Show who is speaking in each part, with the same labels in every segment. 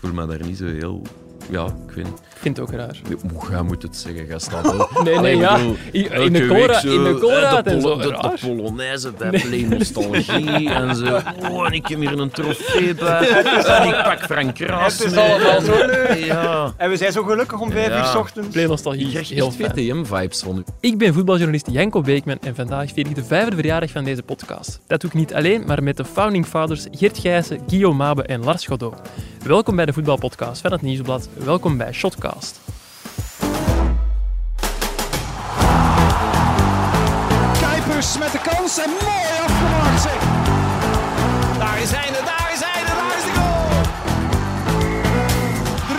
Speaker 1: voel me daar niet zo heel... Ja, ik weet niet.
Speaker 2: Ik vind het ook raar.
Speaker 1: Hoe ga moet het zeggen? Ga staan wel.
Speaker 2: Nee, nee,
Speaker 1: Allee, ik
Speaker 2: ja.
Speaker 1: bedoel,
Speaker 2: In, in
Speaker 1: elke
Speaker 2: de
Speaker 1: week
Speaker 2: Cora,
Speaker 1: zo,
Speaker 2: in de
Speaker 1: eh,
Speaker 2: Cora
Speaker 1: de,
Speaker 2: en
Speaker 1: polo-
Speaker 2: zo.
Speaker 1: de, de
Speaker 2: raar.
Speaker 1: Polonaise bij Play Nostalgie en zo. Oh, en ik heb hier een trofee bij. En Eh, ik pak Frank Kraas
Speaker 3: Het is
Speaker 1: mee.
Speaker 3: allemaal zo
Speaker 1: En-
Speaker 3: leuk.
Speaker 1: Ja.
Speaker 3: En we zijn zo gelukkig om vijf
Speaker 1: Ja.
Speaker 3: uur 's ochtends.
Speaker 2: Play
Speaker 1: Je
Speaker 2: nostalgie.
Speaker 1: krijgt
Speaker 2: Heel
Speaker 1: echt
Speaker 2: fijn.
Speaker 1: VTM-vibes van u.
Speaker 2: Ik ben voetbaljournalist Janko Beekman en vandaag vier ik de vijfde verjaardag van deze podcast. Dat doe ik niet alleen, maar met de founding fathers Geert Gijssen, Guillaume Mabe en Lars Godot. Welkom bij de voetbalpodcast van het Nieuwsblad. Welkom bij Shotcast.
Speaker 4: Kuipers met de kans en mooi afgemaakt zeg.
Speaker 3: Daar is hij, daar is hij, daar is de goal!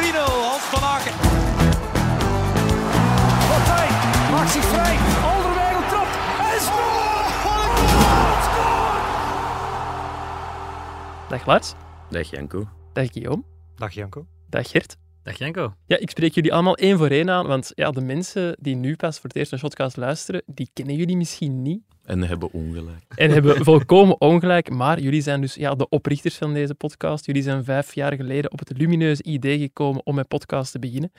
Speaker 3: 3-0, Hans van Aken.
Speaker 4: Partij maakt zich vrij. Alderweireld trapt en scoort.
Speaker 2: Dag Lars,
Speaker 1: Dag Janko.
Speaker 2: dag Guillaume,
Speaker 3: Dag Janko.
Speaker 2: dag Geert.
Speaker 5: Dag Janko.
Speaker 2: Ja, ik spreek jullie allemaal één voor één aan, want ja, de mensen die nu pas voor het eerst een Shotcast luisteren, die kennen jullie misschien niet.
Speaker 1: En hebben ongelijk.
Speaker 2: En hebben volkomen ongelijk, maar jullie zijn dus ja, de oprichters van deze podcast. Jullie zijn vijf jaar geleden op het lumineuze idee gekomen om met podcast te beginnen.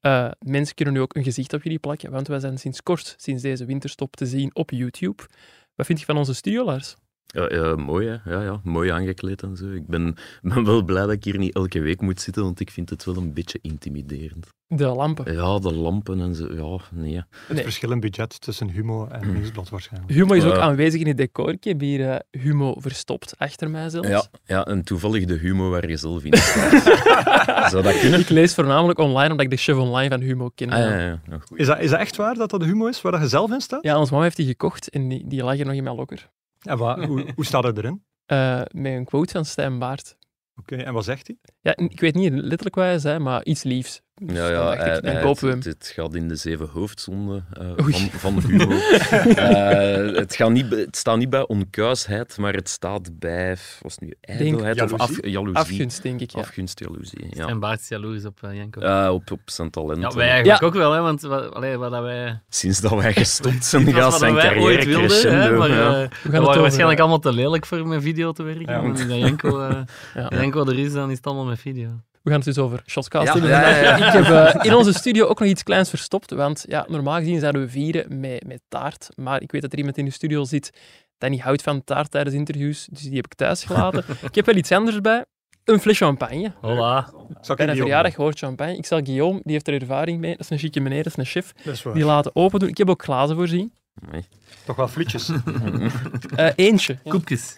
Speaker 2: Eh, mensen kunnen nu ook een gezicht op jullie plakken, want wij zijn sinds kort, sinds deze winterstop, te zien op YouTube. Wat vind je van onze studio, Lars?
Speaker 1: Ja, ja, mooi hè. Ja, ja, mooi aangekleed en zo. Ik ben, ben wel blij dat ik hier niet elke week moet zitten, want ik vind het wel een beetje intimiderend.
Speaker 2: De lampen.
Speaker 1: Ja, de lampen en zo. Ja, nee.
Speaker 2: Nee.
Speaker 3: Verschil in budget tussen Humo en Nieuwsblad waarschijnlijk.
Speaker 2: Humo is ook
Speaker 1: Ja.
Speaker 2: aanwezig in het decor. Ik heb hier eh, Humo verstopt, achter mij zelfs.
Speaker 1: Ja, ja, en toevallig de humor waar je zelf in staat. Zou dat kunnen?
Speaker 2: Ik lees voornamelijk online, omdat ik de chef online van Humo ken.
Speaker 1: Ah, ja, ja. ja, goed.
Speaker 3: Is dat, is dat echt waar dat dat Humo is, waar dat je zelf in staat?
Speaker 2: Ja, ons mama heeft die gekocht en die, die lag er nog in mijn lokker.
Speaker 3: En waar, hoe, hoe staat het erin?
Speaker 2: Eh, met een quote van Stijn Baart.
Speaker 3: Oké, en wat zegt hij?
Speaker 2: Ja, n- ik weet niet letterlijk wat hij zei, maar iets liefs. Dus
Speaker 1: Ja,
Speaker 2: dan
Speaker 1: ja,
Speaker 2: dacht ik,
Speaker 1: hij-
Speaker 2: dan
Speaker 1: hij-
Speaker 2: kopen we hem.
Speaker 1: het, het gaat in de zeven hoofdzonden eh,
Speaker 2: Oei.
Speaker 1: van, van Humo. Eh, het, gaat niet, bij- het staat niet bij onkuisheid, maar het staat bij was nu ijdelheid of af, jaloezie.
Speaker 2: Afgunst, denk ik. Ja.
Speaker 1: Afgunst, jaloezie. Ja.
Speaker 5: En Bart is jaloers op eh, Janko.
Speaker 1: Eh, op, op zijn talent.
Speaker 5: ja,
Speaker 1: hè.
Speaker 5: wij eigenlijk
Speaker 2: Ja.
Speaker 5: ook wel, hè, want wa- allee, wat dat wij,
Speaker 1: Sinds dat wij gestopt zijn,
Speaker 5: dit
Speaker 1: gaat
Speaker 5: was wat
Speaker 1: zijn
Speaker 5: wij
Speaker 1: carrière
Speaker 5: ooit wilden, hè,
Speaker 1: crescendo.
Speaker 5: maar eh,
Speaker 1: ja.
Speaker 5: we
Speaker 2: het
Speaker 5: waren
Speaker 2: over-
Speaker 5: waarschijnlijk allemaal te lelijk voor met video te werken.
Speaker 3: Ja.
Speaker 5: En nu dat Janko, eh,
Speaker 2: Ja.
Speaker 5: Janko er is, dan is het allemaal met video.
Speaker 2: We gaan het dus over shotcast
Speaker 1: Ja,
Speaker 2: hebben.
Speaker 1: ja, ja, ja.
Speaker 2: Ik heb eh, in onze studio ook nog iets kleins verstopt, want ja, normaal gezien zouden we vieren met, met taart, maar ik weet dat er iemand in de studio zit dat niet houdt van taart tijdens interviews, dus die heb ik thuis gelaten. ik heb wel iets anders bij. Een fles champagne.
Speaker 5: Hola.
Speaker 3: Zal ik
Speaker 2: Bij
Speaker 3: die
Speaker 2: een
Speaker 3: opdoen?
Speaker 2: verjaardag hoort champagne. Ik zal Guillaume, die heeft er ervaring mee. Dat is een chique meneer, dat is een chef.
Speaker 3: Dat is waar.
Speaker 2: Die laten open doen. Ik heb ook glazen voorzien.
Speaker 1: Amai.
Speaker 3: Toch wel flietjes.
Speaker 2: Eh, eentje.
Speaker 5: Koekjes.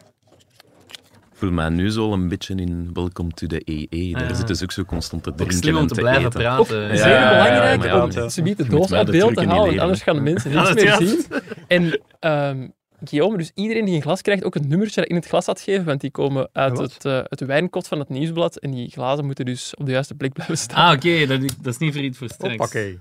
Speaker 1: Ik voel mij nu zo al een beetje in Welcome to the EE. Daar
Speaker 5: Ah, ja.
Speaker 1: zitten ze ook zo constant te
Speaker 5: Ook
Speaker 1: drinken
Speaker 5: slim om
Speaker 1: en
Speaker 5: te blijven
Speaker 1: eten. Oh,
Speaker 5: praten.
Speaker 1: Ja,
Speaker 2: Zeer
Speaker 1: ja, ja,
Speaker 2: belangrijk
Speaker 1: maar ja,
Speaker 2: om
Speaker 3: want,
Speaker 2: ze biedt het
Speaker 1: je moet
Speaker 2: doos
Speaker 1: mij
Speaker 2: uit
Speaker 1: de
Speaker 2: beeld te
Speaker 1: trucken niet
Speaker 2: halen,
Speaker 1: leren,
Speaker 2: anders gaan de mensen
Speaker 5: Ja,
Speaker 2: niks
Speaker 5: dat is
Speaker 2: meer zien. En ehm Guillaume, dus iedereen die een glas krijgt, ook een nummertje dat in het glas had geven, want die komen uit
Speaker 3: Ja, wat?
Speaker 2: het, eh, het wijnkot van het nieuwsblad en die glazen moeten dus op de juiste plek blijven staan.
Speaker 5: Ah, oké, dat, is- dat is niet voor iets voor straks.
Speaker 3: Hoppakee.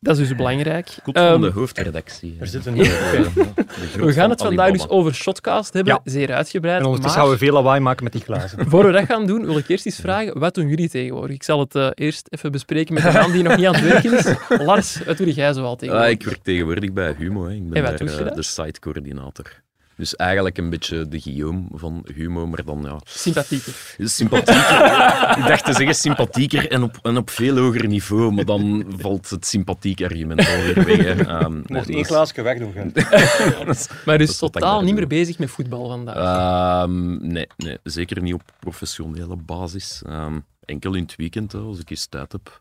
Speaker 2: Dat is dus belangrijk.
Speaker 1: Koep
Speaker 2: Ehm,
Speaker 1: van de hoofdredactie.
Speaker 3: Er zit een...
Speaker 2: we gaan het vandaag dus over Shotcast hebben,
Speaker 3: Ja.
Speaker 2: zeer uitgebreid.
Speaker 3: En ondertussen
Speaker 2: maar
Speaker 3: gaan we veel lawaai maken met die glazen.
Speaker 2: Voor we dat gaan doen, wil ik eerst eens vragen, wat doen jullie tegenwoordig? Ik zal het eh, eerst even bespreken met een man die nog niet aan het werken is. Lars, wat doe jij zoal
Speaker 1: Ah,
Speaker 2: tegenwoordig?
Speaker 1: ik werk tegenwoordig bij Humo. Hè. Ik ben
Speaker 2: En wat
Speaker 1: daar,
Speaker 2: doet je
Speaker 1: eh,
Speaker 2: daar?
Speaker 1: de sitecoördinator. Dus eigenlijk een beetje de Guillaume van Humo, maar dan ja,
Speaker 2: Sympathieker.
Speaker 1: sympathieker. ik dacht te zeggen sympathieker en op, en op veel hoger niveau, maar dan valt het sympathiek argument alweer weg. hè. Ehm, nee,
Speaker 3: Mocht
Speaker 1: dat
Speaker 3: één
Speaker 1: is-
Speaker 3: glaasje wegdoen. Gent.
Speaker 2: Maar
Speaker 1: Dat
Speaker 2: dus
Speaker 1: is wat ik
Speaker 2: totaal
Speaker 1: daar
Speaker 2: niet
Speaker 1: doe.
Speaker 2: meer bezig met voetbal vandaag.
Speaker 1: Ehm, nee, nee, zeker niet op professionele basis. Ehm, enkel in het weekend, hè, als ik eens tijd heb.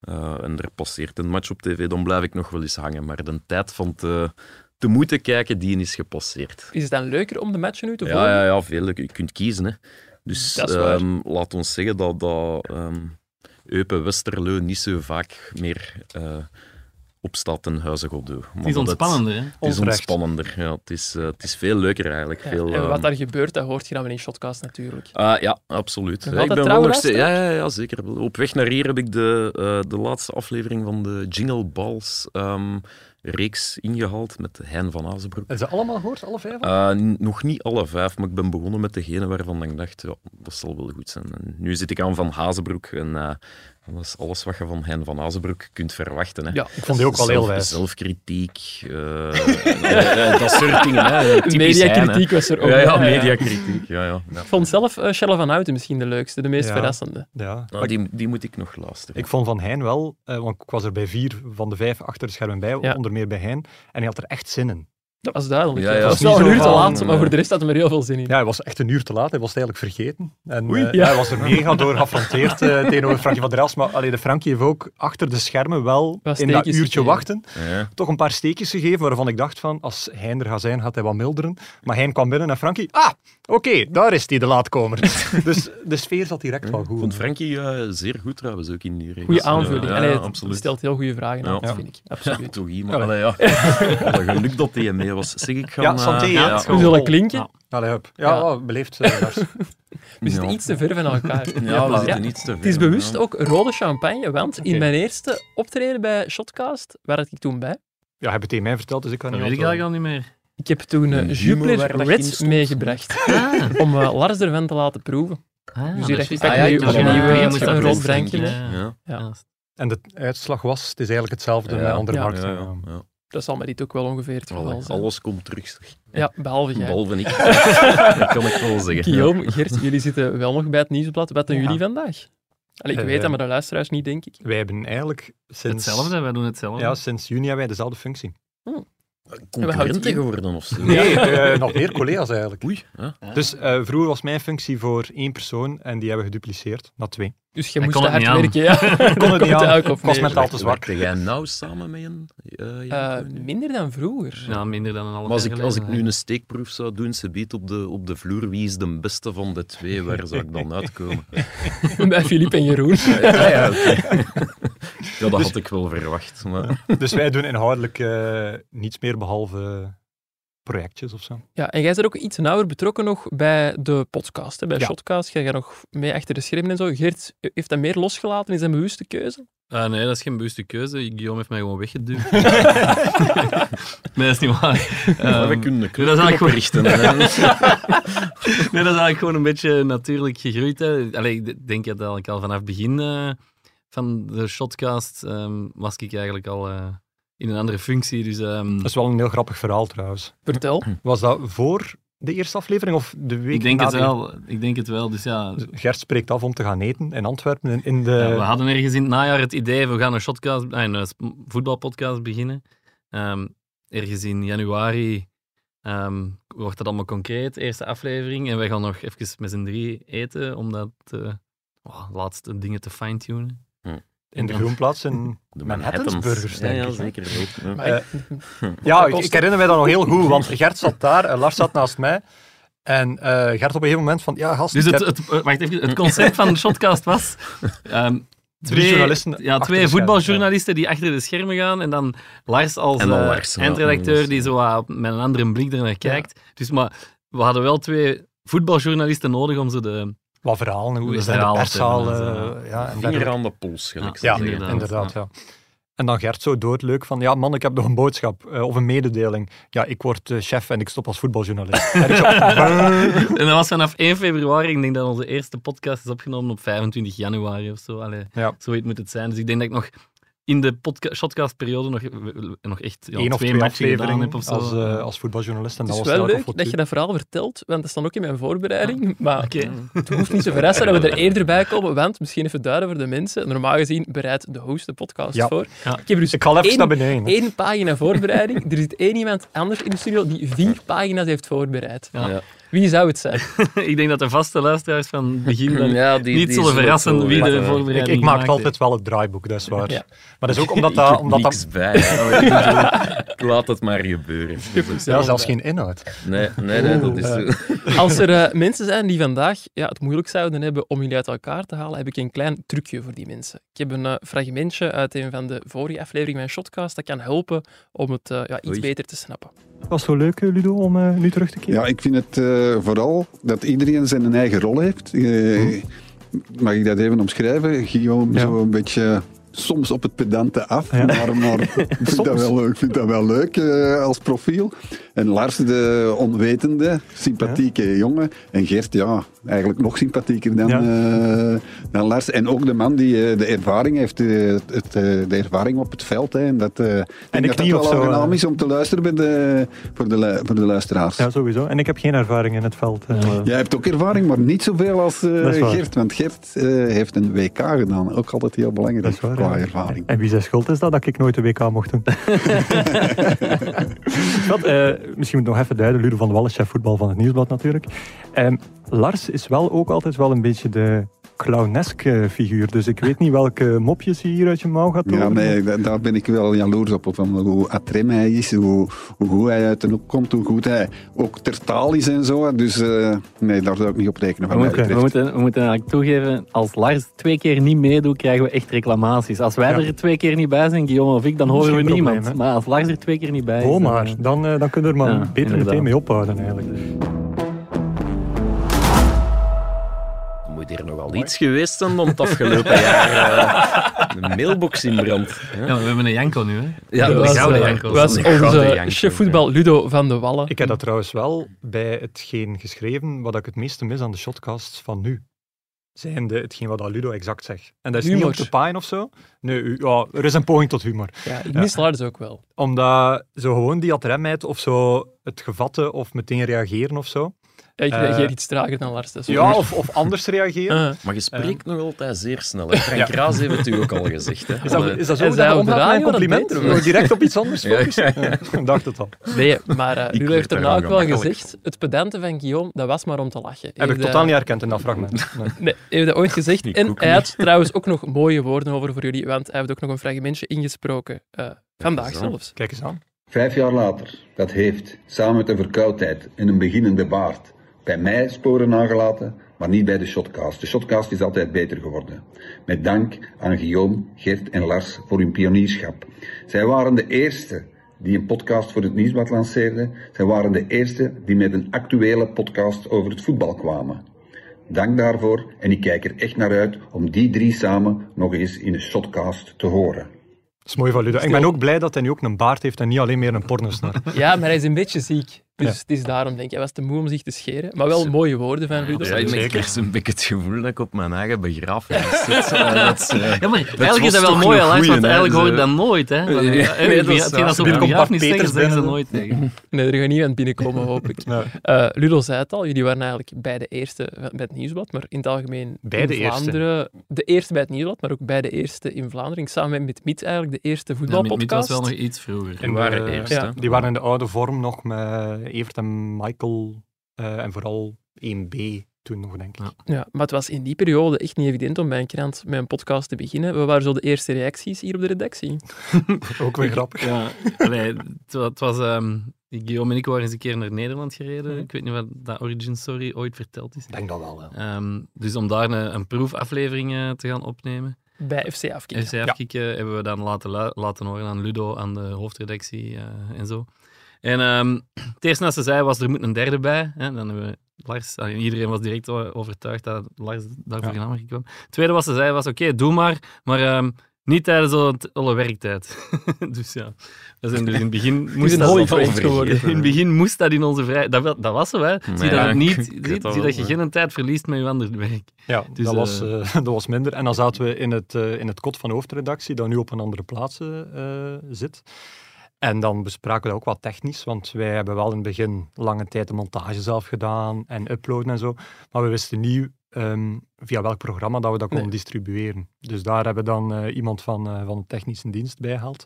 Speaker 1: eh, en er passeert een match op tv, dan blijf ik nog wel eens hangen. Maar de tijd van te, te moeten kijken, die is gepasseerd.
Speaker 2: Is het dan leuker om de matchen nu te volgen?
Speaker 1: Ja, ja, ja, veel. Je kunt kiezen. Hè. Dus
Speaker 2: Dat is waar.
Speaker 1: ehm, laat ons zeggen dat, dat ehm Eupen Westerlo niet zo vaak meer eh, opstaat ten huize Goddeau. Maar
Speaker 5: Het is
Speaker 1: dat
Speaker 5: ontspannender, hè.
Speaker 1: Het is
Speaker 3: Onterecht.
Speaker 1: ontspannender. Ja, het, is, eh, het is veel leuker eigenlijk.
Speaker 2: Ja,
Speaker 1: veel,
Speaker 2: en
Speaker 1: ehm,
Speaker 2: wat daar gebeurt, dat hoort je dan weer in Shotcast natuurlijk.
Speaker 1: Ah, ja, absoluut.
Speaker 2: Nog
Speaker 1: Ja, ik
Speaker 2: altijd
Speaker 1: ben
Speaker 2: trouw
Speaker 1: wel nog steeds, ja,
Speaker 2: luisteraar?
Speaker 1: ja, ja, zeker. wel. Op weg naar hier heb ik de, eh, de laatste aflevering van de Jingle Balls ehm, reeks ingehaald met Hein van Azenbroek.
Speaker 6: Hebben ze allemaal gehoord, alle vijf? al?
Speaker 1: Eh, n- nog niet alle vijf, maar ik ben begonnen met degene waarvan ik dacht, ja, dat zal wel goed zijn. En nu zit ik aan Van Hazenbroek en eh, dat is alles wat je van Hein van Hazenbroek kunt verwachten. Hè.
Speaker 2: Ja,
Speaker 6: ik vond die ook wel heel
Speaker 1: Zelf-
Speaker 6: wijs.
Speaker 1: Zelfkritiek, eh, en al- eh, dat soort dingen. Hè. Typisch Hein, hè.
Speaker 2: Mediakritiek was er ook.
Speaker 1: Ja, ja,
Speaker 2: bij,
Speaker 1: mediakritiek. Ja, ja.
Speaker 2: Ik vond zelf eh Shella van Houten misschien de leukste, de meest
Speaker 6: Ja.
Speaker 2: verrassende.
Speaker 6: Ja.
Speaker 1: Nou, die, die moet ik nog luisteren.
Speaker 6: Ik vond van Hein wel, eh, want ik was er bij vier van de vijf achter de schermen bij,
Speaker 2: Ja.
Speaker 6: onder meer bij Hein. En hij had er echt zin in.
Speaker 2: Dat was duidelijk.
Speaker 1: Ja,
Speaker 2: ja.
Speaker 1: ja.
Speaker 2: Het was
Speaker 6: Dat is
Speaker 2: wel
Speaker 6: niet zo
Speaker 2: een uur te
Speaker 6: van,
Speaker 2: laat, maar
Speaker 1: eh,
Speaker 2: voor de rest had er heel veel zin in.
Speaker 6: Ja, hij was echt een uur te laat. Hij was het eigenlijk vergeten. En eh,
Speaker 2: Ja.
Speaker 6: hij was er mega door geaffronteerd eh, tegenover Frankie van der Elst. Maar allee, de Frankie heeft ook achter de schermen wel
Speaker 2: Wat
Speaker 6: in dat
Speaker 2: steekjes
Speaker 6: uurtje
Speaker 2: gegeven.
Speaker 6: wachten
Speaker 1: Ja.
Speaker 6: toch een paar steekjes gegeven waarvan ik dacht van, als Hein er gaat zijn, gaat hij wat milderen. Maar Hein kwam binnen en Frankie, ah, oké, daar is hij de laatkomer. dus de sfeer zat direct wel
Speaker 1: Ik
Speaker 6: goed.
Speaker 1: vond Frankie eh, zeer goed trouwens, ook in die reeks.
Speaker 2: Goede aanvulling.
Speaker 1: Ja, ja,
Speaker 2: Allee, het
Speaker 1: absoluut.
Speaker 2: stelt heel goede vragen aan,
Speaker 1: Ja.
Speaker 2: dat vind ik.
Speaker 1: Ja,
Speaker 2: Absoluut.
Speaker 1: toch iemand. Allee, ja. Allee, geluk dat hij mee was. Zeg, ik ga...
Speaker 6: Ja, santé, hè.
Speaker 1: ja,
Speaker 2: We
Speaker 1: ja.
Speaker 2: zullen klinken.
Speaker 6: Allee, hup. Ja,
Speaker 2: Ja.
Speaker 6: oh, beleefd. eh, Lars.
Speaker 2: We zitten iets te ver van elkaar.
Speaker 1: Ja, we
Speaker 2: Ja.
Speaker 1: zitten niet te ver.
Speaker 2: Het is bewust
Speaker 1: ja.
Speaker 2: ook rode champagne, want in
Speaker 5: Oké.
Speaker 2: mijn eerste optreden bij Shotcast, waar had ik toen bij?
Speaker 6: ja, hij het tegen mij verteld, dus ik kan
Speaker 5: Dat
Speaker 6: niet
Speaker 5: weet ik
Speaker 6: antwoorden.
Speaker 5: eigenlijk al niet meer.
Speaker 2: Ik heb toen
Speaker 1: Een
Speaker 2: een
Speaker 1: humor waar
Speaker 2: Jupiler
Speaker 1: dat in
Speaker 2: Red
Speaker 1: stond.
Speaker 2: meegebracht
Speaker 5: Ah,
Speaker 2: om eh, Lars ervan te laten proeven.
Speaker 5: ah,
Speaker 2: Dus
Speaker 5: dat
Speaker 2: hier
Speaker 5: is
Speaker 2: echt
Speaker 5: juist.
Speaker 2: een
Speaker 5: ja,
Speaker 2: nieuwe-
Speaker 5: ik dacht,
Speaker 2: een
Speaker 5: ja,
Speaker 2: nieuwe-
Speaker 5: je moet
Speaker 2: een
Speaker 5: dat
Speaker 2: rood
Speaker 5: doen.
Speaker 2: drankje,
Speaker 5: Ja,
Speaker 2: hè.
Speaker 1: Ja.
Speaker 5: ja.
Speaker 6: En de uitslag was, het is eigenlijk hetzelfde met andere
Speaker 2: Ja.
Speaker 6: markten.
Speaker 1: Ja, ja, ja.
Speaker 2: Dat zal mij dit ook wel ongeveer het geval
Speaker 1: Allee,
Speaker 2: zijn.
Speaker 1: Alles komt terug. zeg.
Speaker 2: Ja, behalve jij.
Speaker 1: Behalve ik. dat kan ik wel zeggen.
Speaker 2: Guillaume, Gert, jullie zitten wel nog bij het nieuwsblad. Wat doen
Speaker 6: Ja.
Speaker 2: jullie vandaag? Allee, ik
Speaker 6: Eh,
Speaker 2: weet dat, maar de luisteraars niet, denk ik.
Speaker 6: Wij hebben eigenlijk sinds,
Speaker 5: Hetzelfde, wij doen hetzelfde.
Speaker 6: ja, sinds juni hebben wij dezelfde functie.
Speaker 1: Ja.
Speaker 2: Hm. houden het
Speaker 1: Concurrenten
Speaker 2: in.
Speaker 1: geworden of zo.
Speaker 6: Nee, eh, nog meer collega's eigenlijk.
Speaker 1: Oei. Ja.
Speaker 6: Dus eh, vroeger was mijn functie voor één persoon en die hebben we gedupliceerd naar twee.
Speaker 2: Dus je
Speaker 5: Hij
Speaker 2: moest
Speaker 5: kon
Speaker 2: te
Speaker 5: het
Speaker 2: hard
Speaker 5: niet
Speaker 2: werken. Ja.
Speaker 6: Kon het niet
Speaker 2: Komt
Speaker 6: aan.
Speaker 2: elk op
Speaker 6: Ik was
Speaker 2: neer.
Speaker 6: mentaal te zwak.
Speaker 1: Werkte jij nou samen met een... eh,
Speaker 2: Eh,
Speaker 1: Janko nu?
Speaker 2: minder dan vroeger.
Speaker 5: Ja, minder dan een half
Speaker 1: Maar als
Speaker 5: jaar
Speaker 1: ik, als ik
Speaker 5: geleden,
Speaker 1: nu een steekproef zou doen, ze biedt op de, op de vloer, wie is de beste van de twee, waar zou ik dan uitkomen?
Speaker 2: Bij Filip en Jeroen.
Speaker 1: ja, ja, oké. ja, dat had ik wel verwacht. Maar...
Speaker 6: Dus wij doen inhoudelijk eh, niets meer behalve projectjes of zo.
Speaker 2: Ja, en jij bent ook iets nauwer betrokken nog bij de podcast, hè, bij
Speaker 6: Ja.
Speaker 2: Shotcast. Jij gaat nog mee achter de schermen en zo. Geert heeft dat meer losgelaten in zijn bewuste keuze.
Speaker 5: Ah, nee, dat is geen bewuste keuze. Guillaume heeft mij gewoon weggeduwd. nee, dat is niet waar.
Speaker 1: Ja, we
Speaker 5: Ehm, doe
Speaker 1: kunnen
Speaker 5: dat
Speaker 1: kunnen
Speaker 5: eigenlijk
Speaker 1: oprichten, hè.
Speaker 5: Nee, dat is eigenlijk gewoon een beetje natuurlijk gegroeid. Hè. Allee, ik d- denk dat eigenlijk al vanaf het begin eh, van de shotcast ehm, was ik eigenlijk al eh, in een andere functie. Dus ehm,
Speaker 6: Dat is wel een heel grappig verhaal trouwens.
Speaker 2: Vertel.
Speaker 6: Was dat voor de eerste aflevering of de week
Speaker 5: ik denk,
Speaker 6: na
Speaker 5: het
Speaker 6: de-
Speaker 5: wel, ik denk het wel. Dus ja,
Speaker 6: Gert spreekt af om te gaan eten in Antwerpen. In, in de...
Speaker 5: ja, we hadden ergens in het najaar het idee, we gaan een, shotcast, nee, een eh, sp- voetbalpodcast beginnen. Ehm, ergens in januari ehm, wordt dat allemaal concreet, eerste aflevering. En wij gaan nog even met z'n drie eten, om dat eh, oh, laatste dingen te fine-tunen.
Speaker 1: Hm.
Speaker 6: in de
Speaker 5: En-
Speaker 6: groenplaats. In...
Speaker 1: De
Speaker 6: Manhattansburgers,
Speaker 1: Ja,
Speaker 6: denk
Speaker 1: ja,
Speaker 6: ik, hè. Eh,
Speaker 1: zeker wel. Ja.
Speaker 2: Maar ik-
Speaker 6: Ja, ik, ik herinner mij dat nog heel goed, want Gert zat daar en Lars zat naast mij. En eh, Gert op een gegeven moment van, ja gast,
Speaker 5: Dus
Speaker 6: ik
Speaker 5: het,
Speaker 6: heb Mm.
Speaker 5: het, wacht even, het concept van de Shotcast was... ehm,
Speaker 6: drie journalisten
Speaker 5: ja,
Speaker 6: achter de
Speaker 5: twee
Speaker 6: schermen.
Speaker 5: voetbaljournalisten die achter de schermen gaan en dan Lars als
Speaker 1: En dan
Speaker 5: eh,
Speaker 1: Lars, ja.
Speaker 5: eindredacteur die zo wat met een andere blik ernaar kijkt. Dus, maar we hadden wel twee voetbaljournalisten nodig om ze de...
Speaker 6: Ja, Wat verhalen, hoe
Speaker 5: Hoe
Speaker 6: is
Speaker 5: is
Speaker 6: dat in de
Speaker 5: verhaal
Speaker 6: perszaal?
Speaker 5: te doen,
Speaker 6: eh, ja, en
Speaker 1: Vinger
Speaker 6: dergelijke.
Speaker 1: aan de pols, gelijk.
Speaker 5: Ja,
Speaker 6: Ja,
Speaker 1: zeggen.
Speaker 6: inderdaad.
Speaker 5: inderdaad,
Speaker 6: ja. En dan Gert zo doodleuk van, ja man, ik heb nog een boodschap eh, of een mededeling. Ja, ik word eh, chef en ik stop als voetbaljournalist. en ik zo, "Brrr."
Speaker 5: En dat was vanaf 1 februari. Ik denk dat onze eerste podcast is opgenomen op 25 januari of zo. Allee,
Speaker 6: Ja.
Speaker 5: Zoiets moet het zijn. Dus ik denk dat ik nog in de podca- Shotcast-periode nog, nog echt ja,
Speaker 6: Eén of twee
Speaker 5: matchen gedaan heb
Speaker 6: afleveringen
Speaker 5: of zo.
Speaker 6: als, eh, als voetbaljournalist. En
Speaker 2: Het
Speaker 6: dat
Speaker 2: is
Speaker 6: was
Speaker 2: wel
Speaker 6: duidelijk
Speaker 2: leuk
Speaker 6: voor
Speaker 2: dat je
Speaker 6: u.
Speaker 2: dat verhaal vertelt, want dat staat ook in mijn voorbereiding. Maar
Speaker 5: Ah. Oké.
Speaker 2: het hoeft niet te verrassen dat we er eerder bij komen, want misschien even duiden voor de mensen. Normaal gezien bereidt de host de podcast
Speaker 6: Ja.
Speaker 2: voor.
Speaker 5: Ja.
Speaker 2: Ik heb dus
Speaker 6: Ik ga even
Speaker 2: één,
Speaker 6: naar beneden. hè.
Speaker 2: één pagina voorbereiding. er zit één iemand anders in de studio die vier pagina's heeft voorbereid.
Speaker 5: Ja.
Speaker 1: Ja.
Speaker 2: Wie zou het zijn?
Speaker 5: ik denk dat de vaste luisteraars van het begin dan
Speaker 1: Ja, die-
Speaker 5: Mm, niet
Speaker 1: die
Speaker 5: zullen
Speaker 1: zullen het
Speaker 5: verrassen
Speaker 1: wel
Speaker 5: wie de
Speaker 1: weten.
Speaker 6: Ik,
Speaker 5: voorbereiding
Speaker 6: ik maak
Speaker 5: maakte.
Speaker 6: altijd wel het draaiboek, dat is waar.
Speaker 2: Ja.
Speaker 6: Maar dat is ook omdat
Speaker 1: Ik
Speaker 6: dat...
Speaker 1: heb
Speaker 6: Omdat
Speaker 1: niks
Speaker 6: dat
Speaker 1: bij. Oh, hè. Ik bedoel, Ik laat het maar gebeuren.
Speaker 6: ja, zelfs geen inhoud. Oh,
Speaker 1: Nee, nee, nee, dat is...
Speaker 6: Oeh.
Speaker 2: Als er eh, mensen zijn die vandaag ja, het moeilijk zouden hebben om jullie uit elkaar te halen, heb ik een klein trucje voor die mensen. Ik heb een eh, fragmentje uit een van de vorige afleveringen van Shotcast dat kan helpen om het eh, ja, iets
Speaker 1: Oei.
Speaker 2: beter te snappen.
Speaker 6: Was zo leuk, eh, Ludo, om eh, nu terug te keren?
Speaker 7: Ja, ik vind het eh, vooral dat iedereen zijn eigen rol heeft. Eh, Mag ik dat even omschrijven? Guillaume,
Speaker 6: Ja.
Speaker 7: zo een beetje soms op het pedante af, maar, maar ik vind dat wel, ik vind dat wel leuk eh, als profiel. En Lars, de onwetende, sympathieke jongen. En Gert, ja, eigenlijk nog sympathieker dan,
Speaker 6: Ja.
Speaker 7: eh, dan Lars. En ook de man die eh, de ervaring heeft, eh, het, eh, de ervaring op het veld. Hè, en dat, eh, ik denk dat
Speaker 6: knie
Speaker 7: dat
Speaker 6: of
Speaker 7: wel
Speaker 6: zo, eh.
Speaker 7: aangenaam is om te luisteren bij de, voor, de, lu- voor de luisteraars.
Speaker 6: Ja, sowieso. En ik heb geen ervaring in het veld. eh.
Speaker 7: Jij hebt ook ervaring, maar niet zoveel als eh,
Speaker 6: Dat is waar.
Speaker 7: Gert. Want Gert eh, heeft een WK gedaan. Ook altijd heel belangrijk
Speaker 6: Dat is waar,
Speaker 7: qua
Speaker 6: ja.
Speaker 7: ervaring.
Speaker 6: En wie zijn schuld is dat dat ik nooit de WK mocht doen? dat, eh, misschien moet ik nog even duiden. Ludo van de Wallis, chef voetbal van het Nieuwsblad natuurlijk. Ehm, Lars is wel ook altijd wel een beetje de clowneske figuur. Dus ik weet niet welke mopjes hij hier uit je mouw gaat
Speaker 7: Ja,
Speaker 6: toveren.
Speaker 7: nee, da- daar ben ik wel jaloers op. Van hoe atrim hij is, hoe, hoe goed hij uit de hoek komt, hoe goed hij ook ter taal is en zo. Dus eh, nee, daar zou ik niet op rekenen.
Speaker 8: We
Speaker 7: Wat mij
Speaker 8: moeten, we,
Speaker 7: betreft.
Speaker 8: moeten, we moeten eigenlijk toegeven, als Lars twee keer niet meedoet, krijgen we echt reclamaties. Als wij
Speaker 6: Ja.
Speaker 8: er twee keer niet bij zijn, Guillaume of ik, dan
Speaker 6: Dat is
Speaker 8: horen we
Speaker 6: geen probleem,
Speaker 8: niemand.
Speaker 6: hè?
Speaker 8: maar als Lars er twee keer niet bij is...
Speaker 6: Oh,
Speaker 8: dan,
Speaker 6: maar
Speaker 8: eh,
Speaker 6: dan, eh, dan kunnen we er maar
Speaker 8: Ja,
Speaker 6: beter
Speaker 8: inderdaad.
Speaker 6: meteen mee ophouden eigenlijk.
Speaker 1: Moet hier nog wel iets geweest zijn dan het afgelopen jaar? eh, een mailbox in brand. hè?
Speaker 5: Ja, maar we hebben een Janko nu, hè?
Speaker 1: Ja,
Speaker 2: dat
Speaker 1: de
Speaker 2: was,
Speaker 1: gouden
Speaker 2: eh,
Speaker 1: Janko.
Speaker 2: was
Speaker 1: De gouden
Speaker 2: onze
Speaker 1: Janko,
Speaker 2: chef voetbal Ludo van de Wallen.
Speaker 6: Ik heb dat trouwens wel bij hetgeen geschreven wat ik het meeste mis aan de shotcasts van nu. Zijn de, hetgeen wat dat Ludo exact zegt. En dat is niet
Speaker 2: Humor.
Speaker 6: om te paaien of zo. Nee, u- ja, er is een poging tot humor.
Speaker 2: ja, ik mis Lars ook wel.
Speaker 6: Omdat zo gewoon die adremheid of zo het gevatten of meteen reageren of zo.
Speaker 2: Ja, ik
Speaker 6: Eh,
Speaker 2: reageer iets trager dan Lars. Dat is
Speaker 6: Ja, of, of anders reageren.
Speaker 2: Eh,
Speaker 1: Maar je spreekt nog altijd zeer snel. hè. Frank
Speaker 6: Ja.
Speaker 1: Raas heeft het u ook al gezegd. Hè.
Speaker 6: Is dat,
Speaker 1: Alle-
Speaker 6: is dat zo?
Speaker 2: En
Speaker 6: dat
Speaker 2: zij
Speaker 6: we
Speaker 2: op de
Speaker 6: omgaan met een
Speaker 2: radio, dat
Speaker 6: compliment?
Speaker 2: weten we.
Speaker 6: Zo direct op iets anders
Speaker 1: Ja,
Speaker 6: focussen? Ja, ik dacht het al.
Speaker 2: nee, maar eh, Ludo
Speaker 1: word
Speaker 2: heeft
Speaker 1: er
Speaker 2: daarna ook
Speaker 1: wel
Speaker 2: wel
Speaker 1: gemakkelijk
Speaker 2: gezegd, het pedante van Guillaume, dat was maar om te lachen.
Speaker 6: Heb ik
Speaker 2: Heeft, eh,
Speaker 6: totaal niet herkend in dat fragment. Nee.
Speaker 2: Nee, heeft dat ooit gezegd.
Speaker 1: Ik
Speaker 2: en
Speaker 1: ook
Speaker 2: hij had trouwens ook nog mooie woorden over voor jullie, want hij heeft ook nog een fragmentje ingesproken. eh, vandaag
Speaker 1: zo.
Speaker 2: zelfs.
Speaker 6: Kijk eens aan.
Speaker 9: Vijf jaar later, dat heeft, samen met een verkoudheid en een beginnende baard, bij mij sporen nagelaten, maar niet bij de shotcast. De shotcast is altijd beter geworden. Met dank aan Guillaume, Gert en Lars voor hun pionierschap. Zij waren de eerste die een podcast voor het Nieuwsblad lanceerden. Zij waren de eerste die met een actuele podcast over het voetbal kwamen. Dank daarvoor en ik kijk er echt naar uit om die drie samen nog eens in de shotcast te horen.
Speaker 6: Dat is mooi van Ludo. Ik ben ook blij dat hij nu ook een baard heeft en niet alleen meer een pornosnar.
Speaker 2: Ja, maar hij is een beetje ziek. Dus het is daarom, denk ik. Hij was te moe om zich te scheren. Maar wel mooie woorden van Ludo.
Speaker 1: Ja, ik heb eerst een beetje het gevoel dat ik op mijn eigen begrafenis zit. Eh, dat is, eh,
Speaker 5: Ja, maar eigenlijk
Speaker 1: was
Speaker 5: is dat wel
Speaker 1: toch
Speaker 5: mooi,
Speaker 1: nog
Speaker 5: Lars,
Speaker 1: goeie,
Speaker 5: want
Speaker 1: hè,
Speaker 5: eigenlijk hoor je
Speaker 1: ze-
Speaker 5: dat nooit, hè? Dan,
Speaker 1: Nee,
Speaker 5: eh,
Speaker 1: nee, dat
Speaker 5: die-
Speaker 1: is
Speaker 5: Hetgeen dat ze op
Speaker 1: waar.
Speaker 5: een
Speaker 6: Binnenkomt
Speaker 5: begrafenis
Speaker 6: Bart
Speaker 5: zeggen,
Speaker 6: Peters
Speaker 5: zeggen ze
Speaker 6: binnen.
Speaker 5: nooit tegen.
Speaker 2: Nee, er gaat niemand binnenkomen, hopelijk.
Speaker 6: Nee.
Speaker 2: Eh, Ludo zei het al, jullie waren eigenlijk bij de eerste bij het Nieuwsblad, maar in het algemeen
Speaker 6: Bij
Speaker 2: in
Speaker 6: de eerste.
Speaker 2: Vlaanderen. De eerste bij het Nieuwsblad, maar ook bij de eerste in Vlaanderen. Ik Samen met Miet eigenlijk de eerste
Speaker 5: Ja, Miet- Miet was
Speaker 2: voetbalpodcast.
Speaker 5: wel nog iets vroeger. Eh,
Speaker 1: Die waren eerst,
Speaker 2: ja.
Speaker 1: hè.
Speaker 6: Die waren in de oude vorm nog met Evert en Michael eh, en vooral 1B toen nog, denk ik.
Speaker 5: Ja.
Speaker 2: Ja, maar het was in die periode echt niet evident om bij een krant met een podcast te beginnen. We waren zo de eerste reacties hier op de redactie.
Speaker 6: Ook weer grappig.
Speaker 5: Ja, allee, het, wa- het was... ehm, die Guillaume en ik waren eens een keer naar Nederland gereden. Ik weet niet wat dat origin story ooit verteld is.
Speaker 6: Ik denk dat wel. hè.
Speaker 5: Ehm, dus om daar een, een proefaflevering eh, te gaan opnemen.
Speaker 2: Bij FC Afkikken.
Speaker 5: FC Afkikken eh, hebben we dan laten, lu- laten horen aan Ludo, aan de hoofdredactie eh, en zo. En ehm, het eerste dat ze zei was, er moet een derde bij. Hè? Dan hebben we Lars, ah, iedereen was direct o- overtuigd dat Lars daarvoor in aanmerking kwam. Het tweede wat ze zei was, oké, doe maar, maar ehm, niet tijdens alle, alle werktijd. dus ja, dat zijn dus in het begin...
Speaker 2: Het is
Speaker 5: moest
Speaker 2: een
Speaker 5: dat-
Speaker 2: hooivol
Speaker 1: overgegeten.
Speaker 2: geworden.
Speaker 5: in het begin moest dat in onze vrij... Dat, wel- dat was zo, hè. Zie
Speaker 1: Nee,
Speaker 5: dat,
Speaker 1: ja,
Speaker 5: het
Speaker 1: ik-
Speaker 5: niet,
Speaker 1: ik
Speaker 5: zie,
Speaker 1: weet dat
Speaker 5: zie
Speaker 1: wel,
Speaker 5: dat je
Speaker 1: ja.
Speaker 5: geen tijd verliest met je ander werk.
Speaker 6: Ja,
Speaker 5: Dus,
Speaker 6: dat,
Speaker 5: eh,
Speaker 6: was, eh, dat was minder. En dan zaten we in het, eh, in het kot van de hoofdredactie, dat nu op een andere plaats eh, eh, zit. En dan bespraken we dat ook wat technisch, want wij hebben wel in het begin lange tijd de montage zelf gedaan en uploaden en zo. Maar we wisten niet ehm, via welk programma dat we dat konden distribueren. Dus daar hebben we dan eh, iemand van, eh, van de technische dienst bij gehaald.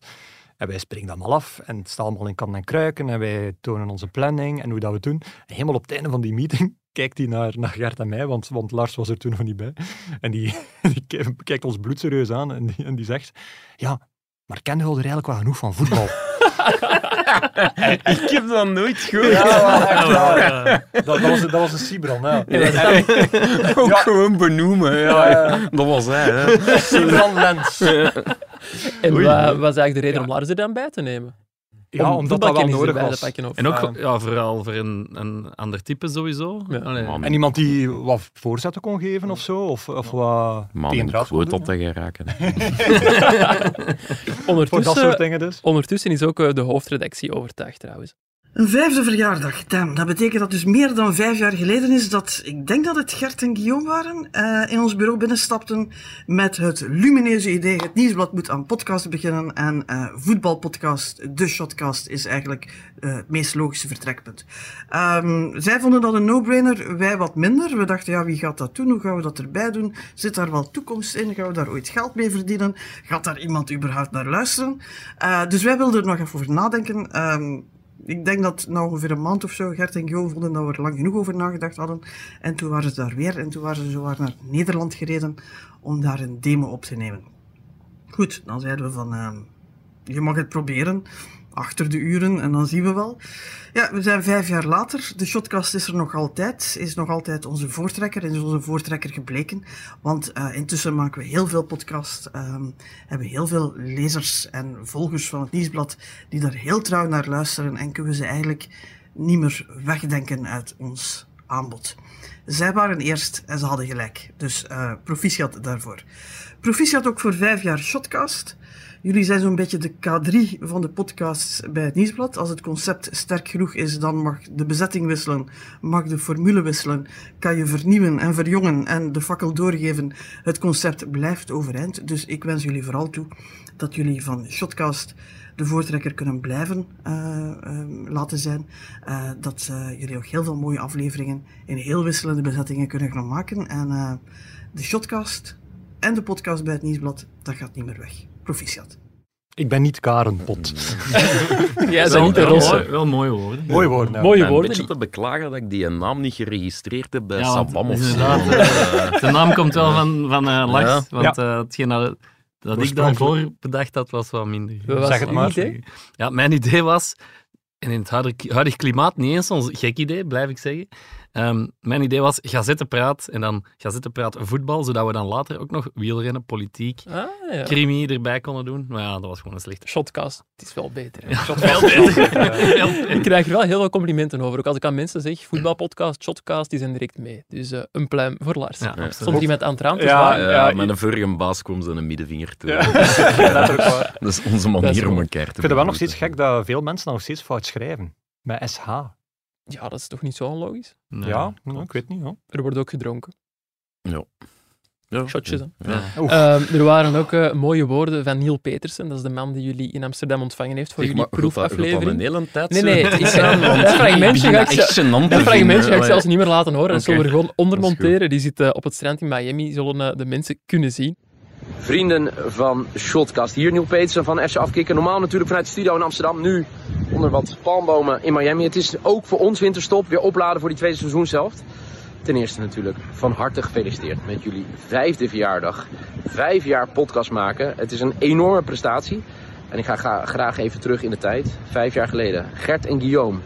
Speaker 6: En wij springen dat allemaal af en het staat allemaal in kan en kruiken en wij tonen onze planning en hoe dat we het doen. En helemaal op het einde van die meeting kijkt hij naar, naar Gert en mij, want, want Lars was er toen nog niet bij. En die, die ki- kijkt ons bloedserieus aan en die, en die zegt, ja, maar ken je er eigenlijk wel genoeg van voetbal?
Speaker 1: Ik heb dat nooit gehoord.
Speaker 6: dat, was, dat was een Sibran, ja.
Speaker 1: Ook gewoon benoemen. Ja, Dat was hij. Hè.
Speaker 6: Sibran Lens.
Speaker 2: En wat was eigenlijk de reden om Lars er dan bij te nemen?
Speaker 6: ja, omdat dat wel
Speaker 2: voetbalkennis
Speaker 6: nodig
Speaker 2: erbij
Speaker 6: was.
Speaker 2: te pakken, of-
Speaker 5: En ook
Speaker 6: Ah.
Speaker 5: ja, vooral voor een, een ander type sowieso.
Speaker 2: Ja.
Speaker 5: Allee,
Speaker 1: Man,
Speaker 6: En iemand die wat voorzetten kon geven of zo? Of, of wat
Speaker 1: man
Speaker 6: tegen
Speaker 1: een
Speaker 6: draad kon
Speaker 1: quote
Speaker 6: doen?
Speaker 1: op te gaan raken.
Speaker 6: Voor dat
Speaker 2: ondertussen,
Speaker 6: soort dingen dus.
Speaker 2: ondertussen is ook eh, de hoofdredactie overtuigd trouwens.
Speaker 10: Een vijfde verjaardag, damn. Dat betekent dat dus meer dan vijf jaar geleden is dat, ik denk dat het Gert en Guillaume waren, eh, in ons bureau binnenstapten met het lumineuze idee, het nieuwsblad moet aan podcast beginnen en eh, voetbalpodcast, de shotcast, is eigenlijk eh, het meest logische vertrekpunt. Ehm, zij vonden dat een no-brainer, wij wat minder. We dachten, ja, wie gaat dat doen? Hoe gaan we dat erbij doen? Zit daar wel toekomst in? Gaan we daar ooit geld mee verdienen? Gaat daar iemand überhaupt naar luisteren? Eh, dus wij wilden er nog even over nadenken. Ehm, ik denk dat na ongeveer een maand of zo Gert en Jo vonden dat we er lang genoeg over nagedacht hadden. En toen waren ze daar weer en toen waren ze zowaar naar Nederland gereden om daar een demo op te nemen. Goed, dan zeiden we van, ehm, je mag het proberen, achter de uren en dan zien we wel. Ja, we zijn vijf jaar later, de Shotcast is er nog altijd, is nog altijd onze voortrekker en is onze voortrekker gebleken. Want eh, intussen maken we heel veel podcasts, ehm, hebben heel veel lezers en volgers van het nieuwsblad die daar heel trouw naar luisteren en kunnen we ze eigenlijk niet meer wegdenken uit ons aanbod. Zij waren eerst en ze hadden gelijk. Dus eh proficiat daarvoor. Proficiat ook voor vijf jaar Shotcast. Jullie zijn zo'n beetje de K3 van de podcasts bij het Nieuwsblad. Als het concept sterk genoeg is, dan mag de bezetting wisselen, mag de formule wisselen, kan je vernieuwen en verjongen en de fakkel doorgeven. Het concept blijft overeind, dus ik wens jullie vooral toe dat jullie van Shotcast de voortrekker kunnen blijven eh, ehm, laten zijn. Eh, dat eh, jullie ook heel veel mooie afleveringen in heel wisselende bezettingen kunnen gaan maken. En eh, de Shotcast en de podcast bij het Nieuwsblad, dat gaat niet meer weg. Proficiat.
Speaker 6: Ik ben niet Karenpot.
Speaker 1: Mm.
Speaker 2: Jij
Speaker 5: wel,
Speaker 2: bent niet de
Speaker 5: wel
Speaker 2: rosse.
Speaker 5: mooi- wel mooie woorden.
Speaker 6: Mooi woord. nou.
Speaker 2: Mooie
Speaker 1: Ik ben een
Speaker 2: woorden.
Speaker 1: beetje
Speaker 2: die-
Speaker 1: te beklagen dat ik die naam niet geregistreerd heb bij
Speaker 5: Ja, want-
Speaker 1: Sabam of zo.
Speaker 5: inderdaad,
Speaker 1: Eh,
Speaker 5: De naam komt wel van, van eh, Lars,
Speaker 1: Ja.
Speaker 5: want eh, hetgeen dat, dat ik
Speaker 6: Oorspronkelijk.
Speaker 5: daarvoor bedacht had, was wat minder.
Speaker 2: Wat was
Speaker 6: Zeg het
Speaker 2: uw
Speaker 6: maar.
Speaker 2: idee?
Speaker 5: Ja, mijn idee was, en in het huidig, huidig klimaat niet eens ons gek idee, blijf ik zeggen. Ehm, mijn idee was gazettenpraat en dan gazettenpraat voetbal, zodat we dan later ook nog wielrennen, politiek,
Speaker 2: Ah, ja.
Speaker 5: crimi erbij konden doen. Maar ja, dat was gewoon een slechte
Speaker 2: Shotcast, het is wel beter. hè.
Speaker 5: Veel beter. Veel
Speaker 2: Ik
Speaker 5: beter.
Speaker 2: krijg er wel heel veel complimenten over. Ook als ik aan mensen zeg, voetbalpodcast, shotcast, die zijn direct mee. Dus eh, een pluim voor Lars.
Speaker 5: Ja,
Speaker 2: Stond er
Speaker 5: absoluut.
Speaker 2: iemand aan het raam te
Speaker 6: Ja,
Speaker 2: zwaaien?
Speaker 1: ja,
Speaker 6: ja,
Speaker 1: mijn vorige baas kwam ze een middenvinger toe.
Speaker 6: Letterlijk waar.
Speaker 1: Dat is onze
Speaker 2: Dat is
Speaker 1: manier om
Speaker 2: goed.
Speaker 1: elkaar te
Speaker 6: Ik vind het wel nog steeds
Speaker 1: begroeten.
Speaker 6: gek dat veel mensen dat nog steeds fout schrijven. Met SH.
Speaker 2: Ja, dat is toch niet zo onlogisch?
Speaker 5: Nee.
Speaker 6: Ja, nou, ik weet niet. hoor.
Speaker 2: Er wordt ook gedronken.
Speaker 1: Ja.
Speaker 2: Shotjes, hè.
Speaker 1: Ja.
Speaker 6: Oef.
Speaker 2: Ehm, er waren ook eh, mooie woorden van Neil Petersen. Dat is de man die jullie in Amsterdam ontvangen heeft voor
Speaker 1: Zeg,
Speaker 2: jullie
Speaker 1: maar, gaat dat- gaat dat
Speaker 2: proefaflevering.
Speaker 1: een hele tijd
Speaker 2: Nee,
Speaker 1: zo
Speaker 2: nee, het is- dat fragmentje ga ik
Speaker 1: echt gênant
Speaker 2: Dat
Speaker 1: te
Speaker 2: fragmentje ga ik
Speaker 1: vinden.
Speaker 2: zelfs niet meer laten horen. Dat
Speaker 1: Oké.
Speaker 2: zullen we er gewoon onder
Speaker 1: Dat is goed.
Speaker 2: monteren. Die zit eh, op het strand in Miami. Zullen eh, de mensen kunnen zien.
Speaker 11: Vrienden van Shotcast. Hier Neil Peetsen van FC Afkikken. Normaal natuurlijk vanuit de studio in Amsterdam. Nu onder wat palmbomen in Miami. Het is ook voor ons winterstop. Weer opladen voor die tweede seizoen zelf. Ten eerste natuurlijk van harte gefeliciteerd met jullie vijfde verjaardag. Vijf jaar podcast maken. Het is een enorme prestatie. En ik ga gra- graag even terug in de tijd. Vijf jaar geleden. Gert en Guillaume.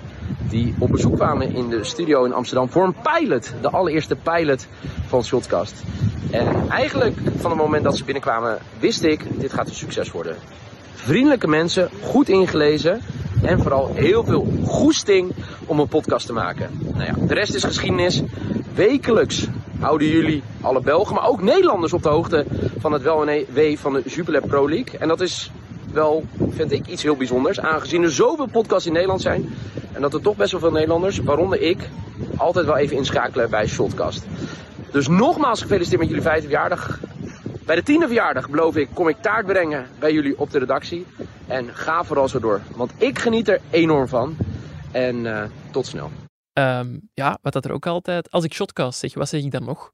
Speaker 11: Die op bezoek kwamen in de studio in Amsterdam voor een pilot. De allereerste pilot van Shotcast. En eigenlijk van het moment dat ze binnenkwamen wist ik, dit gaat een succes worden. Vriendelijke mensen, goed ingelezen en vooral heel veel goesting om een podcast te maken. Nou ja, de rest is geschiedenis. Wekelijks houden jullie alle Belgen, maar ook Nederlanders op de hoogte van het wel en nee wee van de Jubilee Pro League. En dat is wel, vind ik, iets heel bijzonders. Aangezien er zoveel podcasts in Nederland zijn. En dat er toch best wel veel Nederlanders, waaronder ik, altijd wel even inschakelen bij Shotcast. Dus nogmaals gefeliciteerd met jullie vijfde verjaardag. Bij de tiende verjaardag, beloof ik, kom ik taart brengen bij jullie op de redactie. En ga vooral zo door, want ik geniet er enorm van. En eh, tot snel.
Speaker 2: Ehm, ja, wat dat er ook altijd... Als ik shotcast zeg, wat zeg ik dan nog?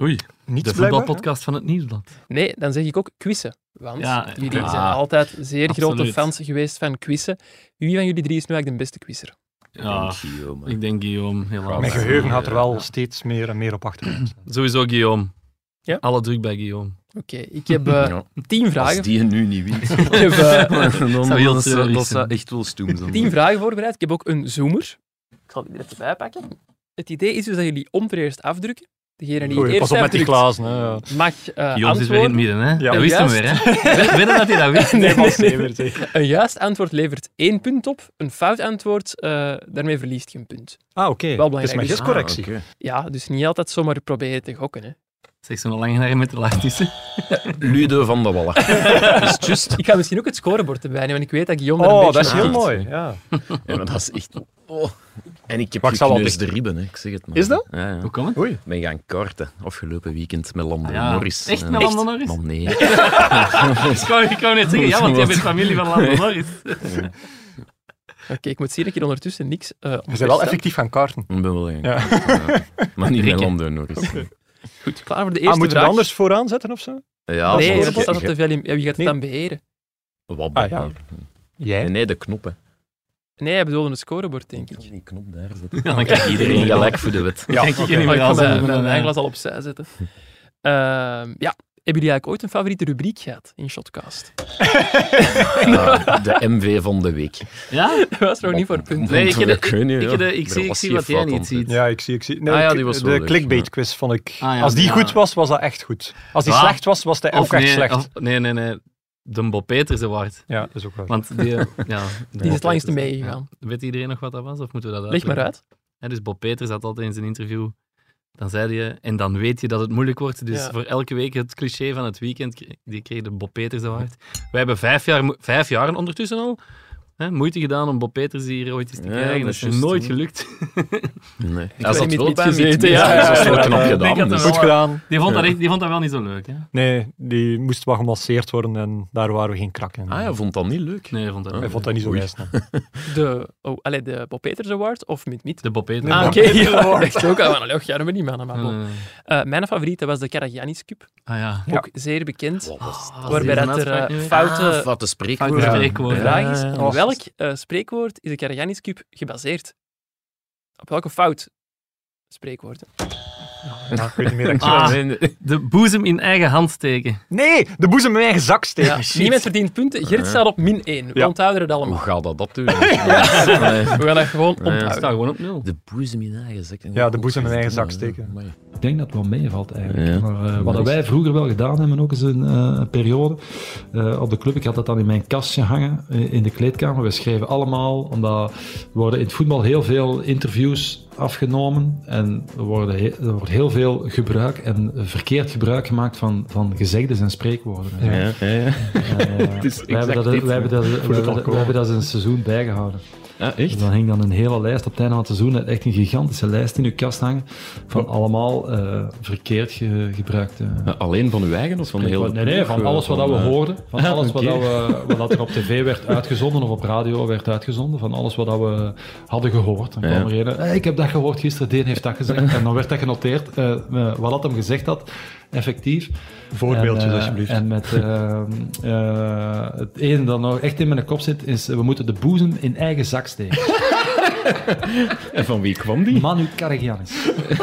Speaker 5: Oei,
Speaker 6: Niets
Speaker 5: de
Speaker 6: blijkbaar,
Speaker 5: voetbalpodcast van het Nieuwsblad.
Speaker 2: Nee, dan zeg ik ook quizzen. Want
Speaker 5: Ja,
Speaker 2: jullie
Speaker 5: ah,
Speaker 2: zijn altijd zeer grote
Speaker 5: absoluut.
Speaker 2: fans geweest van quizzen. Wie van jullie drie is nu eigenlijk de beste quizzer?
Speaker 5: Ja,
Speaker 1: Guillaume.
Speaker 5: ik denk Guillaume, helaas.
Speaker 1: Ja,
Speaker 6: Mijn
Speaker 1: maar-
Speaker 6: geheugen gaat er wel
Speaker 1: Ja.
Speaker 6: steeds meer en meer op achter.
Speaker 5: Sowieso Guillaume.
Speaker 2: Ja?
Speaker 5: Alle druk bij Guillaume.
Speaker 2: Oké, ik heb eh,
Speaker 1: Ja.
Speaker 2: tien
Speaker 1: Als
Speaker 2: vragen.
Speaker 1: die nu niet wint,
Speaker 2: Ik heb eh,
Speaker 1: dan
Speaker 5: zou heel
Speaker 1: dat zou
Speaker 5: treurig
Speaker 1: dat zou
Speaker 5: zijn.
Speaker 1: echt wel stoem zijn.
Speaker 2: tien vragen voorbereid. Ik heb ook een zoomer. Ik zal die er even bij pakken. Het idee is dus dat jullie om te eerst afdrukken Degene die
Speaker 6: Oei,
Speaker 2: het eerst
Speaker 6: pas op met die
Speaker 2: heeft
Speaker 6: glazen. Hè. ja.
Speaker 2: gedrukt, Mag eh,
Speaker 5: Jons is weer in het
Speaker 2: antwoorden.
Speaker 5: midden, hè?
Speaker 2: Ja.
Speaker 5: Dat wist hem
Speaker 2: Juist.
Speaker 5: weer, hè? Winnen dat hij dat wist?
Speaker 2: Nee,
Speaker 5: Bas
Speaker 2: nee,
Speaker 5: Evert,
Speaker 2: nee.
Speaker 5: hè.
Speaker 2: Een juist antwoord levert één punt op. Een fout antwoord, eh, daarmee verliest je een punt.
Speaker 6: Ah, oké.
Speaker 2: Wel
Speaker 6: Het is
Speaker 2: belangrijk.
Speaker 6: maar
Speaker 2: Dus-
Speaker 6: gistcorrectie.
Speaker 5: Ah, oké.
Speaker 2: Ja, dus niet altijd zomaar proberen te gokken. Hè.
Speaker 5: Zeg zo'n lange naar met de dus, laag tussen.
Speaker 1: Ludo van de Wallen. is juist.
Speaker 2: Ik ga misschien ook het scorebord erbij nemen, want ik weet dat Guillaume er een
Speaker 6: Oh,
Speaker 2: beetje
Speaker 6: dat is
Speaker 2: aan
Speaker 6: heel
Speaker 2: tikt.
Speaker 6: mooi. Ja.
Speaker 1: Ja, maar dat is echt... oh. En ik heb
Speaker 6: Maar ik zal wel
Speaker 1: gekneusde
Speaker 6: dicht-
Speaker 1: ribben, hè. ik zeg het maar.
Speaker 6: Is dat?
Speaker 1: Ja, ja.
Speaker 5: Hoe komt het?
Speaker 6: Oei.
Speaker 1: ben gaan karten afgelopen weekend met Lando
Speaker 5: Ja.
Speaker 1: Norris.
Speaker 5: Echt
Speaker 1: Eh,
Speaker 5: met Lando Norris?
Speaker 1: Man, nee.
Speaker 5: Ik wou, ik wou net zeggen, ja, want jij bent familie van Lando Norris.
Speaker 2: Oké, ik moet zien dat ik hier ondertussen niks... eh,
Speaker 6: We zijn wel
Speaker 2: opzet.
Speaker 6: effectief gaan kaarten.
Speaker 1: Ik ben wel gaan
Speaker 6: Ja.
Speaker 1: karten, ja. Maar niet met
Speaker 5: Rikke.
Speaker 1: Lando Norris.
Speaker 2: Goed, klaar voor de
Speaker 6: Ah,
Speaker 2: eerste
Speaker 6: moeten we
Speaker 2: vraag.
Speaker 6: het anders vooraan zetten of zo?
Speaker 1: Ja,
Speaker 2: nee,
Speaker 1: want
Speaker 2: dat
Speaker 1: je-
Speaker 2: staat op
Speaker 1: je-
Speaker 2: de volume. Ja, wie gaat het
Speaker 6: Nee.
Speaker 2: dan beheren?
Speaker 1: Wat
Speaker 6: Ah, ja.
Speaker 1: nee.
Speaker 6: Jij?
Speaker 1: Nee, nee, de knop, hè.
Speaker 2: Nee, hij bedoelde een scorebord, denk ik.
Speaker 1: Die knop daar
Speaker 5: Ja, dan krijgt iedereen gelijk
Speaker 1: voor de wet.
Speaker 5: Ja, kijk ik er niet
Speaker 2: Maar
Speaker 5: meer
Speaker 2: Ah, ik
Speaker 5: aan
Speaker 2: kan
Speaker 5: zijn.
Speaker 2: mijn, mijn wijnglas al opzij zetten. Ehm, ja, hebben jullie eigenlijk ooit een favoriete rubriek gehad in Shotcast?
Speaker 1: Eh, de MV van de week.
Speaker 5: Ja?
Speaker 2: Dat was nog niet voor punt.
Speaker 5: Nee, ik heb de-
Speaker 1: Ik weet niet,
Speaker 5: ik
Speaker 1: ja.
Speaker 5: heb de- ik
Speaker 1: Er
Speaker 5: zie- ik
Speaker 1: was
Speaker 5: zie
Speaker 1: geen
Speaker 5: wat jij
Speaker 1: fout
Speaker 5: niet
Speaker 1: aan
Speaker 5: ziet.
Speaker 1: het-
Speaker 6: Ja, ik zie. Ik zie. Nee,
Speaker 1: Ah ja,
Speaker 6: ik-
Speaker 1: die was wel
Speaker 6: de
Speaker 1: leuk,
Speaker 6: clickbait quiz vond ik.
Speaker 5: Ah ja,
Speaker 6: als die
Speaker 5: ja.
Speaker 6: goed was, was dat echt goed. Als die
Speaker 5: Ja.
Speaker 6: slecht was, was hij ook echt
Speaker 5: nee,
Speaker 6: slecht.
Speaker 5: Ah. of- nee, nee, nee. De Bob Peters Award.
Speaker 6: Ja, dat is ook wel.
Speaker 5: Want die, ja,
Speaker 2: Die is het langste meegegaan.
Speaker 5: Weet iedereen nog wat dat was? Of moeten we dat
Speaker 2: Leg maar
Speaker 5: uitleggen?
Speaker 2: uit.
Speaker 5: Ja, dus Bob Peters had altijd in zijn interview. Dan zei je, en dan weet je dat het moeilijk wordt. Dus
Speaker 2: Ja.
Speaker 5: voor elke week het cliché van het weekend, kre- die kreeg de Bob Peters Award. Wij hebben vijf jaar, mo- vijf jaar ondertussen al hè, moeite gedaan om Bob Peters hier ooit eens te
Speaker 1: Ja,
Speaker 5: krijgen.
Speaker 1: dat
Speaker 5: Dat
Speaker 1: is
Speaker 5: is
Speaker 1: juist,
Speaker 5: nooit
Speaker 1: hè.
Speaker 5: gelukt.
Speaker 1: Nee.
Speaker 2: ben
Speaker 1: Hij zat
Speaker 2: niet
Speaker 1: wel
Speaker 2: met
Speaker 1: bij
Speaker 2: gezeten,
Speaker 1: Miet, ja,
Speaker 2: ja, ja,
Speaker 1: dat is wel
Speaker 2: ja,
Speaker 1: knap
Speaker 5: ja. Ik denk
Speaker 1: gedaan.
Speaker 5: dat
Speaker 1: dus.
Speaker 5: wel-
Speaker 6: Goed gedaan.
Speaker 5: Die vond, dat,
Speaker 1: Ja.
Speaker 5: echt, die vond dat wel niet zo leuk. Hè?
Speaker 6: Nee, die moest wel gemasseerd worden en daar waren we geen krak in.
Speaker 1: Ah, hij vond dat niet leuk.
Speaker 5: Nee, hij vond dat
Speaker 1: Ah.
Speaker 6: Hij
Speaker 5: niet
Speaker 6: vond dat niet zo
Speaker 1: Oei.
Speaker 6: wijs. dan.
Speaker 2: De, oh, allee, de Bob Peters Award of Mint Niet?
Speaker 5: leuk. De Bob Peters
Speaker 2: Ah,
Speaker 5: Award.
Speaker 2: oké. ja, Echt ook. Ah, maar, ja, dat ben ik niet, man. Maar, bon.
Speaker 5: Eh,
Speaker 2: Eh, mijn favoriete was de Karagiannis Cup.
Speaker 5: ah ja.
Speaker 6: Ja.
Speaker 2: Ook zeer bekend.
Speaker 1: Wat was
Speaker 5: Ah,
Speaker 2: waarbij
Speaker 5: deze
Speaker 2: dat er
Speaker 5: uitspraak nu
Speaker 2: eh,
Speaker 5: weer?
Speaker 1: Ah,
Speaker 2: foute
Speaker 1: wat een spreekwoord.
Speaker 5: Foute
Speaker 6: Ja.
Speaker 5: spreekwoorden.
Speaker 2: vraag is.
Speaker 5: Ja, ja, ja.
Speaker 2: Op welk eh, spreekwoord is de Karagiannis Cup gebaseerd? Op welke fout? Spreekwoord. hè.
Speaker 6: Ja, ik weet niet meer.
Speaker 5: Ah, de boezem in eigen hand steken.
Speaker 6: Nee, de boezem in mijn eigen zak steken.
Speaker 2: Ja, niemand verdient punten. Gert
Speaker 1: Ja.
Speaker 2: staat op min 1. We
Speaker 6: Ja.
Speaker 2: onthouden het allemaal.
Speaker 1: Hoe gaat dat dat doen? Nee.
Speaker 2: We gaan dat gewoon
Speaker 5: Ik
Speaker 2: onthouden.
Speaker 5: sta gewoon op nul.
Speaker 1: De boezem in eigen zak.
Speaker 6: Ja, de boezem in eigen zak steken.
Speaker 1: Amai.
Speaker 12: Ik denk dat het wel meevalt eigenlijk.
Speaker 1: Ja.
Speaker 12: Maar eh, wat wij vroeger wel gedaan hebben, ook eens een eh, een periode eh, op de club. Ik had dat dan in mijn kastje hangen eh, in de kleedkamer. We schreven allemaal, omdat er worden in het voetbal heel veel interviews afgenomen. En er, worden he- er wordt heel veel gebruik en verkeerd gebruik gemaakt van, van gezegdes en spreekwoorden. en zo.
Speaker 1: Ja, ja, ja.
Speaker 12: Eh,
Speaker 1: is
Speaker 12: wij hebben
Speaker 1: exact
Speaker 12: dat- wij
Speaker 1: dit,
Speaker 12: hebben dat- wij hebben dat- wij hebben dat eens een seizoen bijgehouden.
Speaker 1: Ah,
Speaker 12: Dus
Speaker 1: echt?
Speaker 12: dan hing dan een hele lijst op het einde van het seizoen, echt een gigantische lijst in uw kast hangen, van allemaal eh, verkeerd ge- gebruikte...
Speaker 1: Eh, Alleen van uw eigen of van de hele
Speaker 12: nee, nee,
Speaker 1: ploeg?
Speaker 12: van alles wat dat we
Speaker 1: eh,
Speaker 12: hoorden, van
Speaker 1: Ah,
Speaker 12: alles wat,
Speaker 1: oké.
Speaker 12: dat we, eh, wat dat er op tv werd uitgezonden of op radio werd uitgezonden, van alles wat dat we hadden gehoord. Dan kwam er een, "Hey, ik heb dat gehoord gisteren, Deen heeft dat gezegd, en dan werd dat genoteerd, eh, eh, wat dat hem gezegd had, effectief.
Speaker 6: Voorbeeldjes,
Speaker 12: En, eh,
Speaker 6: alsjeblieft.
Speaker 12: En met eh, eh, het ene dat nog echt in mijn kop zit, is eh, we moeten de boezem in eigen zak steken.
Speaker 1: En van wie kwam die?
Speaker 12: Manu Karagiannis. Echt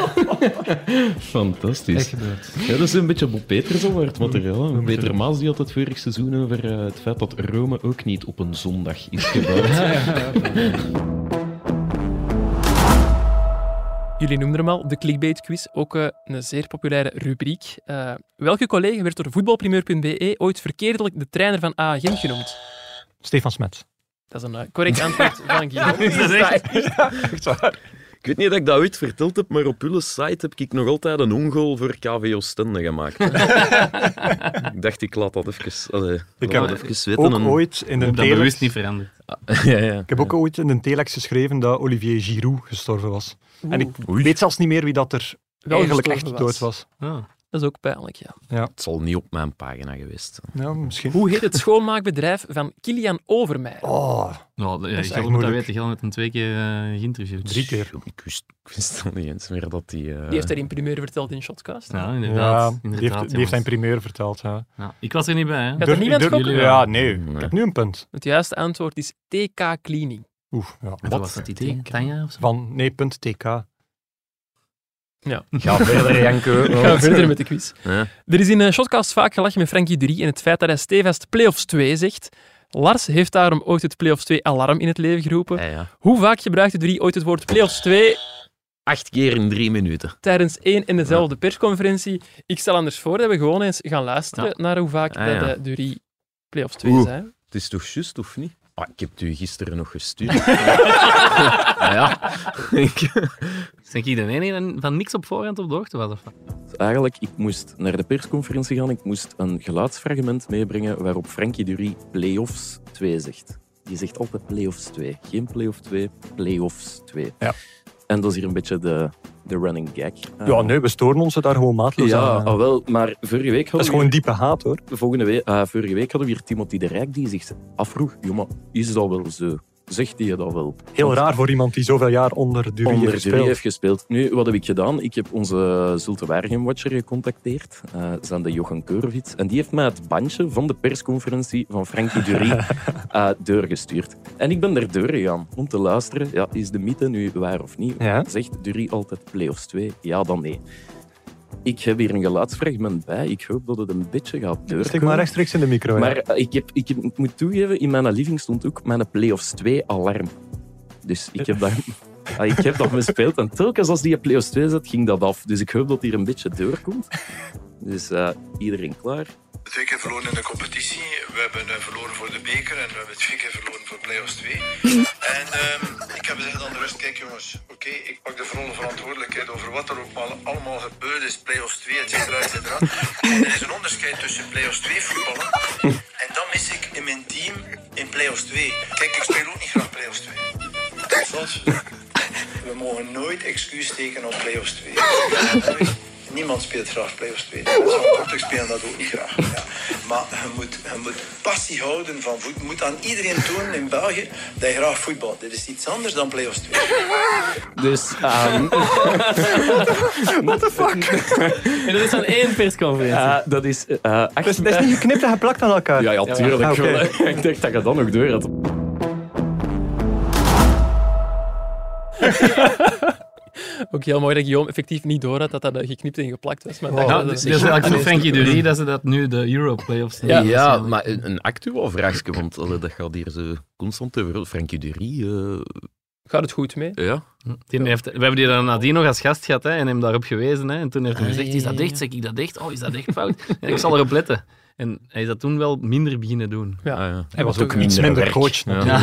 Speaker 1: Fantastisch.
Speaker 12: gebeurd.
Speaker 1: Ja, dat is een beetje Bob Peters al
Speaker 5: Mm.
Speaker 1: het materiaal. hè. Peter Maas die had het vorig seizoen over eh, het feit dat Rome ook niet op een zondag is gebouwd.
Speaker 2: Jullie noemden hem al, de clickbait quiz. Ook eh, een zeer populaire rubriek. Eh, welke collega werd door voetbalprimeur.be E ooit verkeerdelijk de trainer van A Gent genoemd?
Speaker 6: Stefan Smet.
Speaker 2: Dat is een eh, correct antwoord van Guillaume.
Speaker 5: Is dat echt?
Speaker 1: ik weet niet dat ik dat ooit verteld heb, maar op jullie site heb ik nog altijd een ongoal voor KVO Stende gemaakt. hè. ik dacht, ik laat dat even, allee,
Speaker 6: Ik
Speaker 1: laat
Speaker 6: heb
Speaker 1: dat even weten.
Speaker 6: Ook
Speaker 1: en-
Speaker 6: ooit in de
Speaker 5: Dat
Speaker 6: telex.
Speaker 5: bewust niet veranderd.
Speaker 1: ja, ja.
Speaker 6: Ik heb ook ooit in een telex geschreven dat Olivier Giroud gestorven was. En ik
Speaker 1: Oei.
Speaker 6: weet zelfs niet meer wie dat er
Speaker 2: Wel
Speaker 6: eigenlijk echt
Speaker 2: gestorven
Speaker 6: dood was.
Speaker 5: Ah.
Speaker 2: Dat is ook pijnlijk, ja.
Speaker 1: Het zal niet op mijn pagina geweest zijn.
Speaker 6: Ja, misschien.
Speaker 2: Hoe heet het schoonmaakbedrijf van Kilian Overmeijer?
Speaker 6: Oh,
Speaker 5: Nou, dat- ja,
Speaker 6: is echt
Speaker 5: Gil moet dat
Speaker 6: moeilijk.
Speaker 5: weten. Gil heeft hem twee keer eh, geïnterviewd.
Speaker 6: drie keer.
Speaker 1: Ik wist, ik wist al niet eens meer dat die... eh,
Speaker 2: Die heeft er in primeur verteld in Shotcast.
Speaker 5: Ja,
Speaker 6: Ja,
Speaker 5: inderdaad.
Speaker 6: die heeft,
Speaker 5: inderdaad
Speaker 6: die heeft
Speaker 5: jongens.
Speaker 6: hij in primeur verteld. Ja.
Speaker 5: Ja, Ik was er niet bij, hè.
Speaker 2: Gaat er niemand
Speaker 6: durf-
Speaker 2: gokken?
Speaker 6: Ja, nee.
Speaker 1: Nee.
Speaker 6: Ik heb nu een punt.
Speaker 2: Het juiste antwoord is TK Cleaning.
Speaker 6: Oeh, ja.
Speaker 5: Wat was dat idee? Tanja of zo?
Speaker 6: Van, nee, punt TK.
Speaker 1: Ga verder, Janke.
Speaker 2: We gaan verder met de quiz.
Speaker 1: Ja.
Speaker 2: Er is in eh, Shotcast vaak gelachen met Frankie Durie en het feit dat hij stevast Playoffs 2 zegt. Lars heeft daarom ooit het Playoffs 2 alarm in het leven geroepen.
Speaker 1: Ja, ja.
Speaker 2: Hoe vaak gebruikte Durie ooit het woord Playoffs 2
Speaker 1: Acht keer in drie minuten.
Speaker 2: tijdens één en dezelfde persconferentie. Ik stel anders voor dat we gewoon eens gaan luisteren naar hoe vaak
Speaker 1: Ah,
Speaker 2: dat
Speaker 1: ja.
Speaker 2: de jury playoffs 2
Speaker 1: Oeh,
Speaker 2: zijn.
Speaker 1: Het is toch juist, of niet? Ah, ik heb het u gisteren nog gestuurd. ja. ja. Ik-
Speaker 5: Zeg iedereen hier van niks op voorhand op de hoogte was? Of wat?
Speaker 13: Eigenlijk, ik moest naar de persconferentie gaan. Ik moest een geluidsfragment meebrengen waarop Frankie Dury playoffs 2 zegt. Die zegt altijd playoffs 2. Geen playoff 2, playoffs 2. En dat is hier een beetje de, de running gag. Eh,
Speaker 6: Ja, nee, we storen ons er daar gewoon maatloos
Speaker 13: Ja,
Speaker 6: aan. eh.
Speaker 13: al wel, maar vorige week hadden
Speaker 6: dat is gewoon
Speaker 13: we-
Speaker 6: een diepe haat, hoor.
Speaker 13: Volgende week, eh, vorige week hadden we hier Timothy de Rijk die zich afvroeg: "Ja, maar is dat wel zo? Zegt hij dat wel?
Speaker 6: Heel
Speaker 13: Want-
Speaker 6: raar voor iemand die zoveel jaar onder
Speaker 13: onder
Speaker 6: Durie heeft
Speaker 13: jury
Speaker 6: gespeeld.
Speaker 13: heeft gespeeld. Nu, wat heb ik gedaan? Ik heb onze Zulte Waregem-watcher gecontacteerd. eh zijn de Jochen Keurovits. En die heeft mij het bandje van de persconferentie van Frankie Dury eh, doorgestuurd. En ik ben er doorgegaan om te luisteren. Ja, is de mythe nu waar of niet?
Speaker 6: Ja.
Speaker 13: Zegt Dury altijd playoffs 2? Ja, dan nee. Ik heb hier een geluidsfragment bij. Ik hoop dat het een beetje gaat doorkomen.
Speaker 6: Steek maar rechtstreeks in de micro. ja.
Speaker 13: Maar eh, ik, heb, ik, heb- ik moet toegeven, in mijn living stond ook mijn Playoffs 2 alarm. Dus ik heb dat, ah, ik heb dat gespeeld. En telkens als die Playoffs 2 zat, ging dat af. Dus ik hoop dat hier een beetje doorkomt. Dus eh, iedereen klaar.
Speaker 14: Twee keer verloren in de competitie. We hebben eh, verloren voor de beker en we hebben twee keer verloren voor Playoffs 2. En ehm, ik heb gezegd aan de rust, kijk jongens, oké, ik pak de volle verantwoordelijkheid over wat er ook al- allemaal gebeurd is. Playoffs 2, et cetera, et cetera. En er is een onderscheid tussen Playoffs 2 voetballen en dat mis ik in mijn team in Playoffs 2. Kijk, ik speel ook niet graag Playoffs 2. Dus dat, we mogen nooit excuus steken op Playoffs 2. Niemand speelt graag Playoffs 2. Mensen van Kortrijk spelen dat ook niet graag. Ja. Maar je moet, je moet passie houden van voetbal. Je moet aan iedereen tonen in België dat je graag voetbalt. Dit is iets anders dan Playoffs 2.
Speaker 13: Dus.
Speaker 5: Ah,
Speaker 13: ehm,
Speaker 14: What the
Speaker 5: En dat is dan één persconferentie.
Speaker 13: eh, dat is. eh, eh, acht-
Speaker 6: Dus dat is niet geknipt en geplakt aan elkaar.
Speaker 13: Ja, ja, tuurlijk.
Speaker 6: Ah, oké.
Speaker 13: ik dacht dat je dat nog door had.
Speaker 2: Ook heel mooi dat Guillaume effectief niet door had dat dat eh, geknipt en geplakt was. Maar
Speaker 5: Wow. Ja, dus dat is eigenlijk voor Frankie Dury dat ze dat nu de Euro Playoffs
Speaker 1: Ja, maar een, een actueel vraagje, want allee, dat gaat hier zo constant over. Frankie Dury. eh,
Speaker 2: Gaat het goed mee?
Speaker 1: ja.
Speaker 5: Die heeft, we hebben die dan nadien nog als gast gehad hè, en hem daarop gewezen. Hè, en toen heeft hij gezegd, is dat echt? Zeg ik dat echt? Oh, is dat echt fout? Ja, ik zal erop letten. En hij is dat toen wel minder beginnen doen.
Speaker 2: Ja.
Speaker 1: Ah, ja.
Speaker 6: Hij was ook iets minder coach. natuurlijk.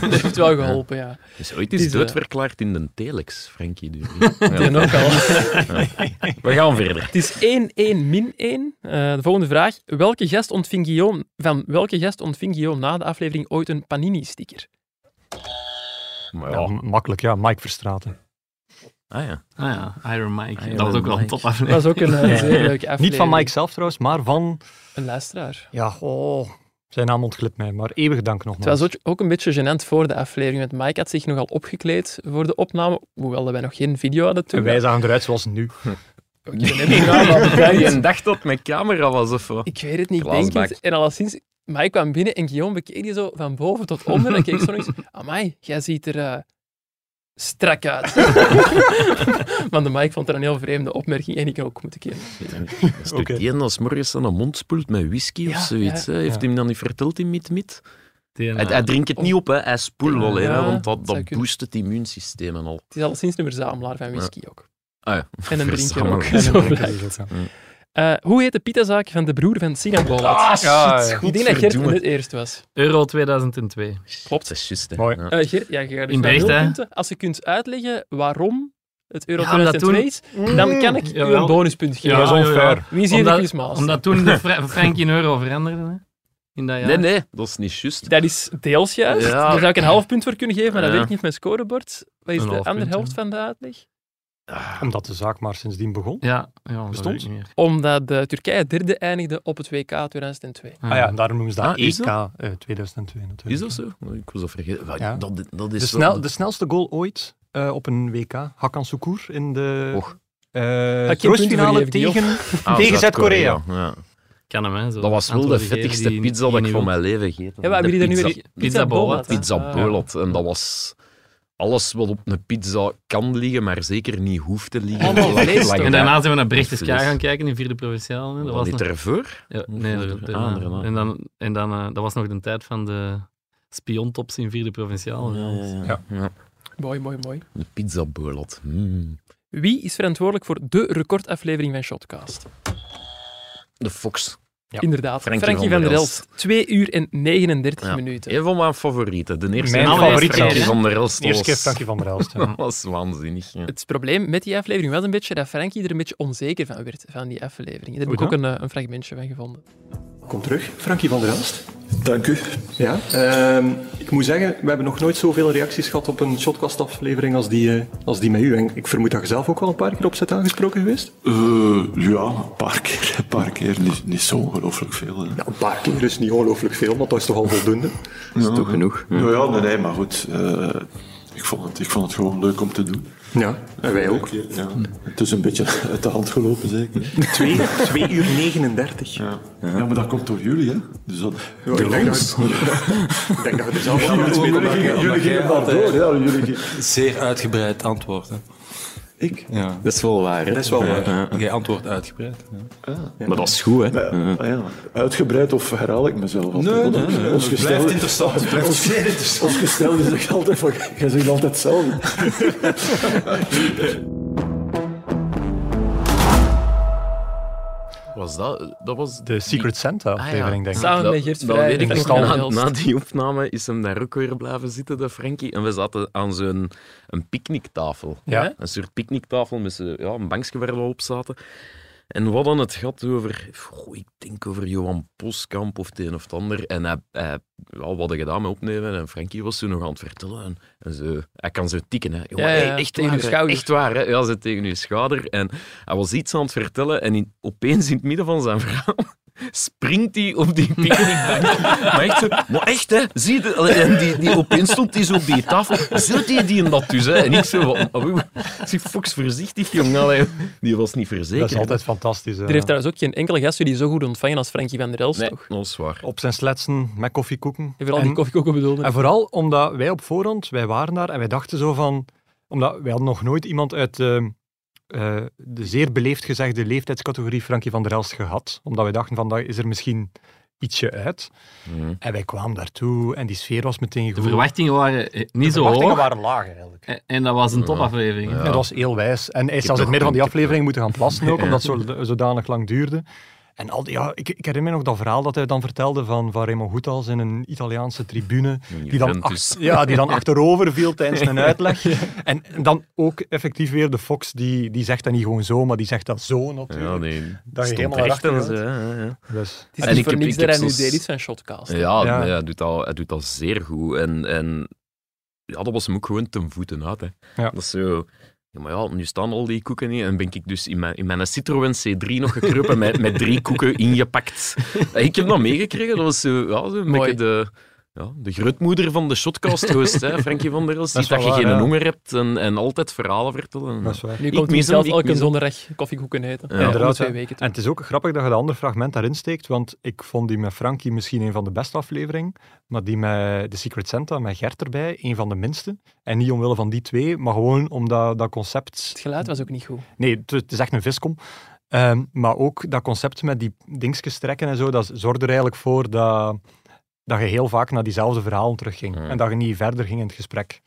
Speaker 2: dat heeft wel geholpen, ja.
Speaker 1: Is ooit
Speaker 2: Het
Speaker 1: eens
Speaker 2: is, eh,
Speaker 1: doodverklaard in de telex, Frankie Dury.
Speaker 2: Die ook al.
Speaker 1: Ja. We gaan verder.
Speaker 2: Het is 1-1 min 1. de volgende vraag. Welke gast ontving Guillaume, van welke gast ontving Guillaume na de aflevering ooit een Panini-sticker?
Speaker 1: Maar
Speaker 6: Ja,
Speaker 1: ja.
Speaker 6: m- makkelijk, ja. Mike Verstraten.
Speaker 1: Ah ja.
Speaker 5: Ah ja, Iron Mike.
Speaker 1: Iron
Speaker 5: dat was ook wel een
Speaker 1: Mike.
Speaker 5: top aflevering.
Speaker 2: Dat was ook een, eh, zeer leuke
Speaker 6: Niet van
Speaker 2: aflevering.
Speaker 6: Mike zelf trouwens, maar van...
Speaker 2: Een luisteraar.
Speaker 6: Ja, oh, zijn naam ontglipt mij, maar eeuwig dank
Speaker 2: Het
Speaker 6: nogmaals.
Speaker 2: was ook- ook een beetje gênant voor de aflevering, want Mike had zich nogal opgekleed voor de opname, hoewel dat wij nog geen video hadden toen.
Speaker 6: En wij zagen eruit zoals nu.
Speaker 13: Hm.
Speaker 2: Ik ben net gedaan, maar bedankt.
Speaker 1: Je dacht dat mijn camera was of wat?
Speaker 2: Ik weet het niet, ik denk
Speaker 1: Glasbak.
Speaker 2: het. En alleszins, Mike kwam binnen en Guillaume bekeek die zo van boven tot onder. En keek zo nog eens, amai, jij ziet er eh, strak uit. Want de Mike vond er een heel vreemde opmerking en ik ook, moet ik eerlijk
Speaker 1: Dat is toch die ene als morgens aan de mond spoelt met whisky
Speaker 2: Ja,
Speaker 1: of zoiets.
Speaker 2: ja.
Speaker 1: hè? Heeft
Speaker 2: Ja.
Speaker 1: hij hem dan niet verteld in mit-mit?
Speaker 5: Die, eh,
Speaker 1: Hij, hij drinkt het niet op, hè. hij spoelt alleen,
Speaker 2: Ja,
Speaker 1: hè, want dat,
Speaker 2: zou
Speaker 1: dat
Speaker 2: kunnen.
Speaker 1: boost het immuunsysteem en al.
Speaker 2: Het is alleszins een verzamelaar van whisky ook.
Speaker 1: Ah ja.
Speaker 2: En een drinker ook.
Speaker 1: Verzamelaar.
Speaker 2: zo
Speaker 1: En een drinker
Speaker 2: blijkt.
Speaker 1: dus ook, ja.
Speaker 2: Eh, hoe heet de pizzazaak van de broer van Sinan Bolat?
Speaker 1: Ah, shit,
Speaker 2: ik denk dat Gert
Speaker 1: godverdomme.
Speaker 2: het eerst was.
Speaker 5: Euro 2002.
Speaker 2: Klopt.
Speaker 1: Dat is juist, hè.
Speaker 6: Mooi.
Speaker 1: Ja.
Speaker 2: Eh, Gert, ja, Gert, dus
Speaker 5: In
Speaker 2: wel
Speaker 5: Bericht,
Speaker 2: nul
Speaker 5: hè?
Speaker 2: punten. Als je kunt uitleggen waarom het Euro
Speaker 5: Ja, omdat
Speaker 2: 2002 is,
Speaker 5: toen-
Speaker 6: Mm.
Speaker 2: dan kan ik u
Speaker 5: Jawel.
Speaker 2: een bonuspunt geven.
Speaker 5: Ja, ja, ja.
Speaker 2: Wie is hier de
Speaker 5: Omdat-
Speaker 2: quizmaster?
Speaker 5: Omdat toen de Fra- Frankie in euro veranderde. Hè? In dat jaar. Oh,
Speaker 1: Nee, nee, dat is niet juist.
Speaker 2: Dat is deels juist.
Speaker 1: Ja.
Speaker 2: Daar zou ik een half punt voor kunnen geven, maar dat
Speaker 1: Ja.
Speaker 2: werkt niet met scorebord. Wat is
Speaker 5: Een
Speaker 2: de
Speaker 5: half
Speaker 2: andere
Speaker 5: punt,
Speaker 2: helft van de uitleg?
Speaker 6: Omdat de zaak maar sindsdien begon.
Speaker 5: Ja, ja dat
Speaker 6: Bestond?
Speaker 5: weet ik niet meer.
Speaker 2: Omdat de Turkije derde eindigde op het WK 2002.
Speaker 6: Ah ja, en daarom noemen ze dat
Speaker 1: Ah, is
Speaker 6: EK
Speaker 1: dat?
Speaker 6: eh, 2002 natuurlijk.
Speaker 1: Is dat zo? Oh, Ik was dat vergeten. Wel,
Speaker 6: Ja.
Speaker 1: Dat, dat is
Speaker 6: de,
Speaker 1: Dus wel-
Speaker 6: snel, de snelste goal ooit eh, op een WK. Hakan Sukur in de
Speaker 1: Och.
Speaker 6: eh
Speaker 2: punten voor
Speaker 6: troostfinale
Speaker 2: je,
Speaker 6: tegen,
Speaker 1: Ah,
Speaker 6: tegen
Speaker 1: Zuid-Korea.
Speaker 6: Zuid-Korea.
Speaker 1: Ja.
Speaker 5: Kan hem, hè, zo.
Speaker 1: Dat was wel
Speaker 5: Antwoorden
Speaker 1: de
Speaker 5: geven
Speaker 1: vettigste
Speaker 5: die-
Speaker 1: pizza dat
Speaker 5: die
Speaker 1: ik van
Speaker 5: niet-
Speaker 1: mijn leven gegeten
Speaker 2: Ja, wat hebben
Speaker 1: De
Speaker 2: jullie daar nu
Speaker 1: pizza-
Speaker 2: weer- Pizza Bolat, hè?
Speaker 1: Pizza
Speaker 2: Ah, ja.
Speaker 1: Bolat. En dat was alles wat op een pizza kan liggen, maar zeker niet hoeft te liggen.
Speaker 2: Allemaal
Speaker 1: Lang-
Speaker 2: vlees,
Speaker 1: lang-
Speaker 2: toch?
Speaker 5: En daarna zijn we naar
Speaker 1: Vlees.
Speaker 5: Brechteska gaan kijken in vierde provinciaal. Hè. Dat
Speaker 1: Was
Speaker 5: was
Speaker 1: dat niet
Speaker 5: nog-
Speaker 1: ervoor?
Speaker 5: Ja,
Speaker 1: Of
Speaker 5: nee,
Speaker 1: was
Speaker 5: dat,
Speaker 1: er-
Speaker 5: dat-
Speaker 1: ah, daarna.
Speaker 5: en dan, en dan, eh, dat was nog de tijd van de spiontops in vierde provinciaal.
Speaker 1: Ja, ja, ja.
Speaker 6: Ja.
Speaker 1: Ja.
Speaker 2: Mooi, mooi, mooi.
Speaker 1: Een pizzabeurlot. Mm.
Speaker 2: Wie is verantwoordelijk voor de recordaflevering van Shotcast?
Speaker 1: De Fox.
Speaker 2: Inderdaad, Frankie, van der Elst. 2 uur en 39 minuten.
Speaker 1: Een van mijn favorieten. De eerste
Speaker 2: Mijn
Speaker 1: keer
Speaker 2: favoriet,
Speaker 1: Frankie
Speaker 2: ja.
Speaker 1: van der Elst.
Speaker 2: De eerste
Speaker 1: was-
Speaker 2: keer Frankie van der Elst, ja.
Speaker 1: Dat was waanzinnig. ja.
Speaker 2: Het probleem met die aflevering was een beetje dat Frankie er een beetje onzeker van werd, van die aflevering. Daar heb ik
Speaker 15: Hoe
Speaker 2: ook een, eh, een fragmentje van gevonden.
Speaker 15: Kom terug, Frankie van der Elst. Dank u. Ja, ehm, ik moet zeggen, we hebben nog nooit zoveel reacties gehad op een Shotcast-aflevering als, die, eh, als die met u. En ik vermoed dat je zelf ook wel een paar keer op zit aangesproken geweest.
Speaker 16: Eh, ja, een paar keer. Een paar keer. Niet, niet zo ongelooflijk veel. hè.
Speaker 15: Een paar keer is niet ongelooflijk veel, want dat is toch al voldoende?
Speaker 16: Nou, Dat is toch genoeg? Ja, ja nee, nee, maar goed. eh, ik, vond het, ik vond het gewoon leuk om te doen.
Speaker 15: Ja, en wij ook.
Speaker 16: Ja, het is een beetje uit de hand gelopen, zeker.
Speaker 15: 2, uur 39.
Speaker 16: Ja. ja, maar dat komt door jullie, hè? Dus dat...
Speaker 15: Ja, ik denk dat- Ik denk dat we er zelf wel iets mee te maken hebben.
Speaker 17: Zeer uitgebreid antwoord. Hè.
Speaker 16: Ik?
Speaker 17: Ja.
Speaker 16: Dat is wel waar.
Speaker 17: Dat is wel waar.
Speaker 16: Ja.
Speaker 17: Jij antwoordt uitgebreid. Ja.
Speaker 16: Maar dat is goed, hè? Ah, Uitgebreid of herhaal ik mezelf? altijd?
Speaker 17: Nee,
Speaker 16: Want
Speaker 17: nee, nee.
Speaker 16: ons
Speaker 17: Het
Speaker 16: gestel-
Speaker 17: blijft interessant. Het blijft
Speaker 16: ons,
Speaker 17: zeer interessant.
Speaker 16: ons gestel is echt altijd van, jij zegt altijd hetzelfde.
Speaker 1: Was dat? Dat was
Speaker 6: de Secret Santa-aflevering,
Speaker 1: Ah, ja.
Speaker 6: denk ik.
Speaker 1: Dat-
Speaker 6: Samen met Geert
Speaker 1: dat
Speaker 6: Vrij
Speaker 1: weet
Speaker 6: en
Speaker 1: ik nog.
Speaker 6: Stan
Speaker 1: Na,
Speaker 6: Elst.
Speaker 1: na die opname is hem daar ook weer blijven zitten, de Frankie. En we zaten aan zo'n een picknicktafel.
Speaker 6: Ja.
Speaker 1: Een soort picknicktafel met zo, ja, een bankje waar we op zaten. En we hadden het gehad over, goh, ik denk over Johan Poskamp of het een of het ander. En hij, hij, ja, we hadden gedaan met opnemen en Frankie was toen nog aan het vertellen. En, en zo, hij kan zo tikken, hè. Jongen,
Speaker 2: Ja, ja,
Speaker 1: hey, echt
Speaker 2: tegen
Speaker 1: waar,
Speaker 2: uw
Speaker 1: hè.
Speaker 2: schouder.
Speaker 1: Echt waar, hè. Ja, ze tegen uw schouder. En hij was iets aan het vertellen en in, opeens in het midden van zijn verhaal springt hij op die picknickbank. maar, echt, zo, maar echt, hè. Zie je, Allee, en die, die, opeens stond hij zo op die tafel. Zult hij die en dat dus, hè. En ik zo, wat, wat- wat- ik zeg, Fox, voorzichtig, jongen. Allee, Die was niet verzekerd.
Speaker 6: Dat is altijd fantastisch.
Speaker 2: Er heeft trouwens ook geen enkele gast die zo goed ontvangen als Frankie van der Elst, toch?
Speaker 1: Dat is waar.
Speaker 6: Op zijn sletsen, met koffiekoeken.
Speaker 2: En vooral die koffiekoeken bedoelde.
Speaker 6: En vooral omdat wij op voorhand, wij waren daar en wij dachten zo van... Omdat wij hadden nog nooit iemand uit eh, eh, de zeer beleefd gezegde leeftijdscategorie Frankie van der Elst gehad. Omdat wij dachten van, dat is er misschien ietsje uit.
Speaker 1: Mhm.
Speaker 6: En wij kwamen daartoe en die sfeer was meteen goed.
Speaker 5: De verwachtingen waren eh, niet
Speaker 6: De
Speaker 5: zo hoog.
Speaker 6: verwachtingen waren laag eigenlijk.
Speaker 5: En, en dat was een
Speaker 6: Ja.
Speaker 5: topaflevering.
Speaker 6: En dat was heel wijs. En hij is
Speaker 5: Ik
Speaker 6: zelfs in
Speaker 5: heb
Speaker 6: het midden van die
Speaker 5: nog-
Speaker 6: aflevering moeten gaan plassen ook,
Speaker 5: Ja.
Speaker 6: omdat het zo, zodanig lang duurde. En al die, ja, ik, ik herinner me nog dat verhaal dat hij dan vertelde van, van Raymond Goethals in een Italiaanse tribune, die dan,
Speaker 1: Juventus.
Speaker 6: ach- ja, die dan achterover viel tijdens een uitleg. En dan ook effectief weer de Fox, die, die zegt dat niet gewoon zo, maar die zegt dat zo natuurlijk.
Speaker 1: Ja, nee.
Speaker 6: Dat je
Speaker 1: Stond
Speaker 6: helemaal
Speaker 1: recht en
Speaker 6: achteruit.
Speaker 1: zo, hè, ja, ja.
Speaker 6: Dus-
Speaker 2: Het is niet voor niks dat hij nu deed iets van Shotcast. hè.
Speaker 1: Ja, nee, hij, doet dat, hij doet dat zeer goed. En, en ja, dat was hem ook gewoon ten voeten uit. Hè.
Speaker 6: Ja.
Speaker 1: Dat is zo... Ja, maar ja, nu staan al die koeken niet en ben ik dus in mijn, in mijn Citroën C3 nog gekrupen met, met drie koeken ingepakt. En ik heb dat meegekregen, dat was zo, ja, zo een beetje de, ja, de grootmoeder van de shotcast-host, hè, Frankie van der Elst,
Speaker 2: Dat
Speaker 1: die
Speaker 2: is
Speaker 1: dat je
Speaker 2: wel
Speaker 1: geen
Speaker 2: waar, ja.
Speaker 1: honger hebt en, en altijd verhalen vertellen.
Speaker 6: Dat is waar.
Speaker 2: Nu
Speaker 1: Ik
Speaker 2: komt hij
Speaker 1: mis hem,
Speaker 2: zelf
Speaker 1: ik
Speaker 2: elke
Speaker 1: mis hem.
Speaker 2: zondag koffiekoeken eten.
Speaker 1: Ja.
Speaker 2: Om de
Speaker 6: Inderdaad,
Speaker 2: twee
Speaker 6: ja.
Speaker 2: weken.
Speaker 6: En het is ook grappig dat je dat andere fragment daarin steekt, want ik vond die met Frankie misschien een van de beste afleveringen, maar die met de Secret Santa, met Gert erbij, een van de minste. En niet omwille van die twee, maar gewoon omdat dat concept... Het
Speaker 2: geluid was ook niet goed.
Speaker 6: Nee, het, het is echt een viskom. Ehm, maar ook dat concept met die dingetjes trekken en zo, dat zorgde er eigenlijk voor dat, dat je heel vaak naar diezelfde verhalen terugging. En dat je niet verder ging in het gesprek.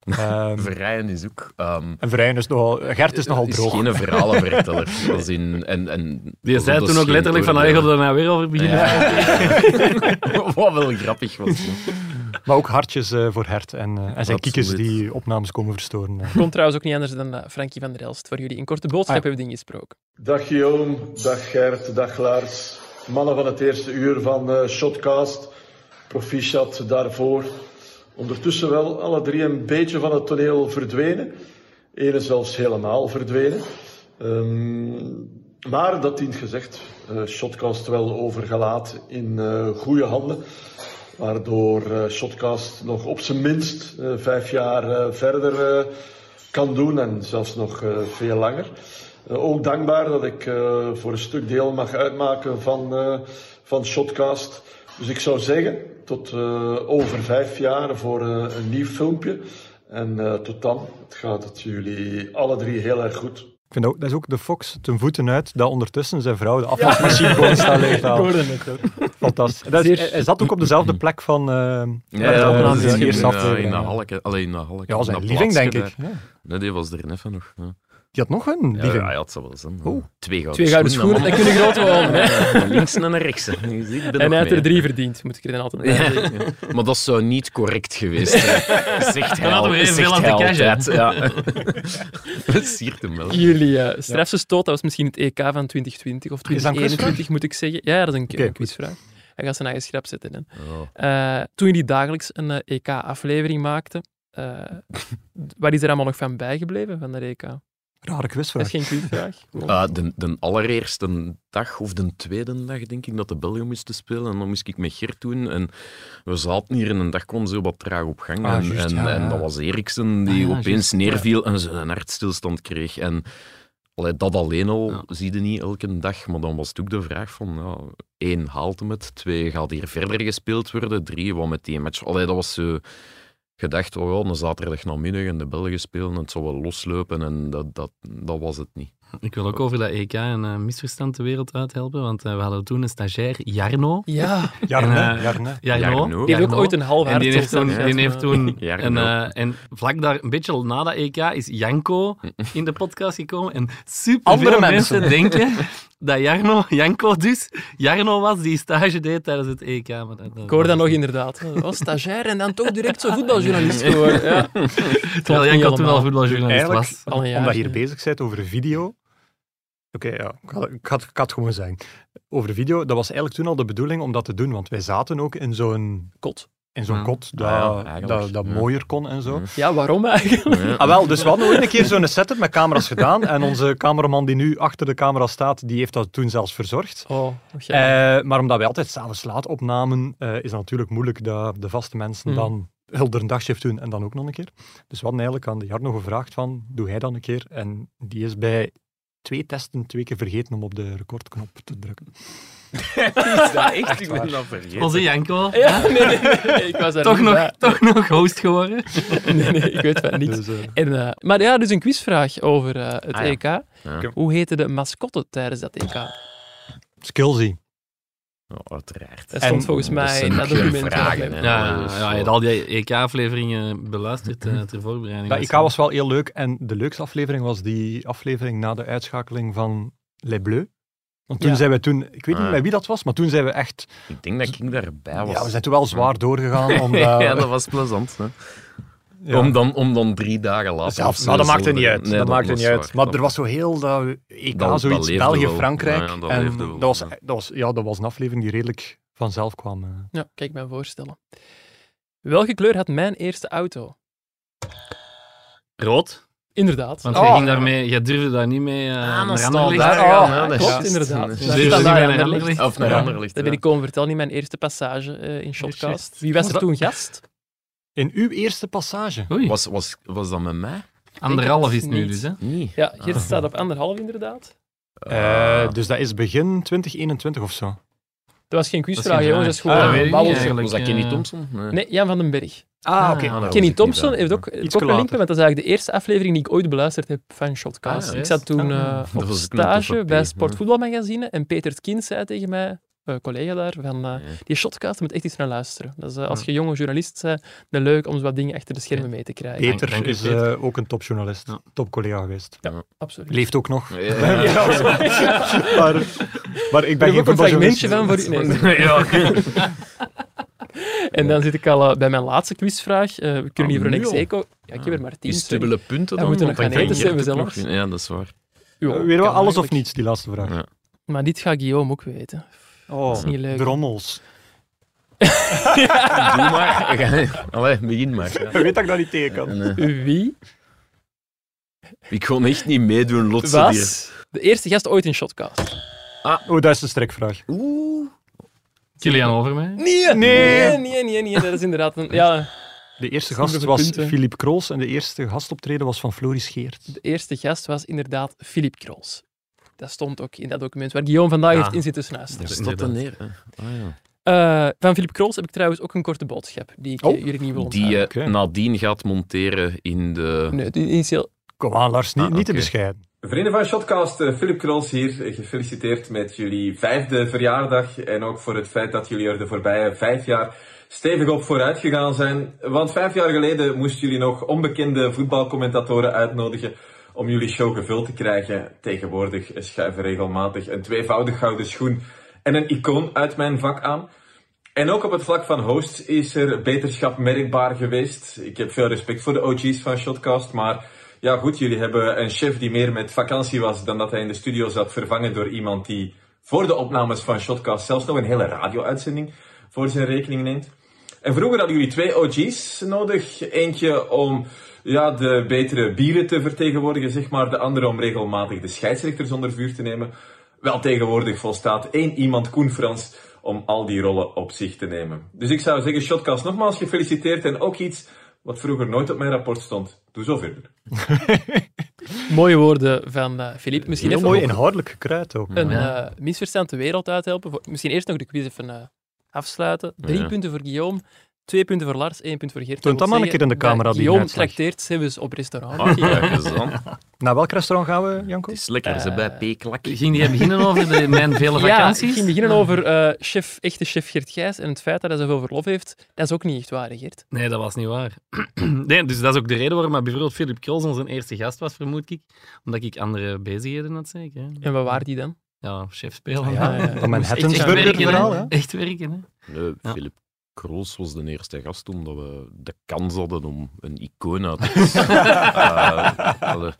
Speaker 6: Ehm,
Speaker 1: Verrijen is ook... ehm,
Speaker 6: en Vrijen is nogal... Gert is nogal droog.
Speaker 1: Is geen verhalenverteller. Als in, en, en,
Speaker 5: Die zei
Speaker 1: dat
Speaker 5: toen
Speaker 1: is
Speaker 5: ook
Speaker 1: geen
Speaker 5: letterlijk van,
Speaker 1: oordeel.
Speaker 5: "Ah, je gaat er nou weer over beginnen."
Speaker 1: Wat wel grappig was.
Speaker 6: Maar ook hartjes eh, voor Hert en, eh, en zijn
Speaker 2: Absoluut.
Speaker 6: kiekers die opnames komen verstoren. eh.
Speaker 2: Kon trouwens ook niet anders dan eh, Frankie van der Elst. Voor jullie in korte
Speaker 1: Ah,
Speaker 2: boodschap hebben we dingen gesproken.
Speaker 18: Dag Guillaume, dag Gert, dag Lars. Mannen van het eerste uur van eh, Shotcast. Proficiat daarvoor. Ondertussen wel alle drie een beetje van het toneel verdwenen. Ene zelfs helemaal verdwenen. Ehm, maar dat dient gezegd, eh, Shotcast wel overgelaat in eh, goede handen. Waardoor eh, Shotcast nog op zijn minst eh, vijf jaar eh, verder eh, kan doen en zelfs nog eh, veel langer. Eh, ook dankbaar dat ik eh, voor een stuk deel mag uitmaken van, eh, van Shotcast. Dus ik zou zeggen, tot eh, over vijf jaar voor eh, een nieuw filmpje. En eh, tot dan, het gaat het jullie alle drie heel erg goed.
Speaker 6: Ik vind ook, dat is ook de Fox ten voeten uit dat ondertussen zijn vrouw de afwasmachine gewoon staat leeg te halen.
Speaker 18: Ik hoorde het, hoor.
Speaker 6: Fantastisch. Dat is, hij zat ook op dezelfde plek van... eh
Speaker 1: Ja,
Speaker 6: eh,
Speaker 1: ja, dat is
Speaker 6: die
Speaker 1: in,
Speaker 6: eerste
Speaker 1: eh,
Speaker 6: aflevering.
Speaker 1: in de Halleke. Alleen in de Halleke.
Speaker 6: Ja,
Speaker 1: in
Speaker 6: zijn
Speaker 1: dat
Speaker 6: lieving,
Speaker 1: plaatsje
Speaker 6: denk ik.
Speaker 1: daar.
Speaker 6: Ja.
Speaker 1: Nee, die was er net van nog. Ja.
Speaker 6: Die had nog een
Speaker 1: Ja,
Speaker 6: lieving. Oh.
Speaker 1: ja, ja, het zal wel zijn.
Speaker 6: Oeh.
Speaker 1: Twee gouden
Speaker 2: Twee gouden schoenen,
Speaker 1: man.
Speaker 2: dat kunnen groot worden, hè.
Speaker 1: Een Links en een rechts. hè. Je ziet, ik ben
Speaker 2: En hij
Speaker 1: nog
Speaker 2: heeft er
Speaker 1: mee.
Speaker 2: drie verdiend, moet ik er dan altijd bij
Speaker 1: Ja.
Speaker 2: zeggen.
Speaker 1: Maar dat zou niet correct geweest zijn. Zegt hij
Speaker 2: Dan hadden
Speaker 1: al-
Speaker 2: we even
Speaker 1: zegt
Speaker 2: veel aan
Speaker 1: hij
Speaker 2: te cashen.
Speaker 1: altijd, Ja. Dat siert hem wel.
Speaker 2: Jullie eh, strafsestoot, dat was misschien het EK van 2020 of
Speaker 1: Is dat een quizvraag?
Speaker 2: 2021, moet ik zeggen. Ja, dat is een, een quizvraag. Hij gaat zijn eigen schrap zetten. Hè.
Speaker 1: Oh.
Speaker 2: Eh, toen jullie dagelijks een eh, EK-aflevering maakten, eh, wat is er allemaal nog van bijgebleven van de EK?
Speaker 6: Rare
Speaker 2: Dat
Speaker 6: quizvraag.
Speaker 2: is geen quizvraag.
Speaker 1: Ah, de, de allereerste dag of de tweede dag, denk ik, dat de Belgen moesten spelen. En dan moest ik met Gert doen. En we zaten hier en een dag kwam zo wat traag op gang.
Speaker 13: Ah,
Speaker 1: en,
Speaker 13: juist,
Speaker 1: en,
Speaker 13: ja,
Speaker 1: en
Speaker 13: ja.
Speaker 1: dat was Eriksen die
Speaker 13: Ah, ja,
Speaker 1: opeens
Speaker 13: juist, ja.
Speaker 1: neerviel en zijn hartstilstand kreeg. En allee, dat alleen al zie je niet elke dag. Maar dan was het ook de vraag van, ja, één, haalt hem het? Twee, gaat hier verder gespeeld worden? Drie, wat met die match? Allee, dat was zo gedacht, oh ja, een zaterdag namiddag en de Belgen spelen en het zal wel loslopen. En dat, dat, dat was het niet.
Speaker 5: Ik wil ook over dat EK een eh, misverstand de wereld uithelpen, want eh, we hadden toen een stagiair, Jarno.
Speaker 2: Ja.
Speaker 5: Jarno.
Speaker 2: Jarno,
Speaker 5: Jarno.
Speaker 2: Jarno. Die heeft ook ooit een half
Speaker 5: En die heeft
Speaker 2: hartstilstand
Speaker 5: toen,
Speaker 2: gehad,
Speaker 5: die heeft
Speaker 2: maar-
Speaker 5: toen en,
Speaker 2: Jarno.
Speaker 5: eh, en vlak daar, een beetje na dat EK, is Janko in de podcast gekomen. En
Speaker 2: Andere
Speaker 5: superveel mensen.
Speaker 2: mensen.
Speaker 5: denken dat Jarno, Janko dus, Jarno was die stage deed tijdens het EK. Maar dat,
Speaker 2: Ik hoor dat nog inderdaad. Oh, stagiair en dan toch direct zo voetbaljournalist geworden. Ja.
Speaker 5: Terwijl
Speaker 2: Klopt niet
Speaker 5: Janko toen
Speaker 2: allemaal.
Speaker 5: al voetbaljournalist
Speaker 6: Eigenlijk,
Speaker 5: was.
Speaker 2: Al een jaar.
Speaker 6: omdat je hier bezig bent over video. Oké, ja, ik ga, ik, ga het, ik ga het gewoon zeggen. Over video, dat was eigenlijk toen al de bedoeling om dat te doen, want wij zaten ook in zo'n
Speaker 2: kot.
Speaker 6: In zo'n
Speaker 2: Ja.
Speaker 6: kot, dat,
Speaker 2: Ah ja,
Speaker 6: dat,
Speaker 2: eigenlijk.
Speaker 6: dat
Speaker 2: Ja.
Speaker 6: mooier kon en zo.
Speaker 2: Ja, waarom eigenlijk? Ja.
Speaker 6: Ah, wel, dus we hadden ooit een keer zo'n setup met camera's gedaan. En onze cameraman die nu achter de camera staat, die heeft dat toen zelfs verzorgd.
Speaker 2: Oh, oké.
Speaker 6: Eh, maar omdat wij altijd s'avonds laat opnamen, eh, is het natuurlijk moeilijk dat de vaste mensen
Speaker 2: Hmm.
Speaker 6: dan heel de dagchef doen en dan ook nog een keer. Dus we hadden eigenlijk aan de Jarno gevraagd van, doe hij dan een keer? En die is bij twee testen twee keer vergeten om op de recordknop te drukken.
Speaker 5: Is dat
Speaker 6: Echt Ik ben waar. dat vergeten.
Speaker 5: Onze Janko.
Speaker 2: Ja, nee, nee, nee, ik was daar
Speaker 5: toch,
Speaker 2: niet
Speaker 5: nog,
Speaker 2: bij.
Speaker 5: toch nog host geworden.
Speaker 2: Nee, nee, ik weet van niks.
Speaker 5: Dus, eh.
Speaker 2: en, eh, maar ja, dus een quizvraag over eh, het
Speaker 5: Ah, ja.
Speaker 2: EK.
Speaker 1: Ja.
Speaker 2: Hoe heette de mascotte tijdens dat EK?
Speaker 6: Skillsy. Oh,
Speaker 1: Ja, uiteraard.
Speaker 2: Dat stond volgens mij in dat document.
Speaker 5: Ja, ja, ja, je hebt al die EK-afleveringen beluisterd eh, ter voorbereiding.
Speaker 2: E
Speaker 6: Dat IK was wel heel leuk. En de leukste aflevering was die aflevering na de uitschakeling van Les Bleus. Want toen
Speaker 1: Ja.
Speaker 6: zijn we toen, ik weet niet
Speaker 1: Ah.
Speaker 6: bij wie dat was, maar toen zijn we echt...
Speaker 1: Ik denk dat ik daarbij was.
Speaker 6: Ja, we zijn toen wel zwaar doorgegaan. Omdat,
Speaker 1: ja, dat was plezant. Hè.
Speaker 6: Ja.
Speaker 1: Om, dan, om dan drie dagen later.
Speaker 6: Zelf-
Speaker 1: of zo
Speaker 6: maar dat maakte
Speaker 1: zonder-
Speaker 6: niet uit.
Speaker 1: Nee,
Speaker 6: dat maakte
Speaker 1: was
Speaker 6: niet uit.
Speaker 1: waar.
Speaker 6: Maar er was zo heel dat EK,
Speaker 1: Dat- dat
Speaker 6: zoiets
Speaker 1: leefde
Speaker 6: België-Frankrijk.
Speaker 1: wel. Ja, dat
Speaker 6: en
Speaker 1: leefde
Speaker 6: dat,
Speaker 1: wel,
Speaker 6: was,
Speaker 1: ja.
Speaker 6: dat, was, ja, dat was een aflevering die redelijk vanzelf kwam. eh.
Speaker 2: Ja, kijk, mijn voorstellen. Welke kleur had mijn eerste auto?
Speaker 5: Ah, Rood.
Speaker 2: Inderdaad.
Speaker 5: Want jij, ging daarmee, jij durfde daar niet mee eh
Speaker 2: Oh. Ah,
Speaker 5: naar
Speaker 2: dan
Speaker 5: Anderlecht
Speaker 2: staat
Speaker 5: te
Speaker 2: daar- Ah,
Speaker 5: gaan.
Speaker 2: ja,
Speaker 5: hè.
Speaker 2: dat
Speaker 5: is
Speaker 2: klopt,
Speaker 5: juist.
Speaker 2: inderdaad.
Speaker 5: Dus
Speaker 2: Dat
Speaker 5: durfde
Speaker 2: staat
Speaker 5: niet
Speaker 2: daar
Speaker 5: mee naar
Speaker 2: naar
Speaker 5: Anderlecht.
Speaker 2: Anderlecht. Ja, Dat ben
Speaker 5: ja. Oh,
Speaker 2: ik komen vertellen in mijn eerste passage eh, in Shotcast. Wie was er
Speaker 6: Was
Speaker 2: toen gast?
Speaker 6: In uw eerste passage?
Speaker 1: Was, was, was dat met mij?
Speaker 5: Anderhalf is het nu dus, hè?
Speaker 1: Nee.
Speaker 2: Ja, Gert
Speaker 1: Ah.
Speaker 2: staat op anderhalf inderdaad.
Speaker 6: Eh, dus dat is begin 2021 of zo.
Speaker 2: Dat was geen
Speaker 6: Dat
Speaker 2: quizvraag,
Speaker 6: is geen
Speaker 2: jongens. Dat is
Speaker 6: vraag.
Speaker 2: gewoon
Speaker 6: Ah, dat weet ik
Speaker 2: een babbeltje.
Speaker 6: niet eigenlijk, Was dat Kenny eh. Thompson?
Speaker 2: Nee.
Speaker 6: Nee.
Speaker 2: Jan van den Berg.
Speaker 6: Ah, oké.
Speaker 2: Ah,
Speaker 6: was ik
Speaker 2: Kenny
Speaker 6: niet
Speaker 2: Thompson
Speaker 6: bij.
Speaker 2: heeft ook
Speaker 6: Iets
Speaker 2: het ook een link,
Speaker 6: later.
Speaker 2: want dat is eigenlijk de eerste aflevering die ik ooit beluisterd heb van Shotcast.
Speaker 1: Ah,
Speaker 2: ik
Speaker 1: yes.
Speaker 2: zat toen
Speaker 1: Ah,
Speaker 2: eh,
Speaker 1: dat
Speaker 2: op
Speaker 1: was het met
Speaker 2: stage
Speaker 1: Toffer P,
Speaker 2: bij
Speaker 1: ja.
Speaker 2: Sportvoetbalmagazine en Peter het Kind zei tegen mij, een collega daar, van eh, die Shotcast moet echt eens naar luisteren. Dat is, eh, als
Speaker 6: Ja.
Speaker 2: je jonge journalist bent, dan leuk om zo wat dingen achter de schermen mee te krijgen.
Speaker 6: Peter is eh, ook een topjournalist, topcollega geweest.
Speaker 2: Ja, absoluut.
Speaker 6: Leeft ook nog.
Speaker 2: Ja, ja, ja.
Speaker 6: maar, maar ik ben geen
Speaker 2: Er is ook een
Speaker 6: voetbaljournalist.
Speaker 2: fragmentje van voor u. Nee. En dan zit ik al eh, bij mijn laatste quizvraag. Eh, we kunnen
Speaker 1: Ah,
Speaker 2: hier voor
Speaker 1: nu
Speaker 2: niks
Speaker 1: al?
Speaker 2: eco. Ja, ik heb er maar tien.
Speaker 1: Is het
Speaker 2: sorry.
Speaker 1: dubbele punten
Speaker 2: Ja,
Speaker 1: dan?
Speaker 2: We moeten nog
Speaker 1: Want dan
Speaker 2: gaan eten,
Speaker 1: kan
Speaker 2: zijn
Speaker 1: Gert
Speaker 2: we
Speaker 1: ook
Speaker 2: zelfs.
Speaker 1: nog- Ja, dat is waar.
Speaker 2: Ja,
Speaker 6: Weer
Speaker 2: kan
Speaker 6: Eh, wel alles of
Speaker 2: eigenlijk.
Speaker 6: niets, die laatste vraag. Oh,
Speaker 2: Maar dit gaat Guillaume ook weten. dat is niet leuk.
Speaker 6: drommels.
Speaker 1: Doe
Speaker 2: Ah.
Speaker 1: maar. Allee, begin maar. ja.
Speaker 6: Je weet dat ik dat niet tegen kan.
Speaker 1: En, eh,
Speaker 2: Wie
Speaker 1: ik kon echt niet meedoen, lotsen
Speaker 2: was de eerste gast ooit in Shotcast?
Speaker 6: Oh, dat is de strekvraag.
Speaker 2: Ah. Oeh.
Speaker 5: Kilian over mij.
Speaker 6: Nee.
Speaker 2: Nee, nee, nee, nee, nee, dat is inderdaad een... Ja,
Speaker 6: De eerste
Speaker 2: Zonder
Speaker 6: gast
Speaker 2: de
Speaker 6: was
Speaker 2: punten.
Speaker 6: Philippe Kroos en de eerste gastoptreden was van Floris Geert.
Speaker 2: de eerste gast was inderdaad Philip Krols. Dat stond ook in dat document waar Guillaume vandaag
Speaker 1: Ja.
Speaker 2: heeft in zitten snuisteren.
Speaker 1: Daar staat dan neer. hè. Ah, ja.
Speaker 2: Eh, van Philip Krols heb ik trouwens ook een korte boodschap die
Speaker 6: Oh.
Speaker 2: ik eh, jullie niet wil
Speaker 1: Die
Speaker 2: onthouden.
Speaker 1: je nadien gaat monteren in de...
Speaker 2: Nee, het initieel...
Speaker 6: Kom aan, Lars, niet,
Speaker 1: Ah,
Speaker 6: niet te
Speaker 1: oké.
Speaker 6: bescheiden.
Speaker 19: Vrienden van Shotcast, eh, Philip Krols hier. Eh, Gefeliciteerd met jullie vijfde verjaardag en ook voor het feit dat jullie er de voorbije vijf jaar stevig op vooruit gegaan zijn. Want vijf jaar geleden moesten jullie nog onbekende voetbalcommentatoren uitnodigen om jullie show gevuld te krijgen. Tegenwoordig schuiven regelmatig een tweevoudig gouden schoen en een icoon uit mijn vak aan. En ook op het vlak van hosts is er beterschap merkbaar geweest. Ik heb veel respect voor de OG's van Shotcast, maar ja goed, jullie hebben een chef die meer met vakantie was dan dat hij in de studio zat vervangen door iemand die voor de opnames van Shotcast zelfs nog een hele radio-uitzending voor zijn rekening neemt. En vroeger hadden jullie twee OG's nodig. Eentje om ja, de betere bieren te vertegenwoordigen, zeg maar. De andere om regelmatig de scheidsrechters onder vuur te nemen. Wel tegenwoordig volstaat één iemand, Koen Frans, om al die rollen op zich te nemen. Dus ik zou zeggen, Shotcast, nogmaals gefeliciteerd. En ook iets wat vroeger nooit op mijn rapport stond. Doe zo verder.
Speaker 2: Mooie woorden van eh Filip. Misschien
Speaker 6: Heel
Speaker 2: even
Speaker 6: mooi
Speaker 2: nog
Speaker 6: inhoudelijk gekruid ook.
Speaker 2: Een
Speaker 6: Ja.
Speaker 2: eh, misverstand de wereld uithelpen. Voor- misschien eerst nog de quiz even eh, afsluiten. Drie
Speaker 6: Ja.
Speaker 2: punten voor Guillaume. Twee punten voor Lars, één punt voor Geert.
Speaker 6: Toon
Speaker 2: Dat
Speaker 6: dan
Speaker 2: wil
Speaker 6: maar een keer
Speaker 2: zeggen
Speaker 6: in de camera
Speaker 2: dat
Speaker 6: die
Speaker 2: Guillaume
Speaker 6: uitslag.
Speaker 2: trakteert
Speaker 5: dus
Speaker 2: Sebus op restaurant.
Speaker 6: Ah, kijk eens
Speaker 2: dan.
Speaker 6: Naar welk restaurant gaan we, Janko?
Speaker 1: is lekker, ze bij P-klak.
Speaker 5: Eh, Ging die beginnen over de- mijn vele
Speaker 2: Ja,
Speaker 5: vakanties?
Speaker 2: ik ging beginnen over eh, chef, echte chef Geert Gijs en het feit dat hij zoveel verlof heeft. Dat is ook niet echt waar, hè, Geert.
Speaker 5: Nee, dat was niet waar. nee, dus dat is ook de reden waarom maar bijvoorbeeld Philip Krols onze eerste gast was, vermoed ik. Omdat ik andere bezigheden had, zeker. hè.
Speaker 2: En waar waren die dan?
Speaker 5: Ja, chef spelen.
Speaker 2: Ja, ja, ja.
Speaker 5: Ik
Speaker 2: Van
Speaker 5: moest echt-
Speaker 2: Manhattan's
Speaker 5: echt
Speaker 2: Burger
Speaker 5: werken, hè.
Speaker 2: verhaal, hè?
Speaker 5: Echt werken, hè.
Speaker 1: Nee, Philip Krols was de eerste gast toen dat we de kans hadden om een icoon uit te kiezen. Eh, we hadden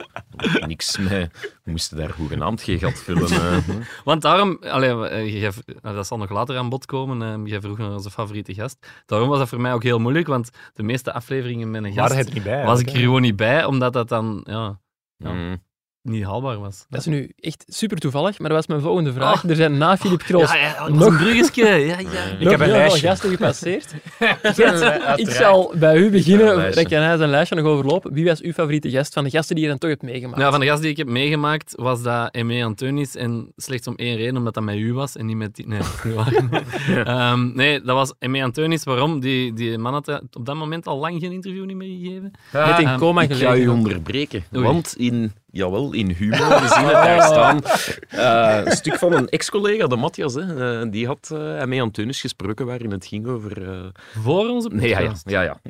Speaker 1: niks mee. We moesten daar hoegenaamd geen gat vullen. eh.
Speaker 5: Want daarom, allee, eh, jij v- eh, dat zal nog later aan bod komen. eh, Jij vroeg naar onze favoriete gast. Daarom was dat voor mij ook heel moeilijk, want de meeste afleveringen met een
Speaker 6: Waren
Speaker 5: gast
Speaker 6: het niet bij,
Speaker 5: was
Speaker 6: eigenlijk,
Speaker 5: ik
Speaker 6: hè?
Speaker 5: er gewoon niet bij, omdat dat dan ja, ja,
Speaker 1: Mm.
Speaker 5: niet haalbaar was.
Speaker 2: Dat is nu echt super toevallig, maar dat was mijn volgende vraag. Er zijn na Filip Kroos
Speaker 5: Ah. Ja, ja, dat is
Speaker 2: nog
Speaker 5: een bruggetje. Ja, ja.
Speaker 2: nog
Speaker 5: Ik heb een
Speaker 2: heel veel
Speaker 5: lijstje.
Speaker 2: gasten gepasseerd.
Speaker 5: Uiteraard.
Speaker 2: Gert, ik zal bij u
Speaker 5: Een
Speaker 2: beginnen.
Speaker 5: lijstje.
Speaker 2: Dan kan hij zijn lijstje nog overlopen. Wie was uw favoriete gast van de gasten die je dan toch hebt meegemaakt?
Speaker 5: Nou, van de gast die ik heb meegemaakt was dat Emme Antonis. En slechts om één reden, omdat dat met u was en niet met die. Nee, dat is niet waar. Ehm, nee dat was Emme Antonis. Waarom? Die, die man had eh, op dat moment al lang geen interview niet meer gegeven.
Speaker 1: Ah,
Speaker 5: Ehm,
Speaker 1: Ik ga u onderbreken,
Speaker 5: Oei.
Speaker 1: want in, jawel, in humor, we zien het
Speaker 2: Oh.
Speaker 1: daar staan, eh, een stuk van een ex-collega, de Matthias, hè, eh, die had eh mee Antunis gesproken waarin het ging over... eh,
Speaker 5: Voor onze
Speaker 1: Nee, ja, ja.
Speaker 5: podcast.
Speaker 1: ja, ja.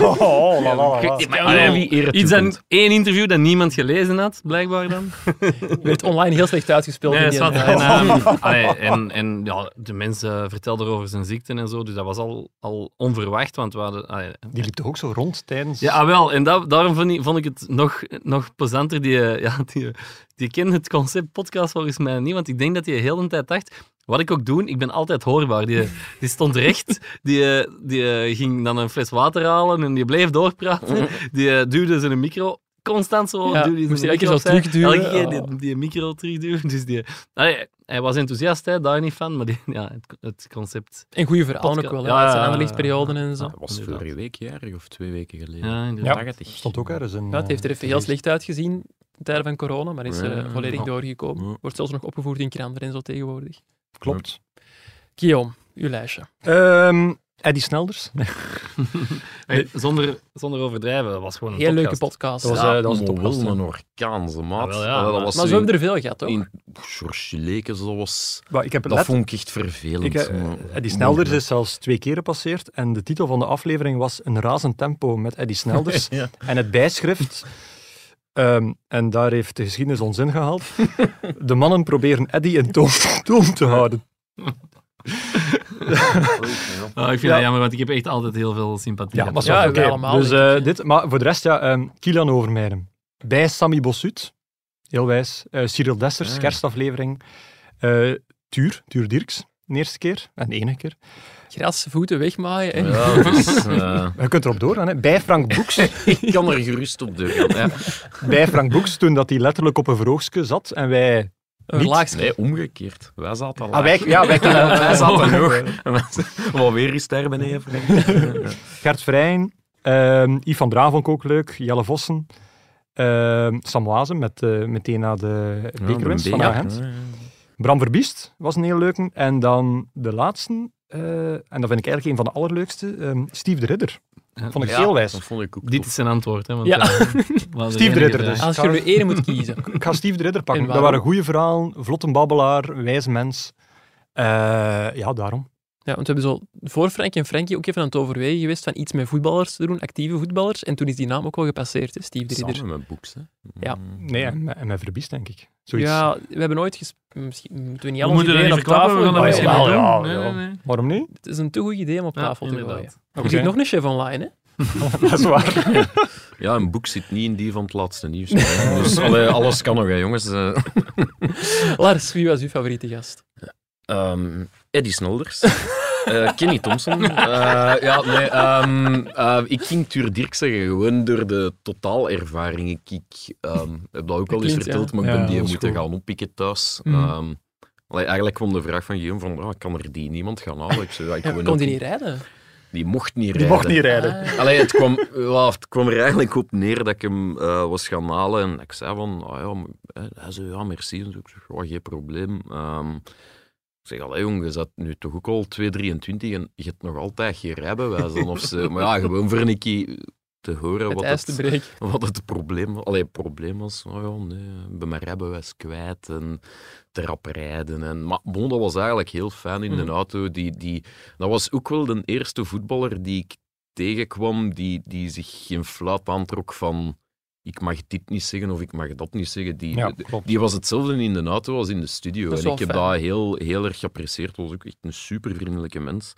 Speaker 5: Oh,
Speaker 1: la, la, la.
Speaker 5: maar,
Speaker 1: Allee, wie eer het
Speaker 5: Iets aan
Speaker 1: toekomt.
Speaker 5: één interview dat niemand gelezen had, blijkbaar dan.
Speaker 2: Werd online heel slecht uitgespeeld. in
Speaker 5: Nee,
Speaker 2: die
Speaker 5: zwart.
Speaker 2: en,
Speaker 5: En,
Speaker 2: eh,
Speaker 5: ehm, allee, en, en ja, de mensen eh, vertelden over zijn ziekte en zo, dus dat was al, al onverwacht, want we hadden... allee,
Speaker 6: Die liep toch ook zo rond tijdens...
Speaker 5: ja, ah, wel. En dat, daarom vond ik, vond ik het nog, nog plezanter. Die, eh, ja, die, die kent het concept podcast volgens mij niet, want ik denk dat hij heel de tijd dacht... Wat ik ook doe, ik ben altijd hoorbaar. Die, die stond recht, die, eh, die eh, ging dan een fles water halen en die bleef doorpraten. Die eh, duwde zijn micro constant zo.
Speaker 2: Ja,
Speaker 5: duwde zijn
Speaker 2: moest hij elke
Speaker 5: micro
Speaker 2: keer zo
Speaker 5: opzij.
Speaker 2: terugduwen.
Speaker 5: Elke keer
Speaker 2: Oh.
Speaker 5: die, die micro terugduwen. Dus die, allee, hij was enthousiast, hè, daar niet van, maar die, ja, het, het concept...
Speaker 2: En goede verhalen ook wel, hè, uit zijn anderlichtperioden en zo.
Speaker 1: Dat was vorige week, jarig of twee weken geleden.
Speaker 5: Ja,
Speaker 6: Ja,
Speaker 5: inderdaad.
Speaker 6: stond ook ergens een... eh,
Speaker 2: Ja, het heeft er even heel slecht uitgezien in tijden van corona, maar is eh,
Speaker 6: Ja,
Speaker 2: volledig
Speaker 6: ja.
Speaker 2: doorgekomen. Wordt zelfs nog opgevoerd in kranten en zo tegenwoordig.
Speaker 6: Klopt.
Speaker 2: Guillaume, uw lijstje.
Speaker 6: Ehm, Eddie Snelders.
Speaker 5: Hey, zonder, zonder overdrijven, dat was gewoon een
Speaker 2: Heel leuke
Speaker 5: topgast.
Speaker 2: podcast.
Speaker 1: Dat was,
Speaker 2: Ja,
Speaker 1: eh, dat was
Speaker 2: maar
Speaker 1: een
Speaker 2: wel
Speaker 1: wel
Speaker 2: een
Speaker 1: een orkaanse maat.
Speaker 2: Ah, wel, ja, maar- maar zo hebben we er veel gehad, toch?
Speaker 1: In George Lekes, dat was...
Speaker 6: Maar ik heb
Speaker 1: dat
Speaker 6: net-
Speaker 1: vond ik echt vervelend.
Speaker 6: Ik, eh,
Speaker 1: maar-
Speaker 6: Eddie Snelders is zelfs twee keer gepasseerd en de titel van de aflevering was Een razend tempo met Eddie Snelders.
Speaker 1: Ja.
Speaker 6: En het bijschrift, ehm, en daar heeft de geschiedenis ons ingehaald, de mannen proberen Eddie in toom, toom te houden.
Speaker 5: Ah, ik vind
Speaker 6: Ja.
Speaker 5: dat jammer, want ik heb echt altijd heel veel sympathie.
Speaker 6: Ja, maar zo, oké. Dus eh, dit, maar voor de rest, ja, ehm, Kilan Overmeijden. Bij Sammy Bossut, heel wijs. Eh, Cyril Dessers,
Speaker 1: Ah.
Speaker 6: kerstaflevering. Eh, Tuur, Tuur Dirks, de eerste keer en de enige keer.
Speaker 2: Gras, voeten wegmaaien. hè.
Speaker 1: Ja, dus, eh,
Speaker 6: Je kunt erop doorgaan, hè. bij Frank Boeks.
Speaker 1: Ik kan er gerust op deuren. Ja.
Speaker 6: bij Frank Boeks, toen dat hij letterlijk op een verhoogstje zat en wij...
Speaker 1: Een
Speaker 6: niet-
Speaker 1: laagstje. Nee, omgekeerd. Wij zaten al
Speaker 6: Ah, wij- ja, wij kunnen-
Speaker 1: wij zaten hoog. Wat weer is daar beneden.
Speaker 6: Gert Vrijen, ehm Yves van Dravonk ook leuk, Jelle Vossen, ehm Sam Wazen met, eh, meteen na de bekerwinst
Speaker 1: de
Speaker 6: van
Speaker 1: beker,
Speaker 6: Agent.
Speaker 1: ja, ja,
Speaker 6: Bram Verbiest was een heel leuke. En dan de laatste, eh, en dat vind ik eigenlijk een van de allerleukste, ehm, Steve de Ridder. Vond ik heel wijs.
Speaker 5: Dit is zijn antwoord. Hè, want,
Speaker 6: Ja.
Speaker 5: eh, we hadden
Speaker 6: Steve de
Speaker 5: enige
Speaker 6: Ridder dus.
Speaker 5: vraag.
Speaker 6: Ik ga Steve de Ridder pakken.
Speaker 5: En
Speaker 6: Dat
Speaker 5: waarom?
Speaker 6: waren goede verhalen, vlot een babbelaar, wijs mens. Eh, ja, daarom.
Speaker 2: Ja, want we hebben zo voor Frank en Frankie ook even aan het overwegen geweest van iets met voetballers te doen, actieve voetballers. En toen is die naam ook wel gepasseerd, hè, Steve de Ridder.
Speaker 1: Samen met Boeks, hè? Mm.
Speaker 2: Ja.
Speaker 6: Nee, en, met- en met Verbies, denk ik. Zoiets.
Speaker 2: Ja, we hebben nooit gesp... Misschien moeten we niet
Speaker 6: We
Speaker 2: alles
Speaker 6: moeten dat
Speaker 2: ideeën
Speaker 6: niet
Speaker 2: op
Speaker 6: verklappen,
Speaker 2: tafel
Speaker 6: we gaan dat
Speaker 2: gooien.
Speaker 1: Oh,
Speaker 6: misschien wel
Speaker 2: Wel,
Speaker 6: doen.
Speaker 2: ja,
Speaker 6: Nee,
Speaker 2: ja.
Speaker 6: nee, nee. Waarom niet?
Speaker 2: Het is een te goed idee om op
Speaker 5: Ja,
Speaker 2: tafel te
Speaker 5: inderdaad.
Speaker 2: gooien.
Speaker 5: Oké.
Speaker 2: Je ziet nog een chef online, hè?
Speaker 6: dat is waar.
Speaker 1: ja, een boek zit niet in die van het laatste nieuws. hè. Dus allee, alles kan nog, hè, jongens. Eh,
Speaker 2: Lars, wie was uw favoriete gast?
Speaker 1: ehm, Eddie Snolders. Eh, Kenny Thompson. Eh, ja, nee. ehm, eh, ik ging Tuur Dirk zeggen, gewoon door de totaalervaring. Ik, ik ehm, heb dat ook al eens
Speaker 13: Klinkt, ja.
Speaker 1: verteld, maar ik
Speaker 13: Ja,
Speaker 1: ben die
Speaker 13: dat is
Speaker 1: moeten
Speaker 13: goed.
Speaker 1: gaan oppikken thuis.
Speaker 13: Mhm.
Speaker 1: Ehm, allee, eigenlijk kwam de vraag van Guillaume van, ah, kan er die niemand gaan halen? Ik zei, ja, ik
Speaker 2: Ja,
Speaker 1: wil
Speaker 2: kon
Speaker 1: ook
Speaker 2: die niet rijden?
Speaker 1: Die mocht niet
Speaker 2: Die
Speaker 1: rijden.
Speaker 2: mocht niet rijden. Ah.
Speaker 1: Allee, het, kwam, ja, het kwam er eigenlijk op neer dat ik hem eh, was gaan halen. En ik zei van, ah ja, maar- eh, hij zei ja, merci. En zo. ik zeg, ja, geen probleem. Ehm, ik zeg, allee jong, je zat nu toch ook al 2,23 en je hebt nog altijd geen rijbewijs. Dan, of ze, maar ja, gewoon voor een keer te horen
Speaker 2: Het
Speaker 1: wat,
Speaker 2: ijs te breken.
Speaker 1: wat het probleem was. Allee, het probleem was, oh ja, nee, ik ben mijn rijbewijs kwijt en te rap rijden. En, maar bon, dat was eigenlijk heel fijn in
Speaker 13: Mhm.
Speaker 1: de auto. Die, die, dat was ook wel de eerste voetballer die ik tegenkwam die, die zich geen fluit aantrok van ik mag dit niet zeggen of ik mag dat niet zeggen. Die,
Speaker 13: Ja,
Speaker 1: de-
Speaker 13: klopt.
Speaker 1: die was hetzelfde in de auto als in de studio.
Speaker 13: Dat is
Speaker 1: En
Speaker 13: wel
Speaker 1: ik heb
Speaker 13: fijn.
Speaker 1: dat heel, heel erg geapprecieerd. was ook echt een super vriendelijke mens.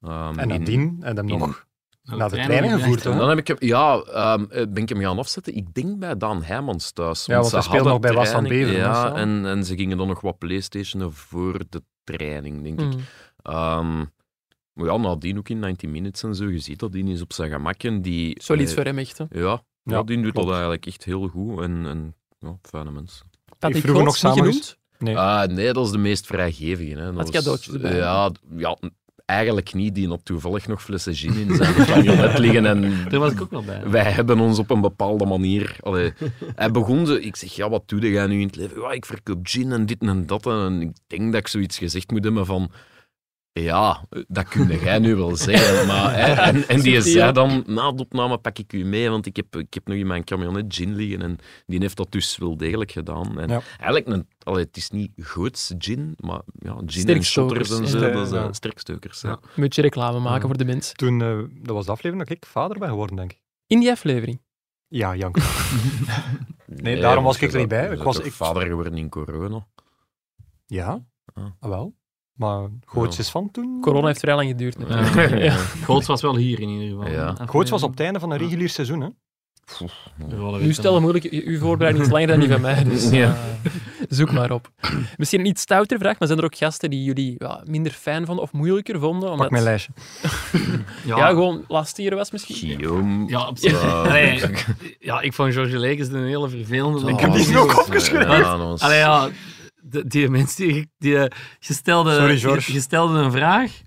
Speaker 1: Ehm,
Speaker 6: En
Speaker 1: in-
Speaker 6: nadien, en hem
Speaker 1: in-
Speaker 6: nog naar de
Speaker 1: trein
Speaker 6: treinen
Speaker 1: gebracht,
Speaker 6: gevoerd.
Speaker 1: hè.
Speaker 6: hè?
Speaker 1: Dan heb ik hem, ja, ehm, eh, ben ik hem gaan afzetten. Ik denk bij Daan Heijmans thuis.
Speaker 6: Ja, want
Speaker 1: ze
Speaker 6: hij speelde
Speaker 1: hadden
Speaker 6: nog bij West van
Speaker 1: training.
Speaker 6: Beveren,
Speaker 1: Ja,
Speaker 6: was dat?
Speaker 1: en, en ze gingen dan nog wat Playstationen voor de training, denk
Speaker 2: Mm.
Speaker 1: ik. Ehm, maar ja, nadien ook in 90 Minutes en zo. Je ziet dat, die is op zijn gemak. En die,
Speaker 2: Solied
Speaker 1: eh,
Speaker 2: voor hem echt, hè?
Speaker 1: Ja, ja,
Speaker 2: Ja,
Speaker 1: die doet
Speaker 2: klopt.
Speaker 1: dat eigenlijk echt heel goed. En, en ja, fijne mens.
Speaker 2: Patrick vroeger Goots, nog niet samen genoemd?
Speaker 1: Nee. nee, dat is de meest vrijgevige. Hè. Dat
Speaker 2: Had
Speaker 1: was-
Speaker 2: cadeautjes erbij.
Speaker 1: Ja, d- ja, n- eigenlijk niet. Die had toevallig nog flessen gin in zijn bagnet liggen. En
Speaker 5: Daar was ik ook wel bij.
Speaker 1: Wij hebben ons op een bepaalde manier... Allee, hij begon ze... Ik zeg, ja, wat doe jij nu in het leven? Ja, ik verkoop gin en dit en dat. En ik denk dat ik zoiets gezegd moet hebben van... Ja, dat kun jij nu wel zeggen. Maar, hè, en, en die
Speaker 13: Subtiel.
Speaker 1: zei dan, na de opname pak ik u mee, want ik heb, ik heb nog in mijn camionet gin liggen. En die heeft dat dus wel degelijk gedaan. En
Speaker 13: Ja.
Speaker 1: Eigenlijk, een, allee, het is niet goots gin, maar ja, gin en
Speaker 2: Sterkstokers,
Speaker 1: shotters en
Speaker 2: ja.
Speaker 1: zo, dat
Speaker 6: Ja.
Speaker 1: zijn sterkstokers. Ja.
Speaker 2: Een beetje reclame maken voor de mens.
Speaker 6: Toen, eh, dat was de aflevering dat ik vader ben geworden, denk ik.
Speaker 2: In die aflevering.
Speaker 6: Ja, Jank. nee, daarom was ik er niet bij. Ik was, ik,
Speaker 1: vader geworden in corona.
Speaker 6: ja, ah, wel. Maar Goots
Speaker 1: Ja.
Speaker 6: is van toen.
Speaker 2: Corona heeft vrij lang geduurd. natuurlijk.
Speaker 5: Ja.
Speaker 2: Ja.
Speaker 5: Goots was wel hier in ieder geval.
Speaker 1: Ja.
Speaker 6: Goots was op het einde van een regulier seizoen, hè?
Speaker 2: Nu stel je moeilijk, u- uw voorbereiding is langer dan die van mij. Dus,
Speaker 6: Ja.
Speaker 2: eh, zoek maar op. Misschien een iets stouter vraag, maar zijn er ook gasten die jullie ja, minder fijn vonden of moeilijker vonden? Omdat...
Speaker 6: mijn lijstje.
Speaker 2: ja.
Speaker 5: Ja.
Speaker 2: gewoon lastiger was misschien.
Speaker 1: Guillaume. eh,
Speaker 5: Ja, absoluut.
Speaker 2: Ja.
Speaker 5: Allee, ja, ik vond George Lekes een hele vervelende.
Speaker 2: Ik heb die
Speaker 5: Ja,
Speaker 2: ook
Speaker 5: ja,
Speaker 2: opgeschreven.
Speaker 5: ja,
Speaker 2: Ja, dat was-
Speaker 5: Allee, ja, de- die mensen die, die eh, je stelde,
Speaker 6: Sorry, George.
Speaker 5: je- je stelde een vraag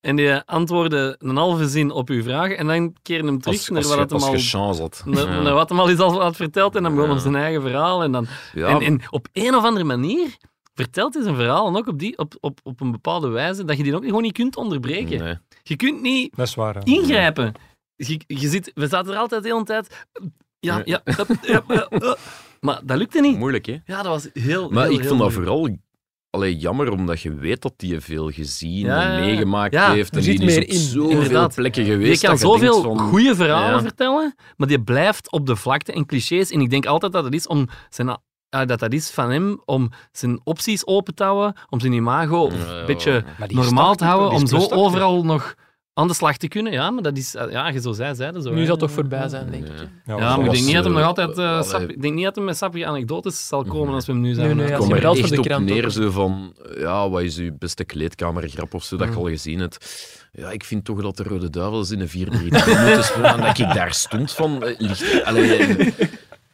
Speaker 5: en die antwoordde een halve zin op uw vraag en dan keerde hem terug
Speaker 1: Als-
Speaker 5: naar
Speaker 1: als
Speaker 5: wat
Speaker 1: je-
Speaker 5: het hem
Speaker 1: als
Speaker 5: al...
Speaker 1: je chance had.
Speaker 5: Naar,
Speaker 1: Ja.
Speaker 5: naar wat hem al is al had verteld en dan begon hem zijn eigen verhaal. En, dan,
Speaker 1: Ja.
Speaker 5: en, en op een of andere manier vertelt hij zijn verhaal en ook op, die, op, op, op een bepaalde wijze dat je die ook gewoon niet kunt onderbreken.
Speaker 1: Nee.
Speaker 5: Je kunt niet
Speaker 6: Dat is waar. hè.
Speaker 5: ingrijpen. Je, je ziet, we zaten er altijd de hele tijd. Ja, ja. hup, hup, hup, hup. Maar dat lukte niet.
Speaker 1: Moeilijk, hè?
Speaker 5: Ja, dat was heel.
Speaker 1: Maar
Speaker 5: heel,
Speaker 1: ik
Speaker 5: heel
Speaker 1: vond dat
Speaker 5: moeilijk.
Speaker 1: vooral allee, jammer, omdat je weet dat die veel gezien
Speaker 5: Ja, ja,
Speaker 1: en
Speaker 5: ja.
Speaker 1: meegemaakt
Speaker 5: Ja,
Speaker 1: heeft.
Speaker 5: er
Speaker 1: En
Speaker 5: zit
Speaker 1: die is
Speaker 5: meer
Speaker 1: op
Speaker 5: in,
Speaker 1: zoveel
Speaker 5: inderdaad.
Speaker 1: plekken geweest.
Speaker 5: Je kan
Speaker 1: dat
Speaker 5: zoveel
Speaker 1: denkt van-
Speaker 5: goede verhalen
Speaker 1: Ja.
Speaker 5: vertellen, maar die blijft op de vlakte en clichés. En ik denk altijd dat het is, om zijn, ah, dat dat is van hem om zijn opties open te houden, om zijn imago een beetje
Speaker 6: Maar die is
Speaker 5: normaal te
Speaker 6: starter,
Speaker 5: houden,
Speaker 6: die is
Speaker 5: om zo
Speaker 6: plustarter.
Speaker 5: overal nog aan de slag te kunnen. Ja, maar dat is, ah, ja, je zo zei, zeiden zo.
Speaker 2: Nu
Speaker 5: hè.
Speaker 2: zal het toch voorbij zijn, denk ik.
Speaker 5: Ja,
Speaker 1: dat
Speaker 5: maar ik
Speaker 1: was,
Speaker 5: denk niet dat hem nog
Speaker 1: eh,
Speaker 5: altijd... eh,
Speaker 1: allee.
Speaker 5: sappie- ik denk niet dat hem met sappige anekdotes zal komen als we hem nu zijn.
Speaker 1: Ik kom er echt op neer zo van, ja, wat is uw beste kleedkamergrap of zo, dat ik
Speaker 5: Mm.
Speaker 1: al gezien heb. Ja, ik vind toch dat de Rode Duivels in een 4-3 moeten spelen en dat ik daar stond van, eh, ligt... Allee,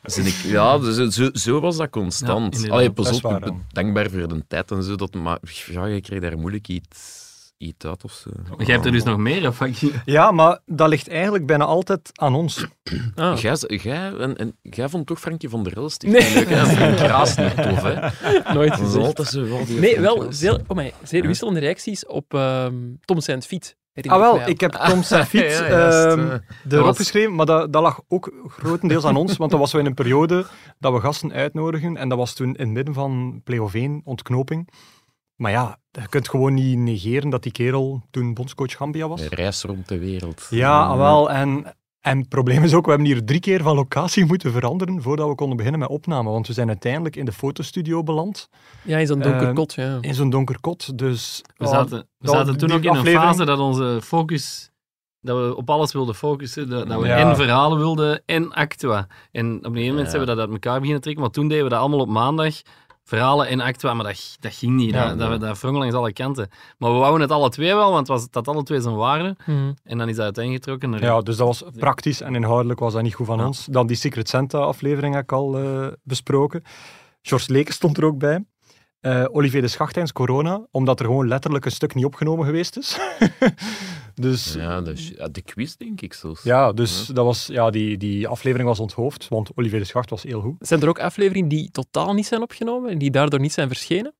Speaker 1: zin ik, ja, zo, zo, zo was dat
Speaker 13: Ja,
Speaker 1: constant.
Speaker 13: inderdaad.
Speaker 1: Allee, pas
Speaker 13: Dat
Speaker 1: op,
Speaker 13: is waar,
Speaker 1: ik ben dankbaar voor de tijd en zo, dat, maar ja, je kreeg daar moeilijk iets, iets uit of zo.
Speaker 5: Jij hebt er dus nog meer, of
Speaker 6: Ja, maar dat ligt eigenlijk bijna altijd aan ons.
Speaker 1: Ah.
Speaker 5: Ah.
Speaker 1: Jij, jij, en, en, jij vond toch Frankie van der Elst
Speaker 2: Nee.
Speaker 1: leuk, hè? En Frank Raas niet tof, hè? eh,
Speaker 2: Nooit
Speaker 1: Dat is
Speaker 2: gezegd.
Speaker 1: altijd zo, wel die
Speaker 2: Nee,
Speaker 1: Frank
Speaker 2: wel
Speaker 1: Raas.
Speaker 2: zeer, oh my, zeer
Speaker 1: Ja.
Speaker 2: wisselende reacties op ehm Tom Saint Fiet.
Speaker 6: Ah
Speaker 2: herinner
Speaker 6: wel,
Speaker 2: mij aan.
Speaker 6: ik heb Tom Safiet
Speaker 2: Ja, juist,
Speaker 6: ehm,
Speaker 2: eh, dat
Speaker 6: erop
Speaker 2: was-
Speaker 6: geschreven, maar dat, dat lag ook grotendeels aan ons, want dat was zo in een periode dat we gasten uitnodigen en dat was toen in het midden van play-off 1, ontknoping. Maar ja, je kunt gewoon niet negeren dat die kerel toen bondscoach Gambia was.
Speaker 1: Reis rond de wereld.
Speaker 6: Ja, ah,
Speaker 1: Eh,
Speaker 6: wel. En, en het probleem is ook, we hebben hier drie keer van locatie moeten veranderen voordat we konden beginnen met opname. Want we zijn uiteindelijk in de fotostudio beland.
Speaker 2: Ja, in zo'n donker
Speaker 6: Ehm,
Speaker 2: kot, ja.
Speaker 6: In zo'n donker kot. Dus,
Speaker 5: We
Speaker 6: oh,
Speaker 5: zaten, we
Speaker 6: dat-
Speaker 5: zaten toen
Speaker 6: die
Speaker 5: ook in een
Speaker 6: aflevering-
Speaker 5: fase dat onze focus... Dat we op alles wilden focussen. Dat, dat we
Speaker 6: Ja.
Speaker 5: en verhalen wilden en actua. En op een gegeven moment
Speaker 6: Ja.
Speaker 5: zijn we dat uit elkaar beginnen trekken. Maar toen deden we dat allemaal op maandag. Verhalen en actua, maar dat, dat ging niet.
Speaker 6: Ja,
Speaker 5: dat,
Speaker 6: ja.
Speaker 5: dat, dat wrong langs alle kanten. Maar we wouden het alle twee wel, want het was, het had alle twee zijn waarde.
Speaker 6: Mhm.
Speaker 5: En dan is dat uiteengetrokken. naar-
Speaker 6: Ja, dus dat was praktisch en inhoudelijk was dat niet goed van ons. Dan die Secret Santa-aflevering heb ik al eh, besproken. George Leken stond er ook bij. Eh, Olivier de Schachtijns, corona, omdat er gewoon letterlijk een stuk niet opgenomen geweest is. dus
Speaker 1: Ja, dat is- ja, de quiz denk ik zelfs.
Speaker 6: ja, dus Dat was, ja die, die aflevering was onthoofd, want Olivier de Schacht was heel goed.
Speaker 2: Zijn er ook afleveringen die totaal niet zijn opgenomen en die daardoor niet zijn verschenen?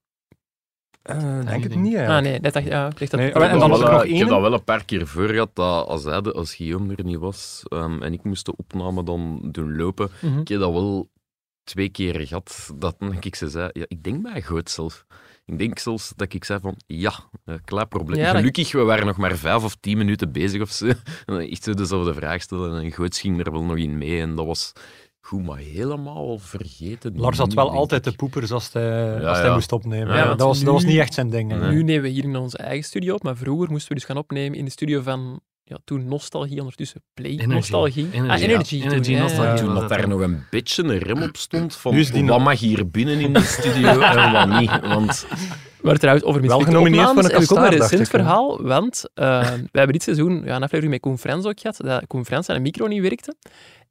Speaker 6: Eh, denk het niet,
Speaker 2: Ah,
Speaker 6: eigenlijk.
Speaker 2: nee, dat dacht, ja, ik dacht dat eh,
Speaker 6: Nee, en dan was er
Speaker 1: Voilà,
Speaker 6: nog
Speaker 1: Ik heb
Speaker 6: één.
Speaker 1: dat wel een paar keer voor gehad, dat als, hij de, als Guillaume er niet was ehm, en ik moest de opname dan doen lopen,
Speaker 2: Mhm.
Speaker 1: ik heb dat wel twee keer gehad, dat ik ze zei, ja, ik denk bij goed zelf. Ik denk zelfs dat ik zei van, ja, eh, klaar probleem.
Speaker 2: Ja, dat-
Speaker 1: Gelukkig, we waren nog maar vijf of tien minuten bezig of zo. En dan echt zo dezelfde vraag stellen en Goots ging er wel nog in mee en dat was goed, maar helemaal vergeten.
Speaker 6: Lars had
Speaker 1: Nu
Speaker 6: wel
Speaker 1: denk
Speaker 6: altijd de poepers als hij,
Speaker 1: Ja,
Speaker 6: als hij
Speaker 1: ja.
Speaker 6: moest opnemen.
Speaker 1: Ja,
Speaker 6: Ja,
Speaker 1: want
Speaker 6: dat, was, dat was
Speaker 2: nu-
Speaker 6: niet echt zijn ding. hè.
Speaker 2: Nu nemen we hier in onze eigen studio op, maar vroeger moesten we dus gaan opnemen in de studio van ja, toen Nostalgie, ondertussen Play
Speaker 5: Energy.
Speaker 2: Nostalgie. Ah,
Speaker 5: Energy,
Speaker 2: Energy.
Speaker 5: ja.
Speaker 2: toen,
Speaker 5: Energy
Speaker 2: ja, ja.
Speaker 5: Nostalgie,
Speaker 1: Toen
Speaker 5: was dat,
Speaker 1: dat daar
Speaker 5: ja.
Speaker 1: nog een beetje een rem op stond
Speaker 2: Nu
Speaker 1: van
Speaker 2: is die
Speaker 1: wat
Speaker 2: nog-
Speaker 1: mag hier binnen in de studio en wat niet. Want
Speaker 2: Maar trouwens, over mislukte
Speaker 1: genomineerd voor
Speaker 2: opnames
Speaker 1: een
Speaker 2: heb ik ook
Speaker 1: kastaar,
Speaker 2: een
Speaker 1: dacht
Speaker 2: recent
Speaker 1: ik, hè.
Speaker 2: verhaal, want eh, we hebben dit seizoen ja, een aflevering met Koen Frans ook gehad, dat Koen Frans zijn micro niet werkte.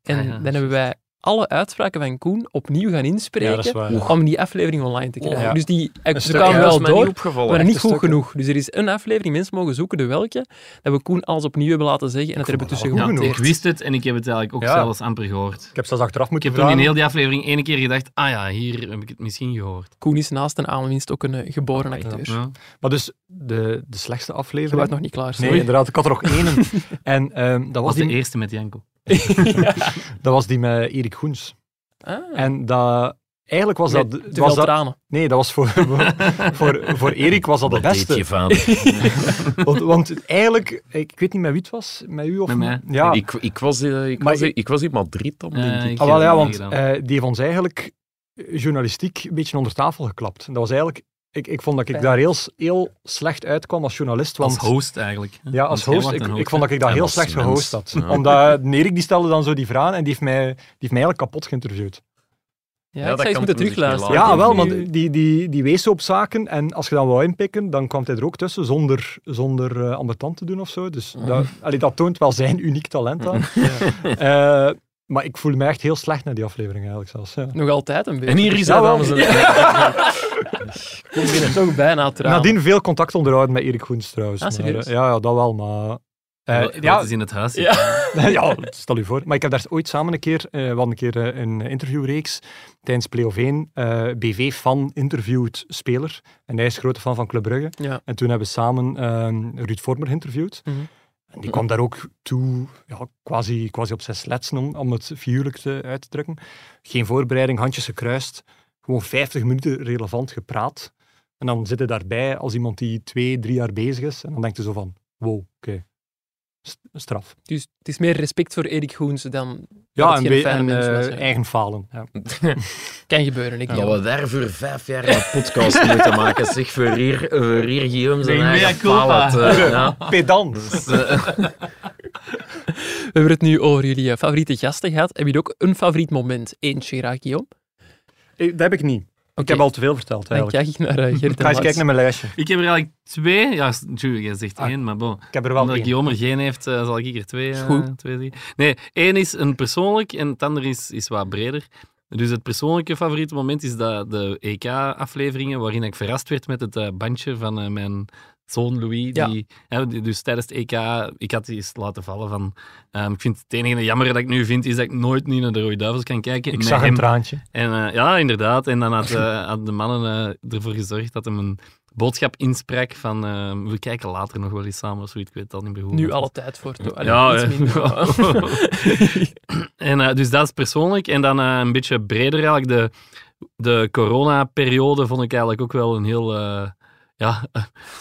Speaker 2: En
Speaker 5: Ah ja,
Speaker 2: dan hebben wij alle uitspraken van Koen opnieuw gaan
Speaker 5: Ja, dat is
Speaker 2: inspreken
Speaker 5: waar, ja.
Speaker 2: om die aflevering online te krijgen.
Speaker 5: Ja.
Speaker 2: Dus die
Speaker 5: Een
Speaker 2: ze
Speaker 5: stuk,
Speaker 2: kwamen
Speaker 5: ja, dat
Speaker 2: wel
Speaker 5: is mij niet
Speaker 2: door,
Speaker 5: opgevallen.
Speaker 2: maar
Speaker 5: Echte
Speaker 2: niet goed
Speaker 5: stukken.
Speaker 2: genoeg. Dus er is een aflevering, mensen mogen zoeken de welke, dat we Koen alles opnieuw hebben laten zeggen en het er hebben tussen
Speaker 5: Ja, ik
Speaker 2: gemonteerd.
Speaker 5: wist het en ik heb het eigenlijk ook
Speaker 2: Ja.
Speaker 5: zelfs amper gehoord.
Speaker 6: Ik heb zelfs achteraf
Speaker 5: Ik
Speaker 6: moeten
Speaker 5: heb toen in
Speaker 6: vragen.
Speaker 5: heel die aflevering één keer gedacht, ah ja, hier heb ik het misschien gehoord.
Speaker 2: Koen is naast een aanwinst ook een eh, geboren acteur.
Speaker 5: Ja.
Speaker 6: Maar dus de, de slechtste aflevering.
Speaker 2: Je was nog niet klaar, sorry.
Speaker 6: Nee, inderdaad, ik had er nog één. en ehm, dat was,
Speaker 5: Was de
Speaker 6: die-
Speaker 5: eerste met Janko.
Speaker 6: dat was die met Erik Goens. En dat. Eigenlijk was
Speaker 2: Ah. Met
Speaker 6: dat...
Speaker 2: te
Speaker 6: was
Speaker 2: veel
Speaker 6: dat,
Speaker 2: tranen.
Speaker 6: Nee, dat was voor, voor, voor, voor Erik was dat de
Speaker 1: Wat deed
Speaker 6: beste.
Speaker 1: je vader?
Speaker 6: want, want eigenlijk, ik weet niet met wie het was, met u of... Ja,
Speaker 1: Ik, ik, was, eh, ik,
Speaker 6: Maar
Speaker 1: was,
Speaker 6: ik-
Speaker 1: ik was in Madrid dan, denk ik.
Speaker 6: Ah, wel, ja, want eh, die heeft ons eigenlijk eh, journalistiek een beetje onder tafel geklapt. En dat was eigenlijk... Ik, ik vond dat ik
Speaker 5: Pijn.
Speaker 6: daar heel, heel slecht uitkwam als journalist. Want,
Speaker 5: Als host eigenlijk, hè?
Speaker 6: Ja, als
Speaker 5: Want jij
Speaker 6: host.
Speaker 5: wordt
Speaker 6: Ik,
Speaker 5: een
Speaker 6: ik
Speaker 5: host,
Speaker 6: vond dat ik dat
Speaker 5: hè?
Speaker 6: heel
Speaker 5: En als
Speaker 6: slecht gehost
Speaker 5: mens,
Speaker 6: had.
Speaker 5: ja.
Speaker 6: Omdat Erik die stelde dan zo die vraag en die heeft mij, die heeft mij eigenlijk kapot geïnterviewd.
Speaker 2: Ja, ik dat zou eens kan moeten toen dus terugluisteren. niet
Speaker 6: Ja,
Speaker 2: laten.
Speaker 6: wel,
Speaker 2: Nu-
Speaker 6: want die, die, die weeshoopzaken, en als je dan wou inpikken, dan kwam hij er ook tussen zonder, zonder eh, ambetant te doen of zo. Dus
Speaker 2: Mhm.
Speaker 6: dat, allee, dat toont wel zijn uniek talent aan. Eh, maar ik voel me echt heel slecht naar die aflevering eigenlijk zelfs. Ja.
Speaker 2: Nog altijd een beetje.
Speaker 6: En hier is hij, dames en heren.
Speaker 2: Kom binnen, toch bijna tranen.
Speaker 6: Nadien veel contact onderhouden met Erik Goens trouwens.
Speaker 2: Ah,
Speaker 6: maar,
Speaker 2: serieus?
Speaker 6: eh, ja, ja, dat wel, maar... eh,
Speaker 5: Wat- wat is in het huis zit.
Speaker 6: Ja. ja, stel u voor. Maar ik heb daar ooit samen een keer, eh we hadden een keer eh, een interviewreeks tijdens Play of 1. eh, BV-fan interviewt speler. En hij is grote fan van Club Brugge.
Speaker 2: Ja.
Speaker 6: En toen hebben we samen eh, Ruud Vormer geïnterviewd.
Speaker 2: Mhm.
Speaker 6: En die kwam daar ook toe, ja, quasi, quasi op zijn sletsen, om, om het figuurlijk te, uit te drukken. Geen voorbereiding, handjes gekruist. Gewoon 50 minuten relevant gepraat. En dan zit je daarbij als iemand die twee, drie jaar bezig is. En dan denkt je zo van, wow, oké, st- straf.
Speaker 2: Dus het is meer respect voor Erik Goens dan dat
Speaker 6: Ja,
Speaker 2: het
Speaker 6: en,
Speaker 2: geen
Speaker 6: we-
Speaker 2: fijne
Speaker 6: en
Speaker 2: mens was,
Speaker 6: eh,
Speaker 2: ja.
Speaker 6: eigen falen. Ja.
Speaker 2: Kan gebeuren, ik
Speaker 1: Dat we daarvoor vijf jaar een podcast moeten maken, zeg, voor hier, voor hier Guillaume zijn
Speaker 2: Nee,
Speaker 1: eigen
Speaker 2: mea culpa.
Speaker 1: palet, eh, ja.
Speaker 6: Pedant.
Speaker 1: Dus, eh,
Speaker 2: We hebben het nu over jullie eh, favoriete gasten gehad. Heb je ook een favoriet moment? Eentje, graag, Guillaume.
Speaker 6: Eh, Dat heb ik niet. Ik heb al te veel verteld
Speaker 2: Dan
Speaker 6: eigenlijk.
Speaker 2: kijk ik naar, eh, Gert en
Speaker 6: Ga eens
Speaker 2: Lars.
Speaker 6: kijken naar mijn lijstje. Ah,
Speaker 5: Ik heb er eigenlijk twee. Ja, Jules, jij zegt één, maar bon.
Speaker 6: Ik heb er wel
Speaker 5: Omdat
Speaker 6: één.
Speaker 5: Guillaume er geen heeft, eh, zal ik er twee,
Speaker 6: Is
Speaker 5: eh,
Speaker 6: goed.
Speaker 5: twee zeggen. Nee, één is een persoonlijk en het andere is, is wat breder. Dus het persoonlijke E favoriete moment is dat de EK-afleveringen waarin ik verrast werd met het eh, bandje van eh, mijn zoon Louis. Die, hè, die- dus tijdens het EK, ik had die eens laten vallen van... ehm, ik vind het enige jammer dat ik nu vind, is dat ik nooit niet naar de Rode Duivels kan kijken.
Speaker 6: Ik
Speaker 5: Met
Speaker 6: zag een
Speaker 5: hem.
Speaker 6: traantje.
Speaker 5: En, eh, ja, inderdaad. En dan had, eh, had de mannen eh, ervoor gezorgd dat hem een boodschap insprak van... ehm, we kijken later nog wel eens samen of zoiets, ik weet dat niet meer hoe.
Speaker 2: Nu alle tijd voor, toch? Allee,
Speaker 5: Ja,
Speaker 2: iets
Speaker 5: hè.
Speaker 2: minder, maar-
Speaker 5: en, eh, dus dat is persoonlijk. En dan eh, een beetje breder eigenlijk. De, de coronaperiode vond ik eigenlijk ook wel een heel... eh, ja,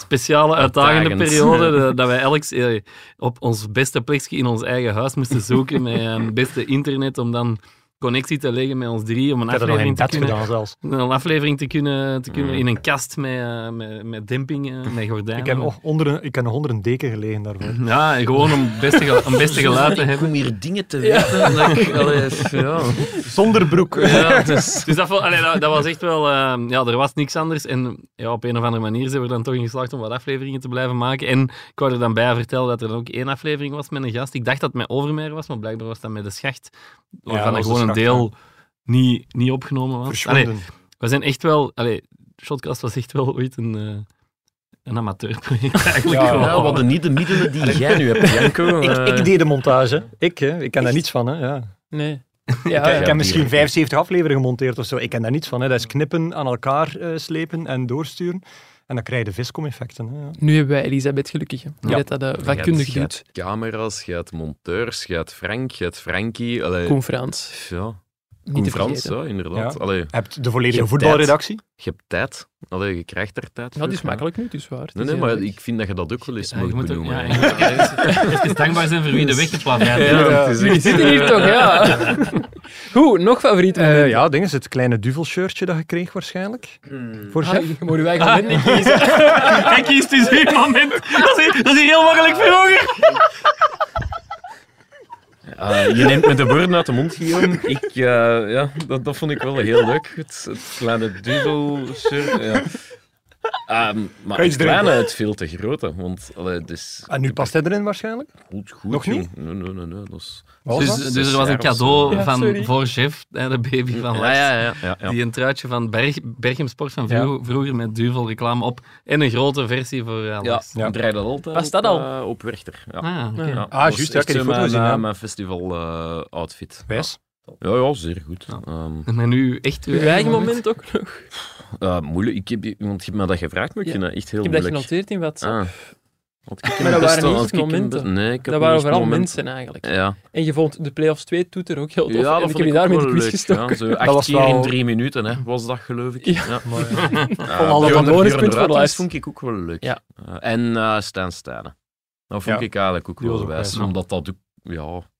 Speaker 5: speciale, uitdagende
Speaker 13: Uitdagend.
Speaker 5: periode. de- dat wij elk eh, op ons beste plekje in ons eigen huis moesten zoeken met eh, beste internet om dan connectie te leggen met ons drie. Om een
Speaker 6: Ik heb dat nog in
Speaker 5: aflevering te
Speaker 6: bed
Speaker 5: kunnen,
Speaker 6: gedaan zelfs.
Speaker 5: Een aflevering te kunnen, te kunnen
Speaker 6: Mm.
Speaker 5: in een kast met, eh, met, met demping, eh, met gordijnen.
Speaker 6: Ik heb, nog onder een, ik heb nog onder een deken gelegen daarvoor.
Speaker 5: Ja, en gewoon om beste gel- om beste geluid te Ik hebben. kom hier dingen te weten dat ik- allee, ja.
Speaker 6: Zonder broek.
Speaker 5: Ja, dus, dus dat, vo- allee, dat, dat was echt wel... ehm, ja, er was niks anders. En ja, op een of andere manier zijn we er dan toch in geslaagd om wat afleveringen te blijven maken. En ik wou er dan bij vertellen dat er dan ook één aflevering was met een gast. Ik dacht dat het met Overmeer was, maar blijkbaar was dat met de schacht. Waarvan
Speaker 6: dat
Speaker 5: er
Speaker 6: was
Speaker 5: gewoon
Speaker 6: de
Speaker 5: een
Speaker 6: schacht,
Speaker 5: deel niet, niet opgenomen was.
Speaker 6: Verschonden.
Speaker 5: Allee, we zijn echt wel... Allee, Shotcast was echt wel ooit een... eh, een amateurproject eigenlijk.
Speaker 1: Ja,
Speaker 5: gewoon.
Speaker 1: ja, we hadden niet de middelen die jij nu hebt, Janko.
Speaker 6: ik,
Speaker 1: Eh,
Speaker 6: ik deed de montage. Ik, hè. ik ken daar niets van. Hè. Ja.
Speaker 2: Nee.
Speaker 6: ik,
Speaker 2: Ja,
Speaker 6: ik heb
Speaker 2: ja.
Speaker 6: misschien 75 afleveringen gemonteerd of zo. Ik ken daar niets van. Hè. Dat is knippen, aan elkaar eh, slepen en doorsturen. En dan krijg je de viscom-effecten. hè, Ja.
Speaker 2: Nu hebben wij Elisabeth gelukkig. Hè. Die
Speaker 6: Ja.
Speaker 2: weet dat eh,
Speaker 1: Jij
Speaker 2: vakkundig
Speaker 1: hebt- jij
Speaker 2: doet.
Speaker 1: hebt Camera's, je hebt monteurs, je hebt Frank, je hebt Frankie. Allee,
Speaker 2: Koen Frans.
Speaker 1: Ja.
Speaker 2: Niet
Speaker 1: Koen
Speaker 2: te
Speaker 1: Frans,
Speaker 2: vergeten.
Speaker 1: ja, inderdaad.
Speaker 2: Ja.
Speaker 1: Allee,
Speaker 2: Je hebt de
Speaker 6: volledige
Speaker 1: je hebt
Speaker 6: voetbalredactie.
Speaker 1: tijd. Je hebt tijd. Allee, je krijgt er tijd
Speaker 2: Ja, die
Speaker 1: voor,
Speaker 2: is makkelijk nu, het is waar. Het
Speaker 1: Nee,
Speaker 2: is
Speaker 1: nee, maar
Speaker 2: eigenlijk-
Speaker 1: ik vind dat je dat ook wel eens moet
Speaker 5: je moet ook-
Speaker 1: benoemen.
Speaker 5: ja, je
Speaker 1: eigenlijk.
Speaker 5: moet ook even- even dankbaar zijn voor wie de weg geplaatst heeft. Ja,
Speaker 1: het is
Speaker 2: Jullie
Speaker 1: echt,
Speaker 2: zitten hier
Speaker 1: eh,
Speaker 2: toch, ja. Goed, nog favoriet
Speaker 6: Eh, ja, ding is het kleine duvelshirtje dat je kreeg waarschijnlijk. Voor
Speaker 2: Ah,
Speaker 6: chef.
Speaker 2: je moet je eigen moment niet kiezen.
Speaker 5: Hij kiest Ah. dus dit moment. Dat is, dat is hier heel makkelijk vroeger.
Speaker 1: Ah, je neemt me de woorden uit de mond, Guillaume. Ik, eh, ja, dat, dat vond ik wel heel leuk. Het, het kleine duvel shirt. Ja. Ah, maar
Speaker 6: Kan je
Speaker 1: het
Speaker 6: iets drinken?
Speaker 1: kleine, het veel te grote. Want allee, het is
Speaker 6: En nu past hij erin waarschijnlijk?
Speaker 1: goed, goed.
Speaker 6: Nog niet?
Speaker 1: jong. Nee, nee, nee. nee, dat is-
Speaker 6: Wat was
Speaker 5: Dus,
Speaker 6: dat? eh,
Speaker 5: dus er was een
Speaker 1: Zes jaar of
Speaker 5: cadeau
Speaker 1: zo.
Speaker 5: van, voor Chef, hè, de baby van
Speaker 1: Ja,
Speaker 5: Lars.
Speaker 1: ja, ja, ja, ja.
Speaker 5: Die een truitje van Berg, Berchem Sport van vro- vroeger met duvel reclame op. En een grote versie voor eh,
Speaker 1: Ja,
Speaker 5: Lars.
Speaker 1: ja. draai dat altijd.
Speaker 2: Was dat
Speaker 1: op,
Speaker 2: al?
Speaker 1: eh, op Werchter. Ja.
Speaker 5: Ah, ja, oké. Ah,
Speaker 1: dat was
Speaker 6: juist, ja,
Speaker 1: echt
Speaker 6: ik heb die
Speaker 1: zo
Speaker 6: foto
Speaker 1: mijn,
Speaker 6: gezien,
Speaker 1: eh,
Speaker 6: ja.
Speaker 1: mijn festival eh, outfit.
Speaker 6: Wijs.
Speaker 1: Ja, ja, zeer goed. Ehm,
Speaker 5: Maar nu echt
Speaker 2: Uw eigen moment ook nog.
Speaker 1: eh, moeilijk. Ik heb, die- want je hebt me dat gevraagd, maar ik
Speaker 2: Ja.
Speaker 1: vind dat echt
Speaker 2: Ik
Speaker 1: heel
Speaker 2: heb dat
Speaker 1: moeilijk.
Speaker 2: genoteerd in WhatsApp.
Speaker 1: Ah. Want ik heb
Speaker 2: Maar dat
Speaker 1: best wel-
Speaker 2: waren niet
Speaker 1: want
Speaker 2: echt
Speaker 1: ik heb
Speaker 2: momenten.
Speaker 1: be- Nee, ik heb
Speaker 2: dat waren
Speaker 1: niet echt
Speaker 2: vooral
Speaker 1: momenten.
Speaker 2: mensen eigenlijk.
Speaker 1: Ja.
Speaker 2: En je vond de Playoffs 2 toeter ook heel tof.
Speaker 1: Ja, dat
Speaker 2: en ik
Speaker 1: vond
Speaker 2: heb je
Speaker 1: ik ook
Speaker 2: daarmee de
Speaker 1: wel
Speaker 2: quiz
Speaker 1: leuk,
Speaker 2: gestoken.
Speaker 1: Ja, zo acht keer in drie minuten hè, was dat, geloof ik. Ja.
Speaker 2: Maar, ja.
Speaker 1: Eh,
Speaker 2: Ik vond al dat
Speaker 1: Björn-
Speaker 2: een bonuspunt
Speaker 1: Björn
Speaker 2: voor
Speaker 1: Ruijtens
Speaker 2: Lars.
Speaker 1: vond ik ook wel leuk.
Speaker 2: Ja.
Speaker 1: Eh, en eh Stijn Stijnen. Dat vond
Speaker 2: Ja.
Speaker 1: ik eigenlijk ook
Speaker 2: Die was
Speaker 1: wel
Speaker 2: ook
Speaker 1: wijs.
Speaker 2: wijs, ja.
Speaker 1: Omdat dat ook, ja...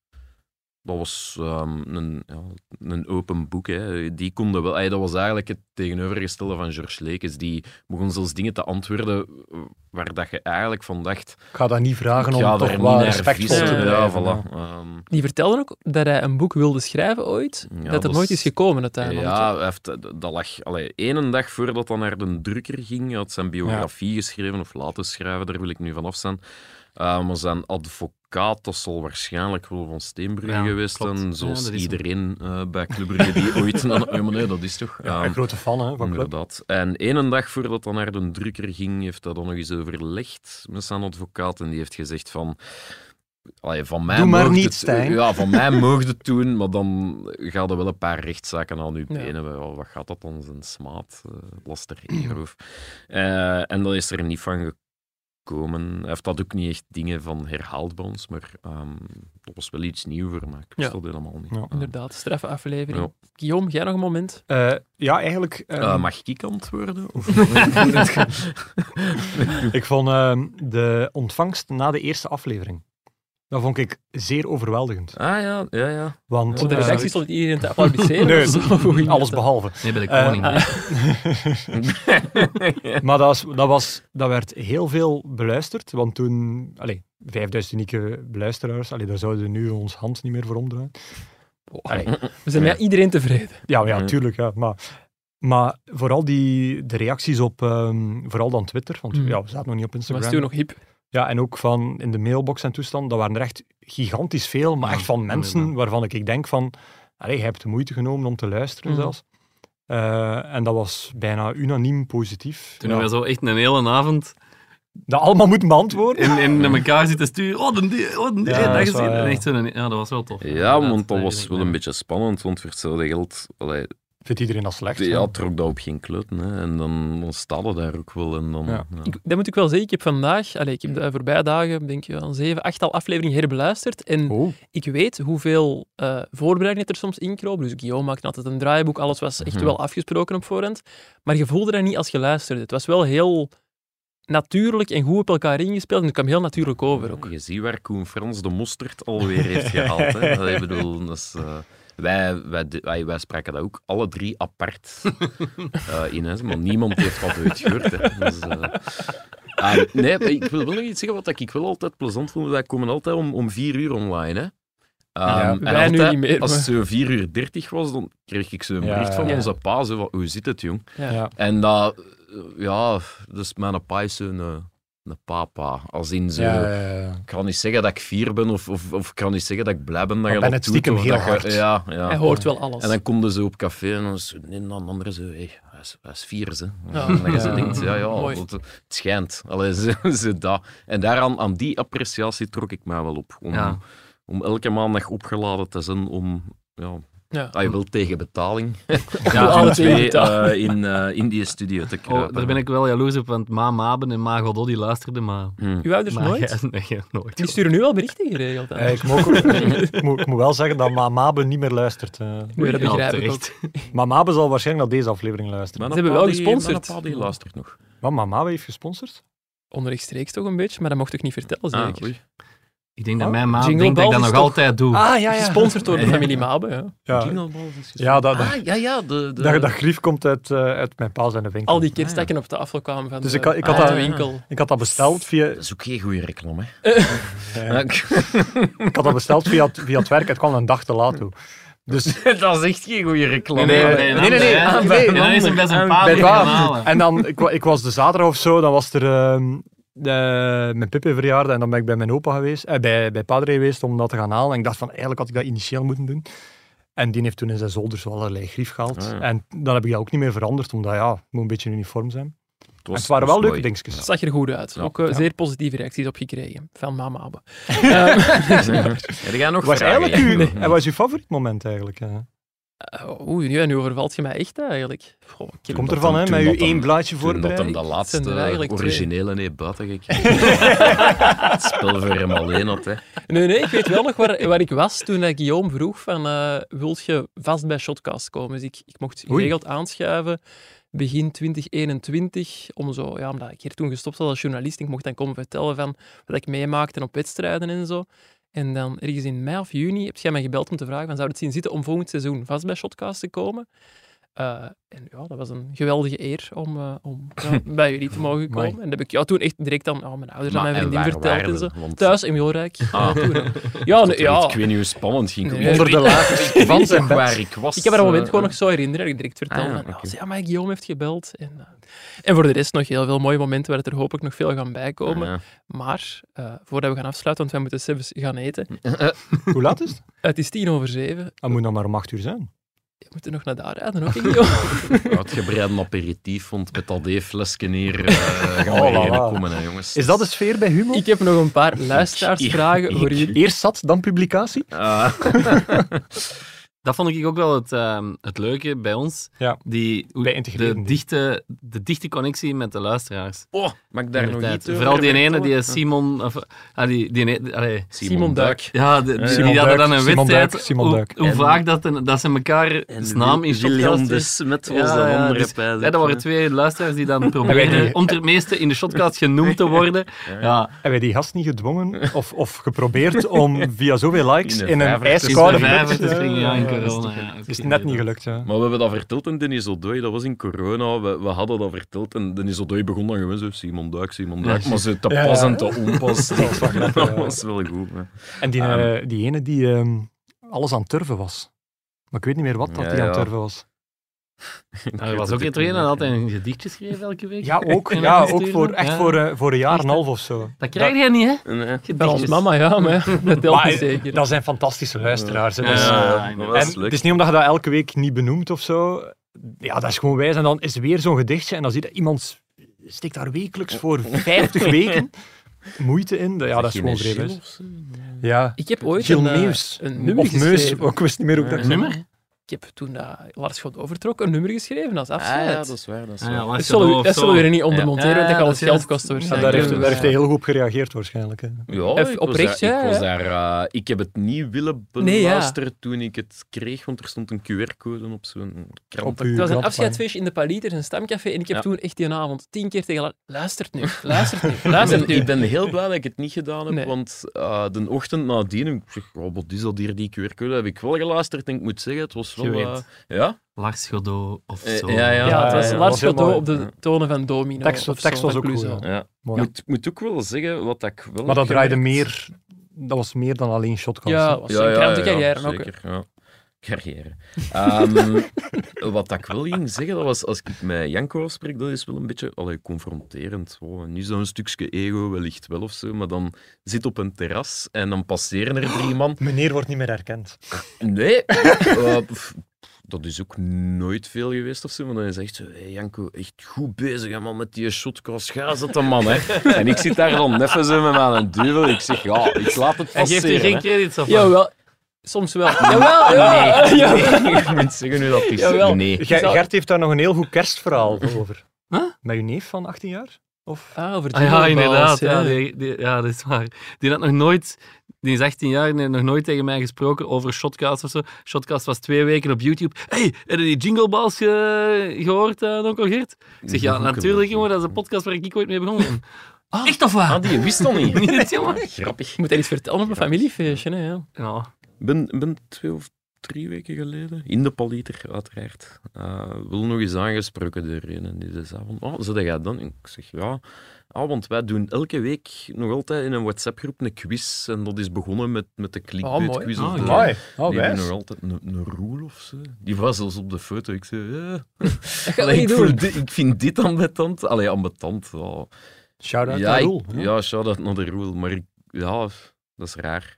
Speaker 1: Dat was ehm, een, ja, een open boek. Hè. Die konden wel... ey, dat was eigenlijk het tegenovergestelde van George Lekes. Die begon zelfs dingen te antwoorden eh, waar dat je eigenlijk van dacht...
Speaker 6: Ik ga dat niet vragen
Speaker 1: ik
Speaker 6: om
Speaker 1: ga
Speaker 6: toch
Speaker 1: daar
Speaker 6: wel
Speaker 1: niet naar
Speaker 6: respectvol
Speaker 1: vissen.
Speaker 6: te
Speaker 1: Ja,
Speaker 6: blijven,
Speaker 1: voilà. Ehm,
Speaker 2: Die vertelde ook dat hij een boek wilde schrijven ooit,
Speaker 1: Ja,
Speaker 2: dat het
Speaker 1: dat
Speaker 2: nooit
Speaker 1: is-
Speaker 2: is gekomen uiteindelijk.
Speaker 1: Ja, hij heeft, dat- dat lag allee, één dag voordat dat naar de drukker ging. had zijn biografie geschreven of laten schrijven, daar wil ik nu vanaf zijn. Eh, maar zijn advocaat, dat zal waarschijnlijk wel van Steenbrugge
Speaker 5: Ja,
Speaker 1: geweest
Speaker 5: klopt.
Speaker 1: zijn,
Speaker 5: Ja,
Speaker 1: zoals
Speaker 5: dat is hem.
Speaker 1: iedereen eh, bij Club Brugge die ooit... naar- Ja, maar nee, dat is toch...
Speaker 6: Ja,
Speaker 1: ehm,
Speaker 6: een grote fan hè, van Club.
Speaker 1: Inderdaad. En één dag voordat dat naar de drukker ging, heeft dat dan nog eens overlegd met zijn advocaat. En die heeft gezegd van... allee, van mij
Speaker 6: Doe maar
Speaker 1: moogt
Speaker 6: niet,
Speaker 1: het,
Speaker 6: Stijn.
Speaker 1: Ja, van mij mocht het doen, maar dan gaan er wel een paar rechtszaken aan uw
Speaker 6: Ja.
Speaker 1: benen. Wel, Wat gaat dat dan? Zijn smaad, eh, laster eeroof. Eh, en dat is er niet van gekomen. Hij heeft dat ook niet echt dingen van herhaald bij ons, maar ehm, dat was wel iets nieuw voor mij. Ik wist
Speaker 2: Ja.
Speaker 1: dat helemaal niet.
Speaker 6: Ja.
Speaker 2: Inderdaad, straffe aflevering.
Speaker 1: Ja.
Speaker 2: Guillaume, jij nog een moment?
Speaker 6: Eh, ja, eigenlijk... ehm,
Speaker 1: Eh, mag ik antwoorden? Of...
Speaker 6: ik vond ehm, de ontvangst na de eerste aflevering. Dat vond ik zeer overweldigend.
Speaker 1: Ah ja, ja, ja.
Speaker 6: Want,
Speaker 2: Op de
Speaker 6: eh,
Speaker 2: redactie stond iedereen te applaudisseren.
Speaker 6: Nee,
Speaker 2: of zo, hoe ging dat
Speaker 6: alles
Speaker 2: dan?
Speaker 6: behalve.
Speaker 5: Nee, bij de
Speaker 6: Eh,
Speaker 5: koning.
Speaker 6: maar dat, was, dat, was, dat werd heel veel beluisterd, want toen... Allee, 5000 unieke beluisteraars, allee, daar zouden we nu ons hand niet meer voor omdraaien. Allee.
Speaker 2: We zijn met iedereen tevreden.
Speaker 6: Ja, ja,
Speaker 2: Ja.
Speaker 6: tuurlijk. Ja. Maar, maar vooral die, de reacties op, ehm, vooral dan Twitter, want
Speaker 2: Mm.
Speaker 6: ja, we zaten nog niet op Instagram.
Speaker 2: Was toen nog hip.
Speaker 6: Ja, en ook van in de mailbox en toestand, dat waren er echt gigantisch veel, maar echt van mensen waarvan ik, ik denk van, allee, jij hebt de moeite genomen om te luisteren
Speaker 5: Mm.
Speaker 6: zelfs. Eh, en dat was bijna unaniem positief.
Speaker 5: Toen
Speaker 6: Ja.
Speaker 5: hebben we zo echt een hele avond
Speaker 6: dat allemaal moeten beantwoorden.
Speaker 5: In, in elkaar zitten sturen. Oh, de, die- oh, de, die-
Speaker 6: Ja,
Speaker 5: dat
Speaker 6: dat is
Speaker 5: is
Speaker 6: waar, ja.
Speaker 5: echt zo'n- Ja, dat was wel tof. Oh,
Speaker 1: Ja, want dat was wel een beetje spannend, want voor hetzelfde geld... Allee,
Speaker 6: Vindt iedereen dat slecht?
Speaker 1: Ja,
Speaker 6: hè?
Speaker 1: trok dat op geen kluten. Hè. En dan, dan staat het daar ook wel. En dan,
Speaker 6: Ja.
Speaker 1: ja.
Speaker 2: Ik, dat moet ik wel zeggen. Ik heb vandaag, allez, ik heb de voorbije dagen, denk ik, een zeven, achttal afleveringen herbeluisterd. En
Speaker 1: Oh.
Speaker 2: ik weet hoeveel eh voorbereidingen er soms inkropen. Dus Guillaume maakte altijd een draaiboek. Alles was echt
Speaker 1: Mhm.
Speaker 2: wel afgesproken op voorhand. Maar je voelde dat niet als je luisterde. Het was wel heel natuurlijk en goed op elkaar ingespeeld. En het kwam heel natuurlijk over ook.
Speaker 1: Je ziet waar Koen Frans de mosterd alweer heeft gehaald. Hè. Dat, ik bedoel, dat is, eh, wij, wij, de- wij, wij spraken dat ook alle drie apart eh, in huis, maar niemand heeft dat ooit gehoord. Hè. Dus, eh, ah, nee, maar ik wil wel nog iets zeggen wat ik wel altijd plezant vond. Wij komen altijd om, om vier uur online. Hè. Ehm,
Speaker 2: Ja,
Speaker 1: en
Speaker 2: wij nu
Speaker 1: altijd,
Speaker 2: niet meer,
Speaker 1: Als het
Speaker 2: maar-
Speaker 1: zo 4 uur 30 was, dan kreeg ik zo'n
Speaker 2: Ja,
Speaker 1: bericht van
Speaker 2: ja.
Speaker 1: onze pa. Zo, van, hoe zit het, jong?
Speaker 2: Ja. Ja.
Speaker 1: En dat, eh, ja, dus mijn pa is zo'n eh, een papa. Als in zo,
Speaker 6: Ja, ja, ja.
Speaker 1: ik kan niet zeggen dat ik vier ben, of, of, of ik kan niet zeggen dat ik blij ben dat
Speaker 6: Maar
Speaker 1: je
Speaker 6: ben
Speaker 1: dat
Speaker 6: het
Speaker 1: doet,
Speaker 6: stiekem
Speaker 1: of
Speaker 6: heel
Speaker 1: dat je-
Speaker 6: hard.
Speaker 1: ja, ja.
Speaker 2: Hij hoort wel alles.
Speaker 1: En dan kom je zo op café en dan is nee, dan de andere zo, hey, hij, is, hij is vier, hè.
Speaker 2: Ja.
Speaker 1: En dan je zo
Speaker 2: Ja.
Speaker 1: denkt, ja, ja,
Speaker 2: Mooi.
Speaker 1: want het schijnt. Allee, zo, zo dat. En daaraan, aan die appreciatie trok ik mij wel op. Om,
Speaker 5: Ja.
Speaker 1: om elke maandag opgeladen te zijn om... Ja,
Speaker 5: Ja.
Speaker 1: Ah, je wilt tegen betaling.
Speaker 5: Ja,
Speaker 1: om
Speaker 5: alle
Speaker 1: twee,
Speaker 5: tegen betaling.
Speaker 1: eh, in, eh, in die studio te kruipen.
Speaker 5: Oh, daar ben ik wel jaloers op, want Ma Maben en Ma Godot die luisterden, maar...
Speaker 1: Hmm.
Speaker 2: Uw ouders
Speaker 5: Maar
Speaker 2: nooit?
Speaker 5: jij- nee, nooit.
Speaker 2: Die sturen nu al berichten geregeld. hè.
Speaker 6: Eh, ik, moet ook- ik moet, ik moet wel zeggen dat Mamabe niet meer luistert. eh.
Speaker 2: Nee, dat Ja, begrijp ik terecht.
Speaker 6: Mamabe zal waarschijnlijk naar deze aflevering luisteren.
Speaker 2: Ze hebben wel gesponsord.
Speaker 1: nog.
Speaker 6: Wat Mamabe heeft gesponsord?
Speaker 2: Onderrechtstreeks toch een beetje, maar dat mocht ik niet vertellen,
Speaker 6: Ah,
Speaker 2: zeker?
Speaker 1: oei.
Speaker 5: Ik denk dat
Speaker 2: Oh,
Speaker 5: mijn ma
Speaker 2: Jingle
Speaker 5: denkt dat ik dat
Speaker 2: Bells
Speaker 5: nog
Speaker 2: is toch-
Speaker 5: altijd doe.
Speaker 2: Ah, ja, ja. Gesponsord door de
Speaker 5: Ja.
Speaker 2: familie Mabe, ja.
Speaker 6: Ja,
Speaker 2: Jingle Balls is
Speaker 6: ja, dat, dat,
Speaker 2: Ah, ja, ja. De, de...
Speaker 6: dat, dat grief komt uit, eh, uit mijn paas en de winkel.
Speaker 2: Al die kerstdekken op tafel kwamen van
Speaker 6: Dus
Speaker 2: de,
Speaker 6: ik, had- ik, had
Speaker 2: uit
Speaker 6: dat,
Speaker 2: de winkel.
Speaker 6: ik had dat besteld via...
Speaker 1: Dat is ook geen goede reclame,
Speaker 6: Ja. ik had dat besteld via, het- via het werk. Het kwam een dag te laat toe. Dus
Speaker 1: dat is echt geen goede reclame.
Speaker 6: Nee, nee, nee. nee,
Speaker 2: Ah,
Speaker 6: nee, nee,
Speaker 5: hè? En dan is er best een paar
Speaker 6: Bij het
Speaker 5: dingen
Speaker 6: waar.
Speaker 5: halen.
Speaker 6: En dan, ik, wa- ik was de zaterdag of zo, dan was er ehm, eh, mijn pippe verjaardag en dan ben ik bij mijn opa geweest, eh, bij, bij Padre geweest om dat te gaan halen. En ik dacht van, eigenlijk had ik dat initieel moeten doen. En die heeft toen in zijn zolder zo allerlei grief gehaald.
Speaker 1: Ah, ja.
Speaker 6: En dan heb ik dat ook niet meer veranderd, omdat ja, het moet een beetje uniform zijn.
Speaker 1: Het, was-
Speaker 6: het waren
Speaker 1: het was
Speaker 6: wel leuke
Speaker 1: mooi.
Speaker 6: dingetjes.
Speaker 2: Het zag er goed uit.
Speaker 1: Ja.
Speaker 2: Ook eh,
Speaker 1: Ja.
Speaker 2: zeer positieve reacties op gekregen van Mama Abbe. Ehm,
Speaker 1: Heb jij nog
Speaker 6: was
Speaker 1: vragen,
Speaker 6: eigenlijk
Speaker 1: Jan?
Speaker 6: uw, en wat is uw favoriet moment eigenlijk? eh?
Speaker 2: Oeh, oh, nu, nu overvalt je mij echt eigenlijk. Goh, ik heb-
Speaker 6: Komt ervan, hè, met uw één blaadje
Speaker 1: voor Dat hem
Speaker 6: voorbereiding.
Speaker 1: de
Speaker 2: Het
Speaker 1: laatste eh,
Speaker 2: zijn er eigenlijk twee.
Speaker 1: originele nee buiten gekregen. Het spel voor hem alleen had, hè.
Speaker 2: Nee, nee, ik weet wel nog waar, waar ik was toen eh, Guillaume vroeg van eh wilt je vast bij Shotcast komen? Dus ik, ik mocht
Speaker 1: Oei.
Speaker 2: geregeld aanschuiven begin 2021, om zo, ja, omdat ik hier toen gestopt was als journalist, ik mocht dan komen vertellen van wat ik meemaakte op wedstrijden en zo. En dan ergens in mei of juni heb jij mij gebeld om te vragen van zou het zien zitten om volgend seizoen vast bij Shotcast te komen? Eh, en ja, dat was een geweldige eer om, eh, om ja, bij jullie te mogen komen.
Speaker 1: Amai.
Speaker 2: En dat heb ik ja, toen echt direct aan oh, mijn ouders en
Speaker 1: Maar
Speaker 2: mijn
Speaker 1: en
Speaker 2: vriendin
Speaker 1: waar
Speaker 2: verteld.
Speaker 1: waren
Speaker 2: en zo.
Speaker 1: we? Want-
Speaker 2: Thuis in Wilrijk.
Speaker 1: Ah.
Speaker 2: Ja, toen, hè. ja, nee,
Speaker 1: Tot er
Speaker 2: ja.
Speaker 1: iets- Ik weet niet hoe spannend ging.
Speaker 2: Nee.
Speaker 1: Ik weet niet Van zeg waar ik was.
Speaker 2: Ik heb er een moment
Speaker 1: eh,
Speaker 2: gewoon nog zo herinneren. dat Ik direct vertelde.
Speaker 1: Ah,
Speaker 2: Ah,
Speaker 1: ja,
Speaker 2: ja,
Speaker 1: oké.
Speaker 2: maar Guillaume heeft gebeld. En, eh, en voor de rest nog heel veel mooie momenten waar het er hopelijk nog veel gaan bijkomen.
Speaker 1: Ah,
Speaker 2: Maar eh, voordat we gaan afsluiten, want wij moeten zelfs gaan
Speaker 1: Hm.
Speaker 2: eten.
Speaker 1: Eh,
Speaker 6: Hoe laat is het?
Speaker 2: Het is tien over zeven.
Speaker 6: Dat moet dan maar om acht uur zijn.
Speaker 2: We moeten nog naar daar rijden, ook Guillaume.
Speaker 1: Uitgebreid een aperitief, want met dat D-flesje hier eh, gaan we
Speaker 6: Oh, la,
Speaker 1: hier
Speaker 6: la.
Speaker 1: komen, hè, jongens.
Speaker 6: Is dat de sfeer bij Humo?
Speaker 2: Ik heb nog een paar luisteraarsvragen voor jullie.
Speaker 6: Eerst zat, dan publicatie?
Speaker 5: Ah. Dat vond ik ook wel het, ehm, het leuke bij ons.
Speaker 6: Ja.
Speaker 5: Die, hoe-
Speaker 6: integreren
Speaker 5: de,
Speaker 6: die.
Speaker 5: dichte, de dichte connectie met de luisteraars.
Speaker 1: Oh, mag ik daar nog
Speaker 5: Inderdaad.
Speaker 1: iets over
Speaker 5: Vooral die ene, die
Speaker 1: vertellen?
Speaker 5: Simon... Of, ah, die, die, ene- die- allee.
Speaker 1: Simon Duik.
Speaker 5: Ja, de- die,
Speaker 1: Simon
Speaker 5: die hadden dan
Speaker 1: Duik,
Speaker 5: een
Speaker 1: Simon
Speaker 5: wedstrijd.
Speaker 1: Duik, Simon
Speaker 5: hoe,
Speaker 1: Duik.
Speaker 5: hoe
Speaker 1: En-
Speaker 5: vaak dat, een- dat ze elkaar
Speaker 1: En
Speaker 5: zijn naam in
Speaker 1: Wil- William
Speaker 5: shotcast...
Speaker 1: de Smet was dat andere pijl,
Speaker 5: Ja, dat waren
Speaker 1: hè.
Speaker 5: twee luisteraars die dan
Speaker 6: Hebben
Speaker 5: proberen
Speaker 6: die-
Speaker 5: om ter meeste in de shotcast genoemd te worden. Ja.
Speaker 6: Hebben wij die gast niet gedwongen of, of geprobeerd om via zoveel likes
Speaker 1: In
Speaker 6: in,
Speaker 1: de
Speaker 6: een
Speaker 1: vijver te
Speaker 6: ijskoude
Speaker 1: springen.
Speaker 6: plek-
Speaker 1: In de vijver te springen, ja, in
Speaker 6: dat is toch-
Speaker 1: corona, ja,
Speaker 6: Het is net niet gelukt, ja.
Speaker 1: Maar we hebben dat verteld aan Denis Odoi, dat was in corona, we, we hadden dat verteld en Denis Odoi begon dan gewoon zo, Simon Duik, Simon Duik,
Speaker 6: Ja.
Speaker 1: maar ze te
Speaker 6: Ja,
Speaker 1: pas
Speaker 6: ja.
Speaker 1: en te onpas,
Speaker 6: Dat was wel
Speaker 1: dat
Speaker 6: grappig, ja.
Speaker 1: was wel goed. hè.
Speaker 6: En die,
Speaker 1: Ehm,
Speaker 6: eh, die ene die ehm, alles aan het turven was. Maar ik weet niet meer wat dat
Speaker 1: Ja,
Speaker 6: die aan het
Speaker 1: ja.
Speaker 6: turven was.
Speaker 5: Nou, er was ook een trainer dat altijd een gedichtje schreef elke week.
Speaker 6: Ja, ook,
Speaker 5: En
Speaker 6: ja,
Speaker 5: dat
Speaker 6: ook
Speaker 5: stuurde.
Speaker 6: voor, echt
Speaker 5: Ja.
Speaker 6: voor, eh, voor een jaar en een half of zo.
Speaker 5: Dat krijg jij niet, hè?
Speaker 2: Bij ons mama, ja, maar ja, dat telt
Speaker 6: Ah, Maar,
Speaker 2: niet
Speaker 6: eh,
Speaker 2: zeker.
Speaker 6: Dat zijn fantastische luisteraars. hè.
Speaker 2: Ja,
Speaker 6: Dat is, eh,
Speaker 2: ja,
Speaker 6: en
Speaker 2: dat is leuk.
Speaker 6: het is niet omdat je dat elke week niet benoemt of zo. Ja, dat is gewoon wijs. En dan is weer zo'n gedichtje en dan zie je dat iemand steekt daar wekelijks voor 50 weken moeite in. Ja, dat is gewoon vreemd. Ja.
Speaker 2: Ik heb ooit
Speaker 6: Gil
Speaker 2: een, eh,
Speaker 6: Meus.
Speaker 2: een nummer
Speaker 6: Of Meus,
Speaker 2: geschreven.
Speaker 6: ik wist niet meer hoe ik dat
Speaker 2: Een
Speaker 6: zei.
Speaker 2: nummer? Ik heb toen eh, dat Lars God overtrok een nummer geschreven als afscheid.
Speaker 1: ja, dat is waar, dat is Ah, ja, waar. Lars
Speaker 2: dat zullen we,
Speaker 6: nou
Speaker 1: Godot
Speaker 2: dat
Speaker 1: of
Speaker 2: zullen we
Speaker 1: zo.
Speaker 2: er niet onder
Speaker 1: Ja.
Speaker 2: monteren, want dat
Speaker 1: Ja,
Speaker 2: gaat
Speaker 1: dat
Speaker 2: ons
Speaker 1: is
Speaker 2: geld
Speaker 1: juist.
Speaker 2: kosten
Speaker 1: Ja,
Speaker 6: Ja,
Speaker 2: waarschijnlijk.
Speaker 6: daar, heeft,
Speaker 2: Dus,
Speaker 6: daar heeft
Speaker 2: ja.
Speaker 6: hij heel goed op gereageerd waarschijnlijk. hè.
Speaker 1: Ja, ik was
Speaker 2: oprecht,
Speaker 1: daar,
Speaker 2: ja,
Speaker 1: ik, was
Speaker 2: ja.
Speaker 1: daar, eh, ik heb het niet willen
Speaker 2: Nee, ja.
Speaker 1: beluisteren toen ik het kreeg, want er stond een QR-code op zo'n krant.
Speaker 2: Het was een afscheidsfeestje in de Palieter, een stamcafé, en ik heb
Speaker 1: Ja.
Speaker 2: toen echt die avond tien keer tegen Lars... Luistert nu, luistert nu,
Speaker 1: ik,
Speaker 2: luistert
Speaker 1: ben,
Speaker 2: nu.
Speaker 1: ik ben heel blij dat ik het niet gedaan heb,
Speaker 2: Nee.
Speaker 1: want eh, de ochtend nadien, ik zeg, oh, wat is dat hier, die QR-code, heb ik wel geluisterd en ik moet zeggen, het was wel...
Speaker 5: Geweend.
Speaker 1: eh, ja?
Speaker 5: Lars Godot of
Speaker 1: Eh,
Speaker 5: zo.
Speaker 1: ja, ja.
Speaker 2: Ja, het was
Speaker 1: ja. Dat was
Speaker 2: Lars Godot
Speaker 1: heel
Speaker 2: op de
Speaker 1: mooi.
Speaker 2: tonen van Domino.
Speaker 6: Tekst-
Speaker 2: of zo,
Speaker 6: tekst was
Speaker 2: van
Speaker 6: ook goed,
Speaker 2: Clouseau.
Speaker 6: ja.
Speaker 1: Ja.
Speaker 6: Mooi.
Speaker 1: Moet, moet ook wel zeggen wat ik wel...
Speaker 6: Maar dat
Speaker 1: heb
Speaker 6: draaide
Speaker 1: gemerkt-
Speaker 6: meer... Dat was meer dan alleen shotcast.
Speaker 2: Ja,
Speaker 6: hè.
Speaker 2: dat was zijn krantencarrière ook, hè.
Speaker 1: zeker, ja. Carrière. Ehm, wat dat ik wel ging zeggen, dat was als ik met Janko afspreek, dat is wel een beetje allee, confronterend. Oh, nu zo'n stukje ego, wellicht wel of zo, maar dan zit op een terras en dan passeren er drie man.
Speaker 6: Meneer wordt niet meer herkend.
Speaker 1: Nee. Eh, pff, dat is ook nooit veel geweest of zo. Maar dan is echt zo, hey Janko, echt goed bezig hè, man, met die shotcross. Ga zat een man, hè. En ik zit daar dan neffen zo met mijn duivel. Ik zeg, ja, ik laat het
Speaker 5: Hij
Speaker 1: passeren.
Speaker 5: geeft hier geen
Speaker 1: hè.
Speaker 5: credits op.
Speaker 2: Jawel, soms wel. Ah,
Speaker 6: Ah,
Speaker 2: Jawel, jawel,
Speaker 1: Ah, Nee,
Speaker 2: jawel.
Speaker 1: nee, ik moet zeggen hoe dat is.
Speaker 2: Jawel.
Speaker 1: Nee.
Speaker 6: Ge-
Speaker 2: Zal-
Speaker 6: Gert heeft daar nog een heel goed kerstverhaal over. Met uw neef van 18 jaar? Of?
Speaker 2: Ah, over
Speaker 5: Ah, ja, inderdaad. Ja, die, die- ja, dat is waar. Die had nog nooit, die is 18 jaar en heeft nog nooit tegen mij gesproken over Shotcast of zo. Shotcast was twee weken op YouTube. Hey, heb je die Jingle Balls ge- gehoord, uh, Donkel Geert? Ik zeg, ja,
Speaker 1: Die boeken,
Speaker 5: natuurlijk, jongen, dat is een podcast waar ik ooit mee begonnen ben.
Speaker 2: Echt of waar?
Speaker 1: Ah, die wist al niet.
Speaker 5: Niet, jongen.
Speaker 1: Grappig.
Speaker 2: Je moet er iets vertellen op een familiefeestje, hè. ja.
Speaker 5: Ja.
Speaker 1: ben, ben twee of drie weken geleden, in de palieter uiteraard, eh, wil nog eens aangesproken door een. En die zei van, oh, zit jij dan? En ik zeg, ja. Ah, want wij doen elke week nog altijd in een WhatsApp-groep een quiz. En dat is begonnen met, met de
Speaker 2: Oh, mooi.
Speaker 1: clickbait-quiz.
Speaker 2: Ah,
Speaker 1: of de-
Speaker 2: mooi. Oh,
Speaker 1: die hebben
Speaker 2: wijs.
Speaker 1: nog altijd een, een roel of zo. Die was zelfs op de foto. Ik zei, ja.
Speaker 2: gaat
Speaker 1: Allee,
Speaker 2: niet
Speaker 1: ik,
Speaker 2: doen.
Speaker 1: voel dit- ik vind dit ambetant. Allee, ambetant. ja.
Speaker 6: Shout-out
Speaker 1: ja,
Speaker 6: naar
Speaker 1: ik-
Speaker 6: Roel, hè?
Speaker 1: Ja, shout-out naar de roel. Maar ik- ja, dat is raar.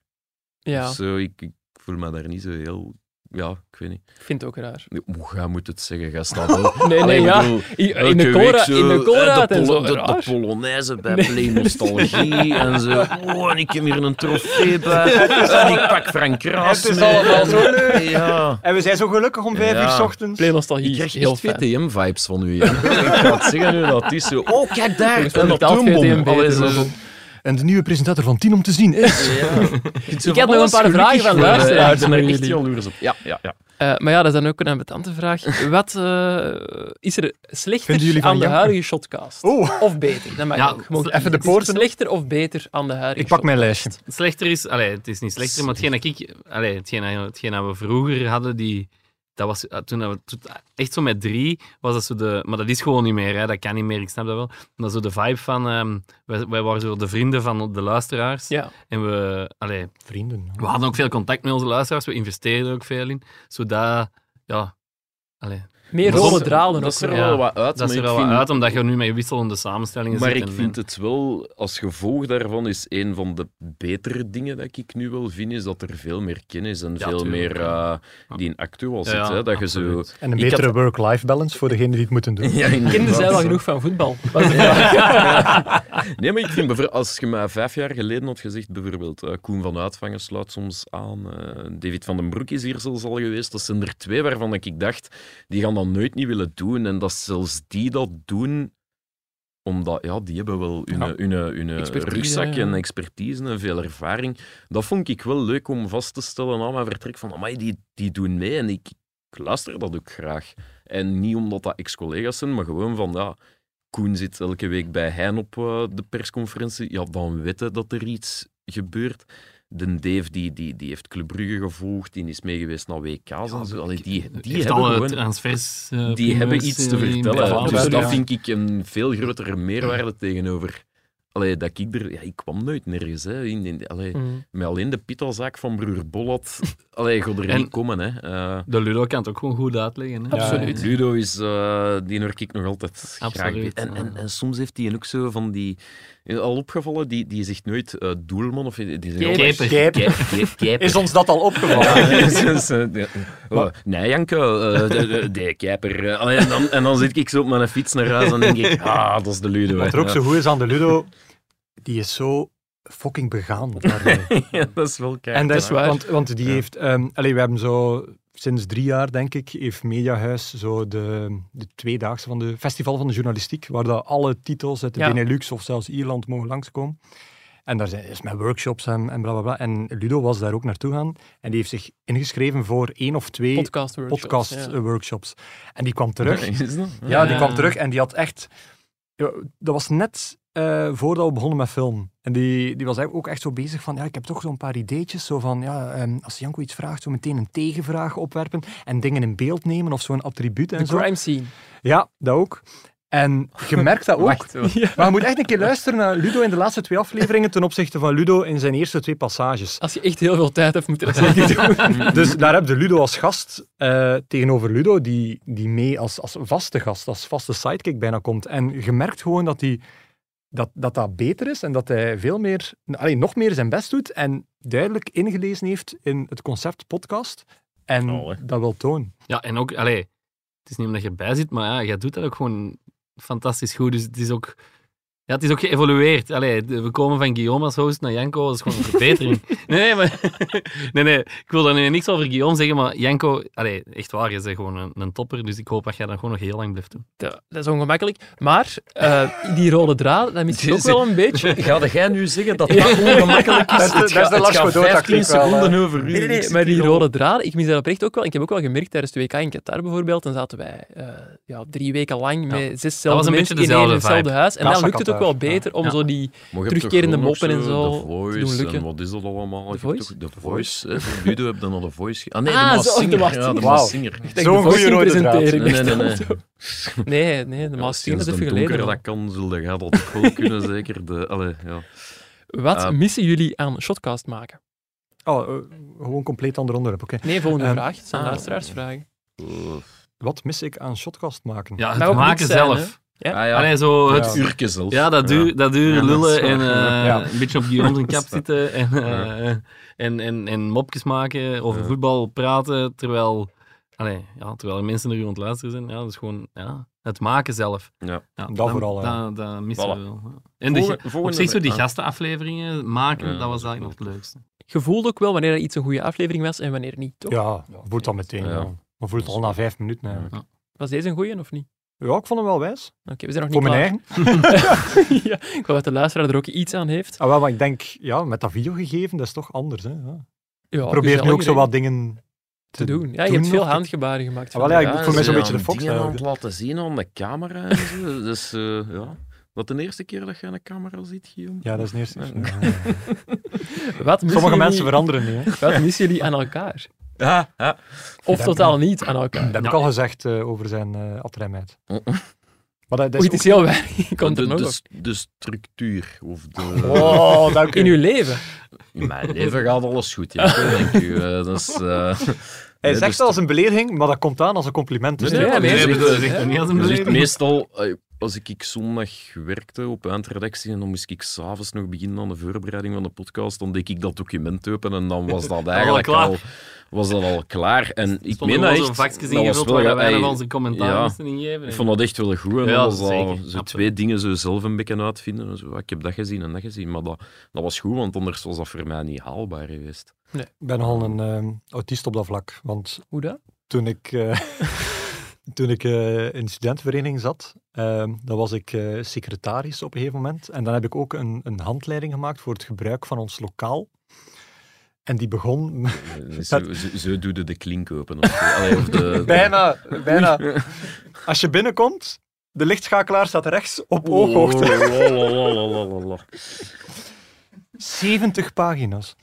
Speaker 2: Ja.
Speaker 1: Of Zo, ik, ik voel me daar niet zo heel... Ja, ik weet niet.
Speaker 2: Ik vind het ook raar.
Speaker 1: Nee, Hoe ga moet het zeggen? Ga staat wel...
Speaker 2: Nee, nee,
Speaker 1: Allee, ik
Speaker 2: ja.
Speaker 1: bedoel,
Speaker 2: In- in
Speaker 1: elke
Speaker 2: de
Speaker 1: week
Speaker 2: Cora-
Speaker 1: zo,
Speaker 2: in de
Speaker 1: eh,
Speaker 2: Cora
Speaker 1: de,
Speaker 2: en
Speaker 1: polo-
Speaker 2: zo,
Speaker 1: de, de
Speaker 2: raar.
Speaker 1: Polonaise bij
Speaker 2: Nee.
Speaker 1: Play Nostalgie en zo. Oh, en ik heb hier een trofee bij. En ik pak Frank Kraas
Speaker 6: Het is
Speaker 1: mee.
Speaker 6: allemaal
Speaker 1: En-
Speaker 6: zo leuk.
Speaker 1: Ja.
Speaker 6: En we zijn zo gelukkig om vijf uur 's ochtends.
Speaker 2: Play nostalgie.
Speaker 1: Ik krijg
Speaker 2: heel
Speaker 1: echt VTM-vibes van u. Jan. Ik ga het zeggen nu dat is zo. Oh, kijk daar!
Speaker 2: Volgens mij
Speaker 1: Een
Speaker 2: betaalt VTM
Speaker 1: atoombom.
Speaker 2: beter
Speaker 1: Allee,
Speaker 2: dan
Speaker 1: zo-
Speaker 2: dat.
Speaker 6: En de nieuwe presentator van Tien om te zien is...
Speaker 2: Ik heb nog een paar vragen van luisteraars.
Speaker 1: Ik eh, ben
Speaker 2: voor
Speaker 1: er echt
Speaker 2: jullie.
Speaker 1: jaloers op. Ja, ja, ja.
Speaker 2: Eh, maar ja, dat is dan ook een ambetante vraag. Wat eh, is er slechter
Speaker 1: Vinden jullie van
Speaker 2: aan de
Speaker 1: Jan?
Speaker 2: huidige shotcast? Of beter? Dat mag
Speaker 5: Ja,
Speaker 2: ook. Je mag-
Speaker 5: even de
Speaker 2: Is het
Speaker 5: poorten op.
Speaker 2: Slechter of beter aan de huidige
Speaker 6: Ik pak mijn lijstje.
Speaker 5: Slechter is, allee, het is niet slechter, maar hetgeen dat, ik, allee, hetgeen, dat- hetgeen dat we vroeger hadden, die, dat was eh, toen, dat we, toen- echt zo met drie, was dat zo de, maar dat is gewoon niet meer, hè, dat kan niet meer, ik snap dat wel. Maar zo de vibe van, ehm, wij, wij waren zo de vrienden van de luisteraars.
Speaker 2: Ja.
Speaker 5: En we, allee,
Speaker 6: Vrienden.
Speaker 5: we hadden ook veel contact met onze luisteraars, we investeerden ook veel in. Zodat, ja, allee.
Speaker 2: Meer
Speaker 5: Maar
Speaker 2: rode
Speaker 5: soms-
Speaker 2: draden
Speaker 1: dat is
Speaker 2: ook
Speaker 1: er
Speaker 2: wel.
Speaker 5: ja,
Speaker 1: wel wat uit,
Speaker 5: Dat is
Speaker 1: maar
Speaker 5: er
Speaker 1: ik
Speaker 5: wel wat
Speaker 1: vind-
Speaker 5: uit, omdat je nu met wisselende samenstellingen
Speaker 1: Maar
Speaker 5: zit.
Speaker 1: ik
Speaker 5: en-
Speaker 1: vind het wel, als gevolg daarvan, is een van de betere dingen dat ik nu wel vind, is dat er veel meer kennis en veel
Speaker 5: tuurlijk,
Speaker 1: meer eh, die in actueel zit.
Speaker 5: Ja,
Speaker 1: hè, dat je zo,
Speaker 6: En een
Speaker 1: Ik had-
Speaker 6: betere work-life balance voor degenen die het moeten doen.
Speaker 1: Ja, inderdaad.
Speaker 2: Kinderen zijn wel genoeg van voetbal. Wat is de vraag?
Speaker 1: Nee, maar ik vind bijvoorbeeld, als je mij vijf jaar geleden had gezegd, bijvoorbeeld, eh, Koen van Uitvangen sluit soms aan, eh, David van den Broek is hier zelfs al geweest, dat zijn er twee waarvan ik dacht, die gaan dat nooit niet willen doen. En dat zelfs die dat doen, omdat, ja, die hebben wel hun,
Speaker 2: Ja.
Speaker 1: hun, hun, hun
Speaker 2: Expertise,
Speaker 1: rugzak
Speaker 2: ja.
Speaker 1: en expertise en veel ervaring. Dat vond ik wel leuk om vast te stellen na mijn vertrek, van, amai, die, die doen mee en ik, ik luister dat ook graag. En niet omdat dat ex-collega's zijn, maar gewoon van, ja, Koen zit elke week bij Hein op eh, de persconferentie. Ja, dan weet hij dat er iets gebeurt. De Dave die, die, die heeft Club Brugge gevolgd, die is meegeweest naar WK's en zo. Allee, die die
Speaker 5: heeft
Speaker 1: hebben
Speaker 5: alle
Speaker 1: gewoon-
Speaker 5: transfers, eh,
Speaker 1: die
Speaker 5: primeurs,
Speaker 1: hebben iets te
Speaker 5: eh, in
Speaker 1: vertellen.
Speaker 5: Brabant.
Speaker 1: dus dat
Speaker 5: Ja.
Speaker 1: vind ik een veel grotere meerwaarde tegenover. Allee, dat ik er... Ja, ik kwam nooit nergens, hè. In, in- allee,
Speaker 5: Mhm.
Speaker 1: Met alleen de pitazaak van broer Bollat. Allee, ik er
Speaker 5: En-
Speaker 1: niet komen, hè. Eh,
Speaker 5: De Ludo kan het ook gewoon goed uitleggen. Hè?
Speaker 1: ja, Ludo is, eh, die werk ik nog altijd graag
Speaker 5: Absoluut,
Speaker 1: bij. En, en, en soms heeft hij ook zo van die Is Al opgevallen, die, die zegt nooit eh, doelman of die zegt
Speaker 6: Keper.
Speaker 1: altijd
Speaker 6: Keper.
Speaker 1: kep- kep- keper.
Speaker 6: Is ons dat al opgevallen?
Speaker 1: Ja, is ons, eh, de- oh, nee, Janke, eh, de, de, de kijper. eh, allee, en, dan, en dan zit ik zo op mijn fiets naar huis en denk ik, ah, dat is de Ludo.
Speaker 6: Wat
Speaker 1: hè.
Speaker 6: er ook
Speaker 1: Ja.
Speaker 6: zo goed is aan de Ludo, die is zo fucking begaan. daarmee.
Speaker 1: Ja, dat is wel keihard.
Speaker 6: En dat
Speaker 1: Dat
Speaker 6: is
Speaker 1: is waar.
Speaker 6: Want, want die
Speaker 1: Ja.
Speaker 6: heeft, ehm allee, we hebben zo sinds drie jaar, denk ik, heeft Mediahuis zo de, de tweedaagse van de Festival van de Journalistiek, waar dat alle titels uit de
Speaker 2: Ja.
Speaker 6: Benelux of zelfs Ierland mogen langskomen. En daar zijn, is met workshops en, en bla bla bla. En Ludo was daar ook naartoe gaan. En die heeft zich ingeschreven voor één of twee
Speaker 2: Podcast-workshops,
Speaker 6: podcast,
Speaker 2: ja.
Speaker 6: eh, workshops. En die kwam terug.
Speaker 2: Is dat?
Speaker 6: Ja, die
Speaker 2: Ja.
Speaker 6: kwam terug en die had echt. Ja, Dat was net eh, voordat we begonnen met film. En die, die was eigenlijk ook echt zo bezig van, ja, ik heb toch zo'n paar ideetjes. Zo van, ja, ehm, als Janko iets vraagt, zo meteen een tegenvraag opwerpen. En dingen in beeld nemen of zo'n attribuut en
Speaker 2: De
Speaker 6: zo.
Speaker 2: crime scene.
Speaker 6: Ja, dat ook. En je merkt dat ook.
Speaker 2: Wacht, hoor.
Speaker 6: Maar je moet echt een keer luisteren naar Ludo in de laatste twee afleveringen ten opzichte van Ludo in zijn eerste twee passages.
Speaker 2: Als je echt heel veel tijd hebt, moet je dat zeker
Speaker 5: Mm-hmm.
Speaker 2: doen.
Speaker 6: Dus daar heb je Ludo als gast eh, tegenover Ludo, die, die mee als, als vaste gast, als vaste sidekick bijna komt. En je merkt gewoon dat die, dat, dat, dat beter is en dat hij veel meer, alleen nog meer zijn best doet en duidelijk ingelezen heeft in het concept podcast. En
Speaker 5: Oh,
Speaker 6: dat wil tonen.
Speaker 5: Ja, en ook, allee, het is niet omdat je erbij zit, maar ja, jij doet dat ook gewoon fantastisch goed. Dus het is ook, ja, het is ook geëvolueerd. Allee, de- we komen van Guillaume als host naar Janko, dat is gewoon een verbetering. nee, nee, maar, nee, nee, ik wil daar nu niks over Guillaume zeggen, maar Janko, allee, echt waar, je bent gewoon een, een topper. Dus ik hoop dat jij dat gewoon nog heel lang blijft doen.
Speaker 2: Dat dat is ongemakkelijk. Maar eh, die rode draad, dat misschien ook wel een beetje.
Speaker 1: Ga jij nu zeggen dat dat ongemakkelijk is? Het gaat- het gaat 15 seconden over u.
Speaker 2: Nee, nee,
Speaker 1: Ik
Speaker 2: nee,
Speaker 1: zit
Speaker 2: maar die
Speaker 1: hier al-
Speaker 2: rode draden, ik mis dat oprecht ook wel. Ik heb ook wel gemerkt tijdens de WK in Qatar bijvoorbeeld, dan zaten wij eh, ja, drie weken lang met zes
Speaker 5: Dat was
Speaker 2: zelfde
Speaker 5: een beetje
Speaker 2: mensen in één
Speaker 5: dezelfde
Speaker 2: en hetzelfde
Speaker 5: vibe.
Speaker 2: huis. En
Speaker 5: Kassa
Speaker 2: dan lukt het ook
Speaker 5: Qatar,
Speaker 2: wel beter om
Speaker 5: ja.
Speaker 2: zo die
Speaker 1: Maar je hebt toch
Speaker 2: terugkerende
Speaker 1: gewoon
Speaker 2: moppen en
Speaker 1: nog
Speaker 2: zo
Speaker 1: De
Speaker 2: te
Speaker 1: voice,
Speaker 2: doen
Speaker 1: en
Speaker 2: lukken.
Speaker 1: wat is dat allemaal? De
Speaker 2: Voice?
Speaker 1: de voice. hè. Voor Ludo heb je dan al de voice. ge- Ah nee,
Speaker 2: Ah,
Speaker 1: de
Speaker 2: zo, de
Speaker 1: Massinger. ja,
Speaker 2: Maas
Speaker 1: de
Speaker 2: Singer.
Speaker 1: Maas Singer.
Speaker 2: Wauw. Ik denk Zo'n de Voice goeie rode presenteren, draad.
Speaker 1: Nee, nee, nee.
Speaker 2: ik dacht Nee, nee, de
Speaker 1: Ja,
Speaker 2: Maas Singer,
Speaker 1: sinds
Speaker 2: dat is
Speaker 1: de
Speaker 2: even geleden
Speaker 1: donker
Speaker 2: al.
Speaker 1: dat kan, zullen jij dat ook wel kunnen, zeker. De, allee, ja.
Speaker 2: Wat
Speaker 1: Eh,
Speaker 2: missen jullie aan shotcast maken?
Speaker 6: Oh, eh, gewoon compleet ander onderwerp, oké.
Speaker 2: Nee, volgende
Speaker 6: Ehm,
Speaker 2: vraag. Het zijn
Speaker 6: ah.
Speaker 2: luisteraarsvragen.
Speaker 6: Wat mis ik aan shotcast maken?
Speaker 5: Ja, het maken zelf. Allee, zo het Ja, dat, duur, dat dure lullen en eh, een beetje op Guillaume zijn kap zitten en, eh, en, en, en mopjes maken, over
Speaker 1: Ja.
Speaker 5: voetbal praten, terwijl, allee, ja, terwijl er mensen er rond luisteren zijn. Ja, dat is gewoon ja, het maken zelf.
Speaker 1: Ja.
Speaker 6: Dat vooral, ja.
Speaker 5: Dat, dat missen
Speaker 1: Voilà.
Speaker 5: we wel. En de,
Speaker 1: Volgende-
Speaker 5: ge- op
Speaker 1: volgende
Speaker 5: zich zo die
Speaker 1: week, ja.
Speaker 5: gastenafleveringen maken,
Speaker 1: Ja,
Speaker 5: dat was eigenlijk nog het leukste.
Speaker 2: Je voelde ook wel wanneer er iets een goede aflevering was en wanneer niet, toch?
Speaker 6: Ja, voelt dat meteen.
Speaker 1: Ja.
Speaker 6: wel. Maar voelt al na vijf minuten eigenlijk.
Speaker 2: Was deze een goeie of niet?
Speaker 6: Ja, ik vond hem wel wijs.
Speaker 2: Oké, we zijn nog
Speaker 6: Voor
Speaker 2: niet
Speaker 6: mijn
Speaker 2: klaar. ja, ik wou dat de luisteraar er ook iets aan heeft.
Speaker 6: Ah, wel, maar ik denk, ja, met dat videogegeven, dat is toch anders. Hè? Ja.
Speaker 2: Ja,
Speaker 6: Probeer nu
Speaker 2: gezelliger,
Speaker 6: ook zo
Speaker 2: hè?
Speaker 6: wat dingen te,
Speaker 2: Te doen. Ja, je hebt veel
Speaker 6: of te-
Speaker 2: handgebaren gemaakt.
Speaker 6: Ah, wel, ja, ik moet
Speaker 1: Ja,
Speaker 6: voor mij
Speaker 1: ze
Speaker 6: zo'n beetje de
Speaker 1: aan
Speaker 6: fox
Speaker 1: dingen aan het
Speaker 6: houden.
Speaker 1: laten zien aan de camera en zo. Dus eh, ja. Dat de eerste keer dat je een camera ziet, Guillaume?
Speaker 6: Ja, dat is de eerste keer.
Speaker 1: Ja.
Speaker 2: Wat missen
Speaker 6: Sommige mensen
Speaker 2: jullie-
Speaker 6: veranderen niet, hè.
Speaker 2: Wat missen jullie aan elkaar?
Speaker 1: Ja, ja.
Speaker 2: Of totaal niet aan elkaar. Nou,
Speaker 6: Dat heb ik al gezegd eh, over zijn eh aftremheid. Maar dat, dat
Speaker 2: Oei, het is heel weinig. Komt
Speaker 1: de,
Speaker 2: er nog
Speaker 1: de,
Speaker 2: op.
Speaker 1: st- de structuur of de...
Speaker 2: Oh, dank u. In uw leven?
Speaker 1: In mijn leven gaat alles goed, ja. Dank u. eh, dat is, eh,
Speaker 6: Hij
Speaker 1: nee, de
Speaker 6: zegt dat als een belediging, maar dat komt aan als een compliment. Dus
Speaker 1: Nee, nee,
Speaker 6: ja,
Speaker 1: nee,
Speaker 6: dat
Speaker 1: nee,
Speaker 6: is-
Speaker 1: nee,
Speaker 6: ja.
Speaker 1: nee, dus Meestal, eh, als ik, ik zondag werkte op eindredactie en dan moest ik s'avonds nog beginnen aan de voorbereiding van de podcast, dan deed ik dat document open en dan was dat eigenlijk
Speaker 5: klaar.
Speaker 1: al, was dat al klaar. En ik
Speaker 5: Stonden
Speaker 1: meen
Speaker 5: gewoon
Speaker 1: dat
Speaker 5: zo'n
Speaker 1: echt...
Speaker 5: vakjes
Speaker 1: dat
Speaker 5: ingevuld
Speaker 1: was wel-
Speaker 5: waar wij dan
Speaker 1: ey,
Speaker 5: onze commentaar moesten ingeven.
Speaker 1: Ik vond dat echt wel goed. En
Speaker 5: Ja,
Speaker 1: dan was dat
Speaker 5: zeker,
Speaker 1: zo twee dingen zo zelf een beetje uitvinden. en Zo, Ah, ik heb dat gezien en dat gezien, maar dat, dat was goed, want anders was dat voor mij niet haalbaar geweest.
Speaker 6: Ik ben nogal een ehm, autist op dat vlak. Want
Speaker 2: Hoe dat?
Speaker 6: Toen ik, eh, toen ik eh, in de studentenvereniging zat, ehm, dan was ik eh, secretaris op een gegeven moment. En dan heb ik ook een, een handleiding gemaakt voor het gebruik van ons lokaal. En die begon
Speaker 1: Eh, Zo, zo, zo doe je de klink open. Of, zo. Allee, of de,
Speaker 6: Bijna, bijna. Als je binnenkomt, de lichtschakelaar staat rechts op
Speaker 1: Oh,
Speaker 6: ooghoogte.
Speaker 1: Lalalala.
Speaker 6: 70 pagina's.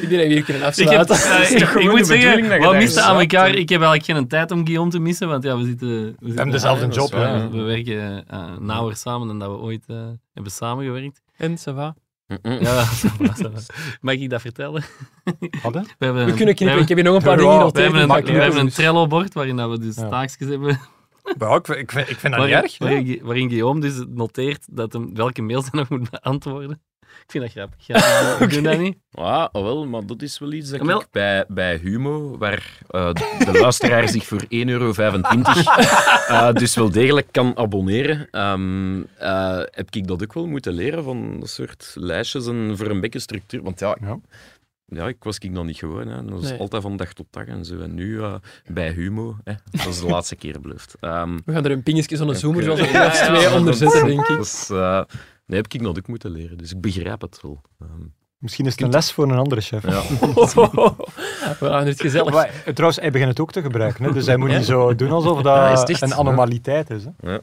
Speaker 2: Ik ben hier kunnen
Speaker 5: Ik, heb,
Speaker 2: afsluiten.
Speaker 5: eh,
Speaker 2: Dat is
Speaker 5: ik-
Speaker 2: toch
Speaker 5: ik
Speaker 2: gewoon
Speaker 5: moet
Speaker 2: de bedoeling dat
Speaker 5: zeggen,
Speaker 2: je
Speaker 5: wat
Speaker 2: daar
Speaker 5: misten aan
Speaker 2: staat,
Speaker 5: elkaar?
Speaker 2: hè?
Speaker 5: Ik heb eigenlijk geen tijd om Guillaume te missen, want ja, we zitten... We zitten-
Speaker 6: dezelfde
Speaker 5: ja, dat is
Speaker 6: job,
Speaker 5: waar,
Speaker 6: hè.
Speaker 5: We werken eh, nauwer samen dan dat we ooit eh, hebben samengewerkt.
Speaker 2: En, ça va?
Speaker 5: Ja, ça va, ça va. Mag ik dat vertellen?
Speaker 6: Hadden?
Speaker 5: We, hebben
Speaker 2: We kunnen knippen,
Speaker 5: we hebben-
Speaker 2: ik heb hier nog een paar
Speaker 5: Ja,
Speaker 2: dingen dus
Speaker 5: we hebben
Speaker 2: genoteerd,
Speaker 5: een,
Speaker 2: maar ik
Speaker 5: we
Speaker 2: knip
Speaker 5: hebben een
Speaker 2: dus.
Speaker 5: Trello-bord waarin dat we dus
Speaker 2: Ja.
Speaker 5: taakjes hebben
Speaker 6: Ja, ik, ik, ik vind dat niet
Speaker 5: Waarin-
Speaker 6: erg.
Speaker 5: Waarin,
Speaker 6: ja.
Speaker 5: Gu- waarin Guillaume dus noteert dat hem, welke mails hij nog moet beantwoorden. Ik vind dat grappig. Ja, we doen dat niet.
Speaker 1: Ja, Ah, wel, maar dat is wel iets dat
Speaker 5: Jawel.
Speaker 1: ik bij, bij Humo, waar eh, de luisteraar zich voor 1,25 euro eh, dus wel degelijk kan abonneren, ehm, eh, heb ik dat ook wel moeten leren van dat soort lijstjes en voor een beetje structuur. Want ja, ja. ik was ik dan niet gewoon. Hè. Dat was
Speaker 2: Nee.
Speaker 1: altijd van dag tot dag en zo. En nu eh, bij Humo, hè, dat is de laatste keer beleefd. Ehm,
Speaker 2: We gaan er een pingetje zo'n
Speaker 1: ik,
Speaker 2: zoomer
Speaker 1: eh,
Speaker 2: zoals op plaats twee onder
Speaker 1: dat is-
Speaker 2: zetten, denk ik.
Speaker 1: dat is, eh, nee, heb ik dat ook moeten leren, dus ik begrijp het wel. Ehm,
Speaker 6: Misschien is het een les voor een andere chef.
Speaker 1: Ja.
Speaker 2: We houden het gezellig.
Speaker 6: Maar, eh, trouwens, hij begint het ook te gebruiken. Hè? Dus hij moet
Speaker 1: Ja.
Speaker 6: niet zo doen alsof
Speaker 1: Ja, is
Speaker 6: dat
Speaker 1: het echt?
Speaker 6: een anormaliteit is. Hè?
Speaker 1: Ja.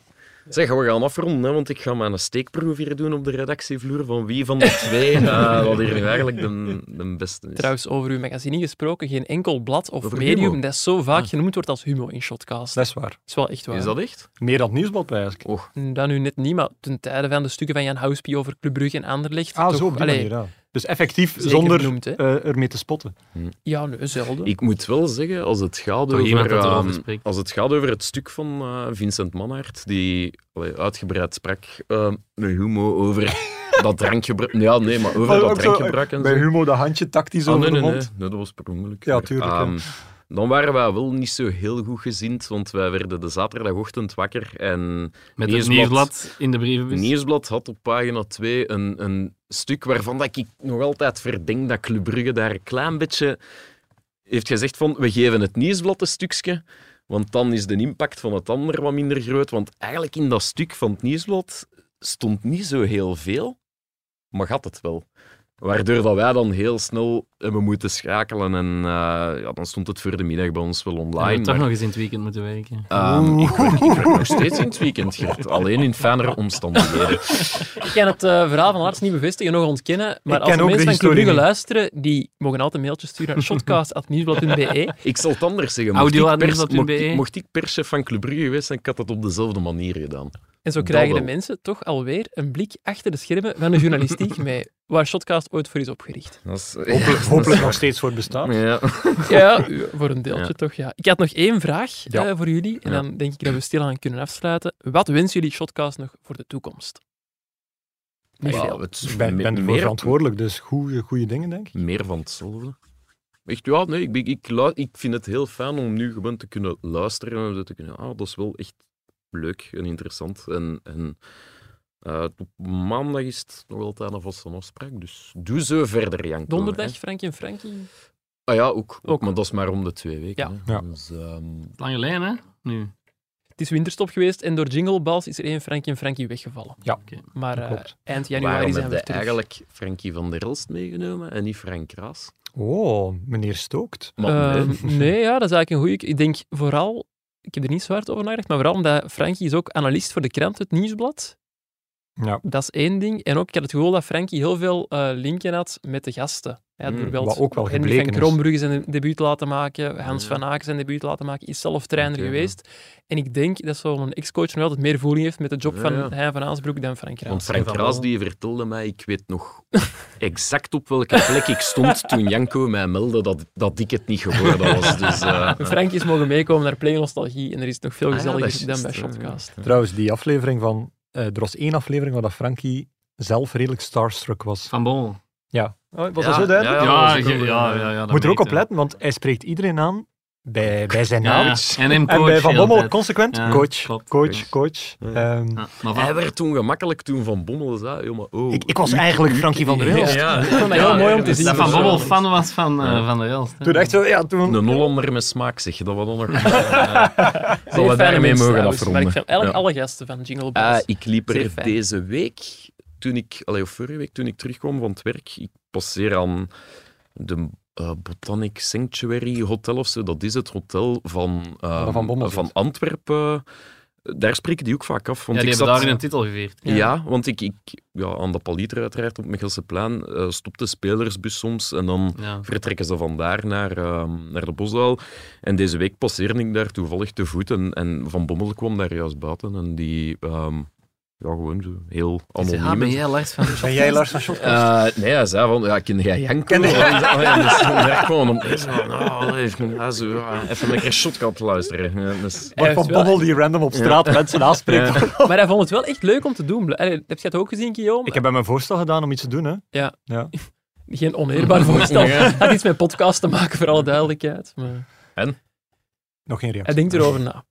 Speaker 1: Zeg, we gaan afronden, hè, want ik ga mijn steekproef hier doen op de redactievloer van wie van de twee eh, wat hier nu eigenlijk de, de beste is.
Speaker 2: Trouwens, over uw magazine gesproken, geen enkel blad of
Speaker 1: Over
Speaker 2: medium
Speaker 1: Humo.
Speaker 2: dat zo vaak genoemd wordt als Humo in Shotcast.
Speaker 6: Dat is waar. Dat
Speaker 2: is wel echt waar.
Speaker 1: Is dat echt? Oh.
Speaker 6: Meer dan het nieuwsblad, eigenlijk.
Speaker 1: Och.
Speaker 2: Dat nu net niet, maar ten tijde van de stukken van Jan Houspie over Club Brugge en Anderlecht.
Speaker 6: Ah,
Speaker 2: toch,
Speaker 6: zo op die
Speaker 2: allee,
Speaker 6: manier, ja. Dus effectief
Speaker 2: zeker
Speaker 6: zonder
Speaker 2: genoemd, hè.
Speaker 6: eh, ermee te spotten.
Speaker 2: Ja, nee, zelden.
Speaker 1: Hm. Ik moet wel zeggen, als het gaat,
Speaker 5: Toch iemand
Speaker 1: over,
Speaker 5: dat erover
Speaker 1: ehm,
Speaker 5: spreekt.
Speaker 1: als het, gaat over het stuk van eh, Vincent Manhart, die allee, uitgebreid sprak ehm, met humo over dat drankgebruik. Ja, nee, maar over
Speaker 6: Maar
Speaker 1: dat
Speaker 6: Oh, ook zo,
Speaker 1: drankgebruik en
Speaker 6: bij
Speaker 1: zo.
Speaker 6: Humo dat handje tactisch
Speaker 1: Ah,
Speaker 6: over
Speaker 1: nee,
Speaker 6: de
Speaker 1: nee,
Speaker 6: mond.
Speaker 1: nee. Nee, dat was per ongeluk.
Speaker 6: Ja, tuurlijk, ja.
Speaker 1: Ehm, dan waren wij wel niet zo heel goed gezind, want wij werden de zaterdagochtend wakker en...
Speaker 5: Met het nieuwsblad in de brievenbus.
Speaker 1: Nieuwsblad had op pagina 2 een, een stuk waarvan dat ik nog altijd verdenk dat Club Brugge daar een klein beetje heeft gezegd van we geven het nieuwsblad een stukje, want dan is de impact van het ander wat minder groot. Want eigenlijk in dat stuk van het nieuwsblad stond niet zo heel veel, maar gaat het wel. Waardoor dat wij dan heel snel hebben moeten schakelen en eh, ja, dan stond het voor de middag bij ons wel
Speaker 5: We hebben
Speaker 1: online.
Speaker 5: toch
Speaker 1: maar-
Speaker 5: nog eens in het weekend moeten werken.
Speaker 1: Ehm, ik, werk, ik werk nog steeds in het weekend, Gert. Alleen in fijnere omstandigheden.
Speaker 2: Ik kan het eh, verhaal van Lars niet bevestigen, nog ontkennen. Maar
Speaker 1: Ik
Speaker 2: als
Speaker 1: ken
Speaker 2: de
Speaker 1: ook de
Speaker 2: mensen van Club
Speaker 1: historie
Speaker 2: Brugge
Speaker 1: niet.
Speaker 2: luisteren, die mogen altijd een mailtje sturen naar shotcast.nieuwsblad.be.
Speaker 1: Ik zal het anders zeggen. Mocht
Speaker 2: Audio
Speaker 1: ik,
Speaker 2: aan
Speaker 1: pers,
Speaker 2: nieuwsblad.be.
Speaker 5: E?
Speaker 1: mocht, ik, mocht ik perschef van Club Brugge geweest zijn, ik had dat op dezelfde manier gedaan.
Speaker 2: En zo
Speaker 1: Dat
Speaker 2: krijgen de
Speaker 1: wel.
Speaker 2: mensen toch alweer een blik achter de schermen van de journalistiek mee, waar Shotcast ooit voor is opgericht.
Speaker 1: Dat is-
Speaker 6: Hopelijk-
Speaker 1: dat is
Speaker 6: hopelijk
Speaker 1: waar.
Speaker 6: nog steeds voor bestaat.
Speaker 1: Ja.
Speaker 2: Ja, voor een deeltje
Speaker 1: Ja.
Speaker 2: toch, ja. Ik had nog één vraag
Speaker 1: Ja.
Speaker 2: eh, voor jullie, en
Speaker 1: Ja.
Speaker 2: dan denk ik dat we stilaan kunnen afsluiten. Wat wensen jullie Shotcast nog voor de toekomst? Niet
Speaker 1: Ja,
Speaker 2: veel.
Speaker 1: het is
Speaker 6: Dus Ik ben,
Speaker 1: me-
Speaker 6: ben ervoor
Speaker 1: meer-
Speaker 6: verantwoordelijk, dus goede, goede dingen, denk ik.
Speaker 1: Meer van hetzelfde. Echt, ja, nee, ik, ben- ik, lu- ik vind het heel fijn om nu gewoon te kunnen luisteren en zo te kunnen... Ah, dat is wel echt leuk en interessant. En, en eh, op maandag is het nog altijd een vaste afspraak, dus doe zo verder, Janko.
Speaker 2: Donderdag,
Speaker 1: hè.
Speaker 2: Frankie en Frankie.
Speaker 1: Ah ja, ook, ook. Maar dat is maar om de twee weken.
Speaker 2: Ja.
Speaker 1: hè. Dus, ehm,
Speaker 5: Lange lijn, hè? Nu.
Speaker 2: Het is winterstop geweest en door Jingle Balls is er één Frankie en Frankie weggevallen.
Speaker 6: Ja,
Speaker 2: Maar eh,
Speaker 1: klopt.
Speaker 2: eind januari
Speaker 1: Waarom
Speaker 2: zijn we
Speaker 1: heb je
Speaker 2: terug.
Speaker 1: eigenlijk Frankie van der Elst meegenomen en niet Frank Kraas?
Speaker 6: Oh, meneer Stookt.
Speaker 1: Maar
Speaker 2: Ehm,
Speaker 1: nee.
Speaker 2: nee, ja, dat is eigenlijk een goeie. Ik denk vooral, ik heb er niet zo hard over nagedacht, maar vooral omdat Frankie is ook analist voor de krant, het nieuwsblad.
Speaker 6: Ja.
Speaker 2: Dat is één ding. En ook, ik had het gevoel dat Frankie heel veel eh, linken had met de gasten. Hij
Speaker 1: Hmm,
Speaker 2: had
Speaker 6: Mm,
Speaker 2: bijvoorbeeld
Speaker 6: wat ook wel
Speaker 2: Henry
Speaker 6: gebleken
Speaker 2: van
Speaker 6: is.
Speaker 2: Krombrugge zijn debuut laten maken, Hans van Aken zijn debuut laten maken, is zelf trainer
Speaker 1: Hmm. Oké, ja.
Speaker 2: geweest. En ik denk dat zo'n ex-coach nog altijd meer voeling heeft met de job
Speaker 1: Ja,
Speaker 2: van
Speaker 1: ja.
Speaker 2: Hein van Aansbroek dan Frank Raas.
Speaker 1: Want Frank Kraas die vertelde mij, ik weet nog exact op welke plek ik stond toen Janko mij meldde dat, dat ik het niet geworden was. Dus, eh,
Speaker 2: Frank is mogen meekomen naar Play Nostalgie en er is nog veel
Speaker 1: Ah ja,
Speaker 2: gezelliger
Speaker 1: dat is
Speaker 2: dan bij
Speaker 1: juist, ja.
Speaker 2: Shotcast.
Speaker 6: Trouwens, die aflevering van... eh, er was één aflevering waar dat Frankie zelf redelijk starstruck was.
Speaker 5: Van Bommel.
Speaker 6: Ja. Oh, was dat
Speaker 5: Ja,
Speaker 6: zo duidelijk?
Speaker 5: ja, ja, Ja, dat was ook ja, wel, ja, eh, ja, ja, dat
Speaker 6: Moet er ook
Speaker 5: weet
Speaker 6: op letten, want hij spreekt iedereen aan bij, bij zijn
Speaker 5: Ja,
Speaker 6: naam.
Speaker 5: en hem coach
Speaker 6: bij Van
Speaker 5: de hele
Speaker 6: Bommel
Speaker 5: tijd.
Speaker 6: consequent
Speaker 5: Ja,
Speaker 6: coach,
Speaker 5: klopt.
Speaker 6: coach, coach. Ehm,
Speaker 5: Ah,
Speaker 1: Hij werd toen gemakkelijk toen Van Bommel zei, joh, maar, oh,
Speaker 6: Ik- ik was eigenlijk Frankie van der Elst. Ik vond dat heel mooi om te
Speaker 1: dus
Speaker 6: zien.
Speaker 5: Dat Van Bommel fan was van, eh, Van der Elst. hè.
Speaker 6: Toen echt zo, ja, toen...
Speaker 1: Een Hollander met smaak, zeg je, dat was dan nog... Zullen
Speaker 2: Zeer
Speaker 1: we
Speaker 2: fijne
Speaker 1: daarmee
Speaker 2: mensen
Speaker 1: mogen
Speaker 2: trouwens, Maar ik
Speaker 1: afronden?
Speaker 2: vind eigenlijk
Speaker 1: Ja.
Speaker 2: alle gasten van Jingle Bells.
Speaker 1: Ah, ik liep
Speaker 2: zeer
Speaker 1: er
Speaker 2: fijn.
Speaker 1: deze week, toen ik, allee, of vorige week, toen ik terugkwam van het werk, ik passeer aan de eh, Botanic Sanctuary Hotel of zo. Dat is het hotel van, eh,
Speaker 5: Waar Van Bommel
Speaker 1: van Antwerpen. Daar spreken die ook vaak af. Want
Speaker 5: Ja, die
Speaker 1: ik
Speaker 5: hebben
Speaker 1: zat-
Speaker 5: daar een titel gevierd.
Speaker 1: Ja, Ah, want ik, ik ja, aan de paliter uiteraard op Mechelseplein eh stopt de spelersbus soms en dan
Speaker 5: Ja.
Speaker 1: vertrekken ze vandaar naar, ehm, naar de Bosdaal. En deze week passeerde ik daar toevallig te voet en, en Van Bommel kwam daar juist buiten en die ehm, ja, gewoon zo heel
Speaker 5: Hij zei,
Speaker 1: anoniem.
Speaker 5: "Ah, ben jij Lars van de Ben Shotcast?" jij Lars van Shotcast?
Speaker 1: Eh, nee, hij zei van, ja, ken jij Janko?
Speaker 5: Ken jij-
Speaker 1: Ja, dus dan werd ik gewoon om... Nou, allee, ja, zo, ja, even een keer Shotcast luisteren. Ja, dus-
Speaker 6: Mark van Bommel die random op straat
Speaker 1: Ja.
Speaker 6: mensen aanspreekt.
Speaker 1: Ja.
Speaker 2: Maar hij vond het wel echt leuk om te doen. Allee, heb je het ook gezien, Guillaume?
Speaker 6: Ik heb hem een voorstel gedaan om iets te doen, hè.
Speaker 2: Ja.
Speaker 6: Ja.
Speaker 2: Geen oneerbaar voorstel.
Speaker 6: Ja.
Speaker 2: Het had iets met podcast te maken, voor alle duidelijkheid. Maar
Speaker 1: En?
Speaker 6: Nog geen reactie.
Speaker 2: hij denkt erover na.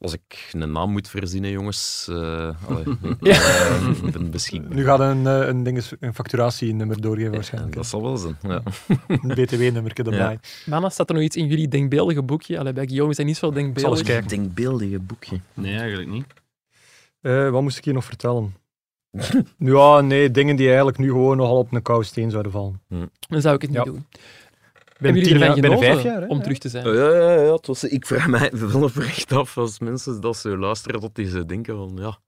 Speaker 1: Als ik een naam moet verzinnen, jongens. eh allee,
Speaker 2: Ja.
Speaker 1: eh, ik ben beschikbaar.
Speaker 6: Nu gaat een, eh, een, dinges- een facturatienummer doorgeven waarschijnlijk.
Speaker 1: Dat zal wel zijn. Ja.
Speaker 6: Een btw-nummer erbij.
Speaker 2: Mana, staat er nog iets in jullie denkbeeldige boekje? Allee, bij Guillaume is hij niet zo denkbeeldig.
Speaker 6: eens kijken.
Speaker 1: Denkbeeldige boekje.
Speaker 5: Nee, eigenlijk niet.
Speaker 6: Eh, wat moest ik hier nog vertellen? ja, nee, dingen die eigenlijk nu gewoon nogal op een koude steen zouden vallen.
Speaker 1: Hm,
Speaker 2: Dan zou ik het niet
Speaker 6: Ja.
Speaker 2: doen.
Speaker 6: Binnen
Speaker 2: Hebben
Speaker 6: tien
Speaker 2: jullie ervan
Speaker 6: jaar- binnen
Speaker 2: genoten
Speaker 6: vijf jaar, hè?
Speaker 2: om terug te zijn?
Speaker 1: Oh, Ja, ja, ja, het was, ik vraag mij wel oprecht af als mensen dat zo luisteren, dat die zo denken van, ja,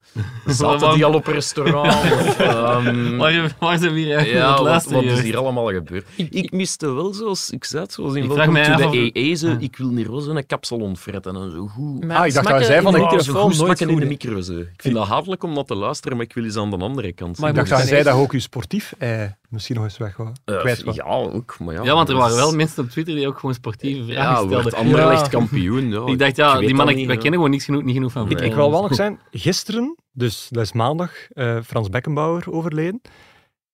Speaker 1: zaten die al op restaurant? Of, ehm,
Speaker 5: Waar- waar zijn we hier eigenlijk aan
Speaker 1: ja,
Speaker 5: het
Speaker 1: wat,
Speaker 5: luisteren,
Speaker 1: wat is
Speaker 5: Jurgen?
Speaker 1: hier allemaal gebeurd? Ik miste wel, zoals ik zei, het, zoals in
Speaker 5: Ik
Speaker 1: Welcome
Speaker 5: vraag mij
Speaker 1: to
Speaker 5: af
Speaker 1: the
Speaker 5: of-
Speaker 1: EE, zo,
Speaker 5: Ja.
Speaker 1: ik wil niet roze een kapsel ontfretten en zo. Goed.
Speaker 2: Maar Ah, ik dacht dat hij zei van,
Speaker 1: Ja,
Speaker 2: ik-
Speaker 1: zo
Speaker 2: telefoon
Speaker 1: goed
Speaker 2: nooit
Speaker 1: smakken in
Speaker 2: goed,
Speaker 1: de
Speaker 2: hè.
Speaker 1: micro. Zo. Ik vind dat hatelijk om dat te luisteren, maar ik wil eens aan de andere kant.
Speaker 6: ik dacht dat zij dat ook uw sportief eh, misschien nog eens weg wou-
Speaker 1: Eh,
Speaker 6: kwijt wou.
Speaker 1: ja, ook, maar ja.
Speaker 5: Ja, want er
Speaker 1: dat
Speaker 5: waren
Speaker 1: is-
Speaker 5: wel mensen op Twitter die ook gewoon sportieve vragen
Speaker 1: Ja,
Speaker 5: stelden.
Speaker 1: wordt Anderlecht kampioen, ja.
Speaker 5: ik dacht,
Speaker 1: Ik
Speaker 5: ja,
Speaker 1: weet
Speaker 5: die
Speaker 1: dat
Speaker 5: mannen,
Speaker 1: niet,
Speaker 5: wij
Speaker 1: ja.
Speaker 5: kennen gewoon niks genoeg, niet genoeg van
Speaker 6: Ik, ik wil wel nog zijn, gisteren, dus dat is maandag, eh, Frans Beckenbauer overleden.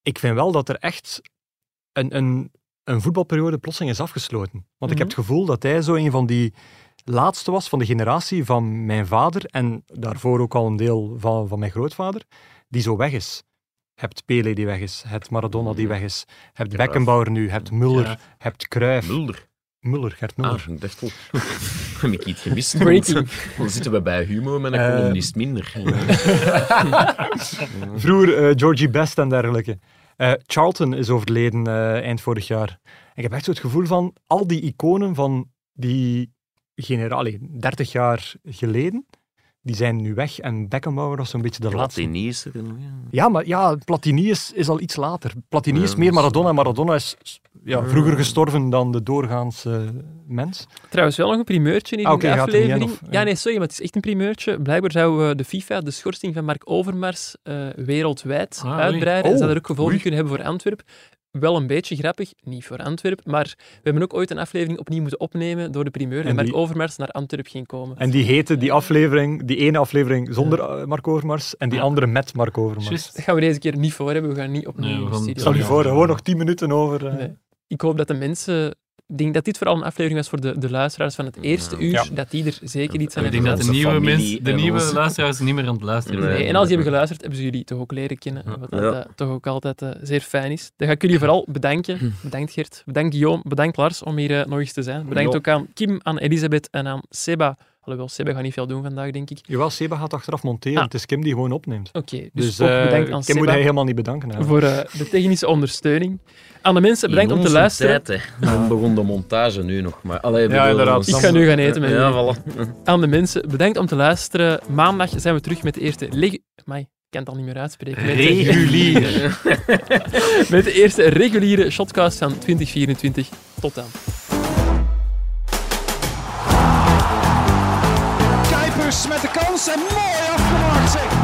Speaker 6: Ik vind wel dat er echt een, een, een voetbalperiode plotseling is afgesloten. Want ik heb
Speaker 2: Mhm.
Speaker 6: het gevoel dat hij zo een van die laatste was van de generatie van mijn vader en daarvoor ook al een deel van, van mijn grootvader, die zo weg is. Hebt Pele die weg is, hebt Maradona
Speaker 1: Mhm.
Speaker 6: die weg is, hebt
Speaker 1: Cruyff.
Speaker 6: Beckenbauer nu, hebt Muller,
Speaker 1: Cruyff.
Speaker 6: hebt Cruijff.
Speaker 1: Mulder.
Speaker 6: Muller, Gert Muller.
Speaker 1: Ah, ik dacht al, heb ik iets gemist?
Speaker 6: Breaking.
Speaker 1: Want eh, Dan zitten we bij Humo met een
Speaker 6: Ehm.
Speaker 1: columnist minder.
Speaker 6: Vroeger eh, Georgie Best en dergelijke. Eh, Charlton is overleden eh, eind vorig jaar. Ik heb echt zo het gevoel van al die iconen van die genera- allee, 30 jaar geleden, die zijn nu weg. En Beckenbauer was zo'n beetje de laatste.
Speaker 1: Platini is er.
Speaker 6: Ja, maar ja, Platini is, is al iets later. Platini
Speaker 1: Ja,
Speaker 6: is
Speaker 1: dat
Speaker 6: meer
Speaker 1: is-
Speaker 6: Maradona. Maradona is s- ja,
Speaker 2: Ja.
Speaker 6: vroeger gestorven dan de doorgaans eh, mens.
Speaker 2: Trouwens, wel nog een primeurtje hier
Speaker 6: Ah, oké,
Speaker 2: in de
Speaker 6: gaat er niet in,
Speaker 2: aflevering.
Speaker 6: of-
Speaker 2: Ja, nee, sorry, maar het is echt een primeurtje. Blijkbaar zou eh, de FIFA de schorsing van Mark Overmars eh, wereldwijd
Speaker 5: Ah, oei.
Speaker 2: uitbreiden. en
Speaker 5: Oh,
Speaker 2: zou er ook gevolgen
Speaker 5: oei.
Speaker 2: kunnen hebben voor Antwerpen. Wel een beetje grappig, niet voor Antwerpen, maar we hebben ook ooit een aflevering opnieuw moeten opnemen door de primeur. En,
Speaker 6: En
Speaker 2: Mark
Speaker 6: die-
Speaker 2: Overmars naar Antwerpen ging komen.
Speaker 6: En die heette die aflevering, die ene aflevering zonder eh, Marco Overmars en die andere met Marco Overmars.
Speaker 2: Dat gaan we deze keer niet voor hebben. We gaan niet opnieuw
Speaker 5: Nee, we gaan-
Speaker 2: studio.
Speaker 6: Stel je voor, gewoon nog 10 minuten over. eh,
Speaker 2: Nee. Ik hoop dat de mensen... Ik denk dat dit vooral een aflevering was voor de, de luisteraars van het eerste uur.
Speaker 5: Ja.
Speaker 2: Dat die er zeker iets aan
Speaker 5: Ik
Speaker 2: hebben
Speaker 5: denk dat de
Speaker 2: gehad.
Speaker 5: nieuwe,
Speaker 1: familie
Speaker 5: mensen, de
Speaker 1: en
Speaker 5: nieuwe
Speaker 1: onze-
Speaker 5: luisteraars niet meer aan het luisteren
Speaker 1: Nee.
Speaker 5: zijn.
Speaker 2: Nee, en als die hebben geluisterd, hebben ze jullie toch ook leren kennen. Wat dat,
Speaker 1: Ja.
Speaker 2: eh, toch ook altijd eh, zeer fijn is. Dan ga ik jullie vooral bedanken. Bedankt Gert, bedankt Guillaume, bedankt Lars om hier eh, nog eens te zijn. Bedankt
Speaker 6: Ja.
Speaker 2: ook aan Kim, aan Elisabeth en aan Seba. Alhoewel, Seba gaat niet veel doen vandaag, denk ik.
Speaker 6: Jawel, Seba gaat achteraf monteren.
Speaker 2: Ah.
Speaker 6: Het is Kim die gewoon opneemt.
Speaker 2: Oké, dus,
Speaker 6: dus
Speaker 2: ook
Speaker 6: eh,
Speaker 2: bedankt aan
Speaker 6: Kim
Speaker 2: Seba
Speaker 6: moet hij helemaal niet bedanken. eigenlijk.
Speaker 2: voor eh, de technische ondersteuning. Aan de mensen, bedankt
Speaker 1: In
Speaker 2: om te
Speaker 1: onze
Speaker 2: luisteren.
Speaker 1: Tijd, hè. Dan begon de montage nu nog. Maar, allee, bedoel,
Speaker 2: inderdaad.
Speaker 1: dan-
Speaker 2: Ik ga nu gaan eten met
Speaker 1: Ja,
Speaker 2: jullie.
Speaker 1: voilà.
Speaker 2: Aan de mensen, bedankt om te luisteren. Maandag zijn we terug met de eerste... Legu- Amai, ik kan het al niet meer uitspreken. Met de-
Speaker 5: Regulier.
Speaker 2: met de eerste reguliere shotcast van 2024. Tot dan.
Speaker 4: Kuipers met de kans en mooi afgemaakt zeg.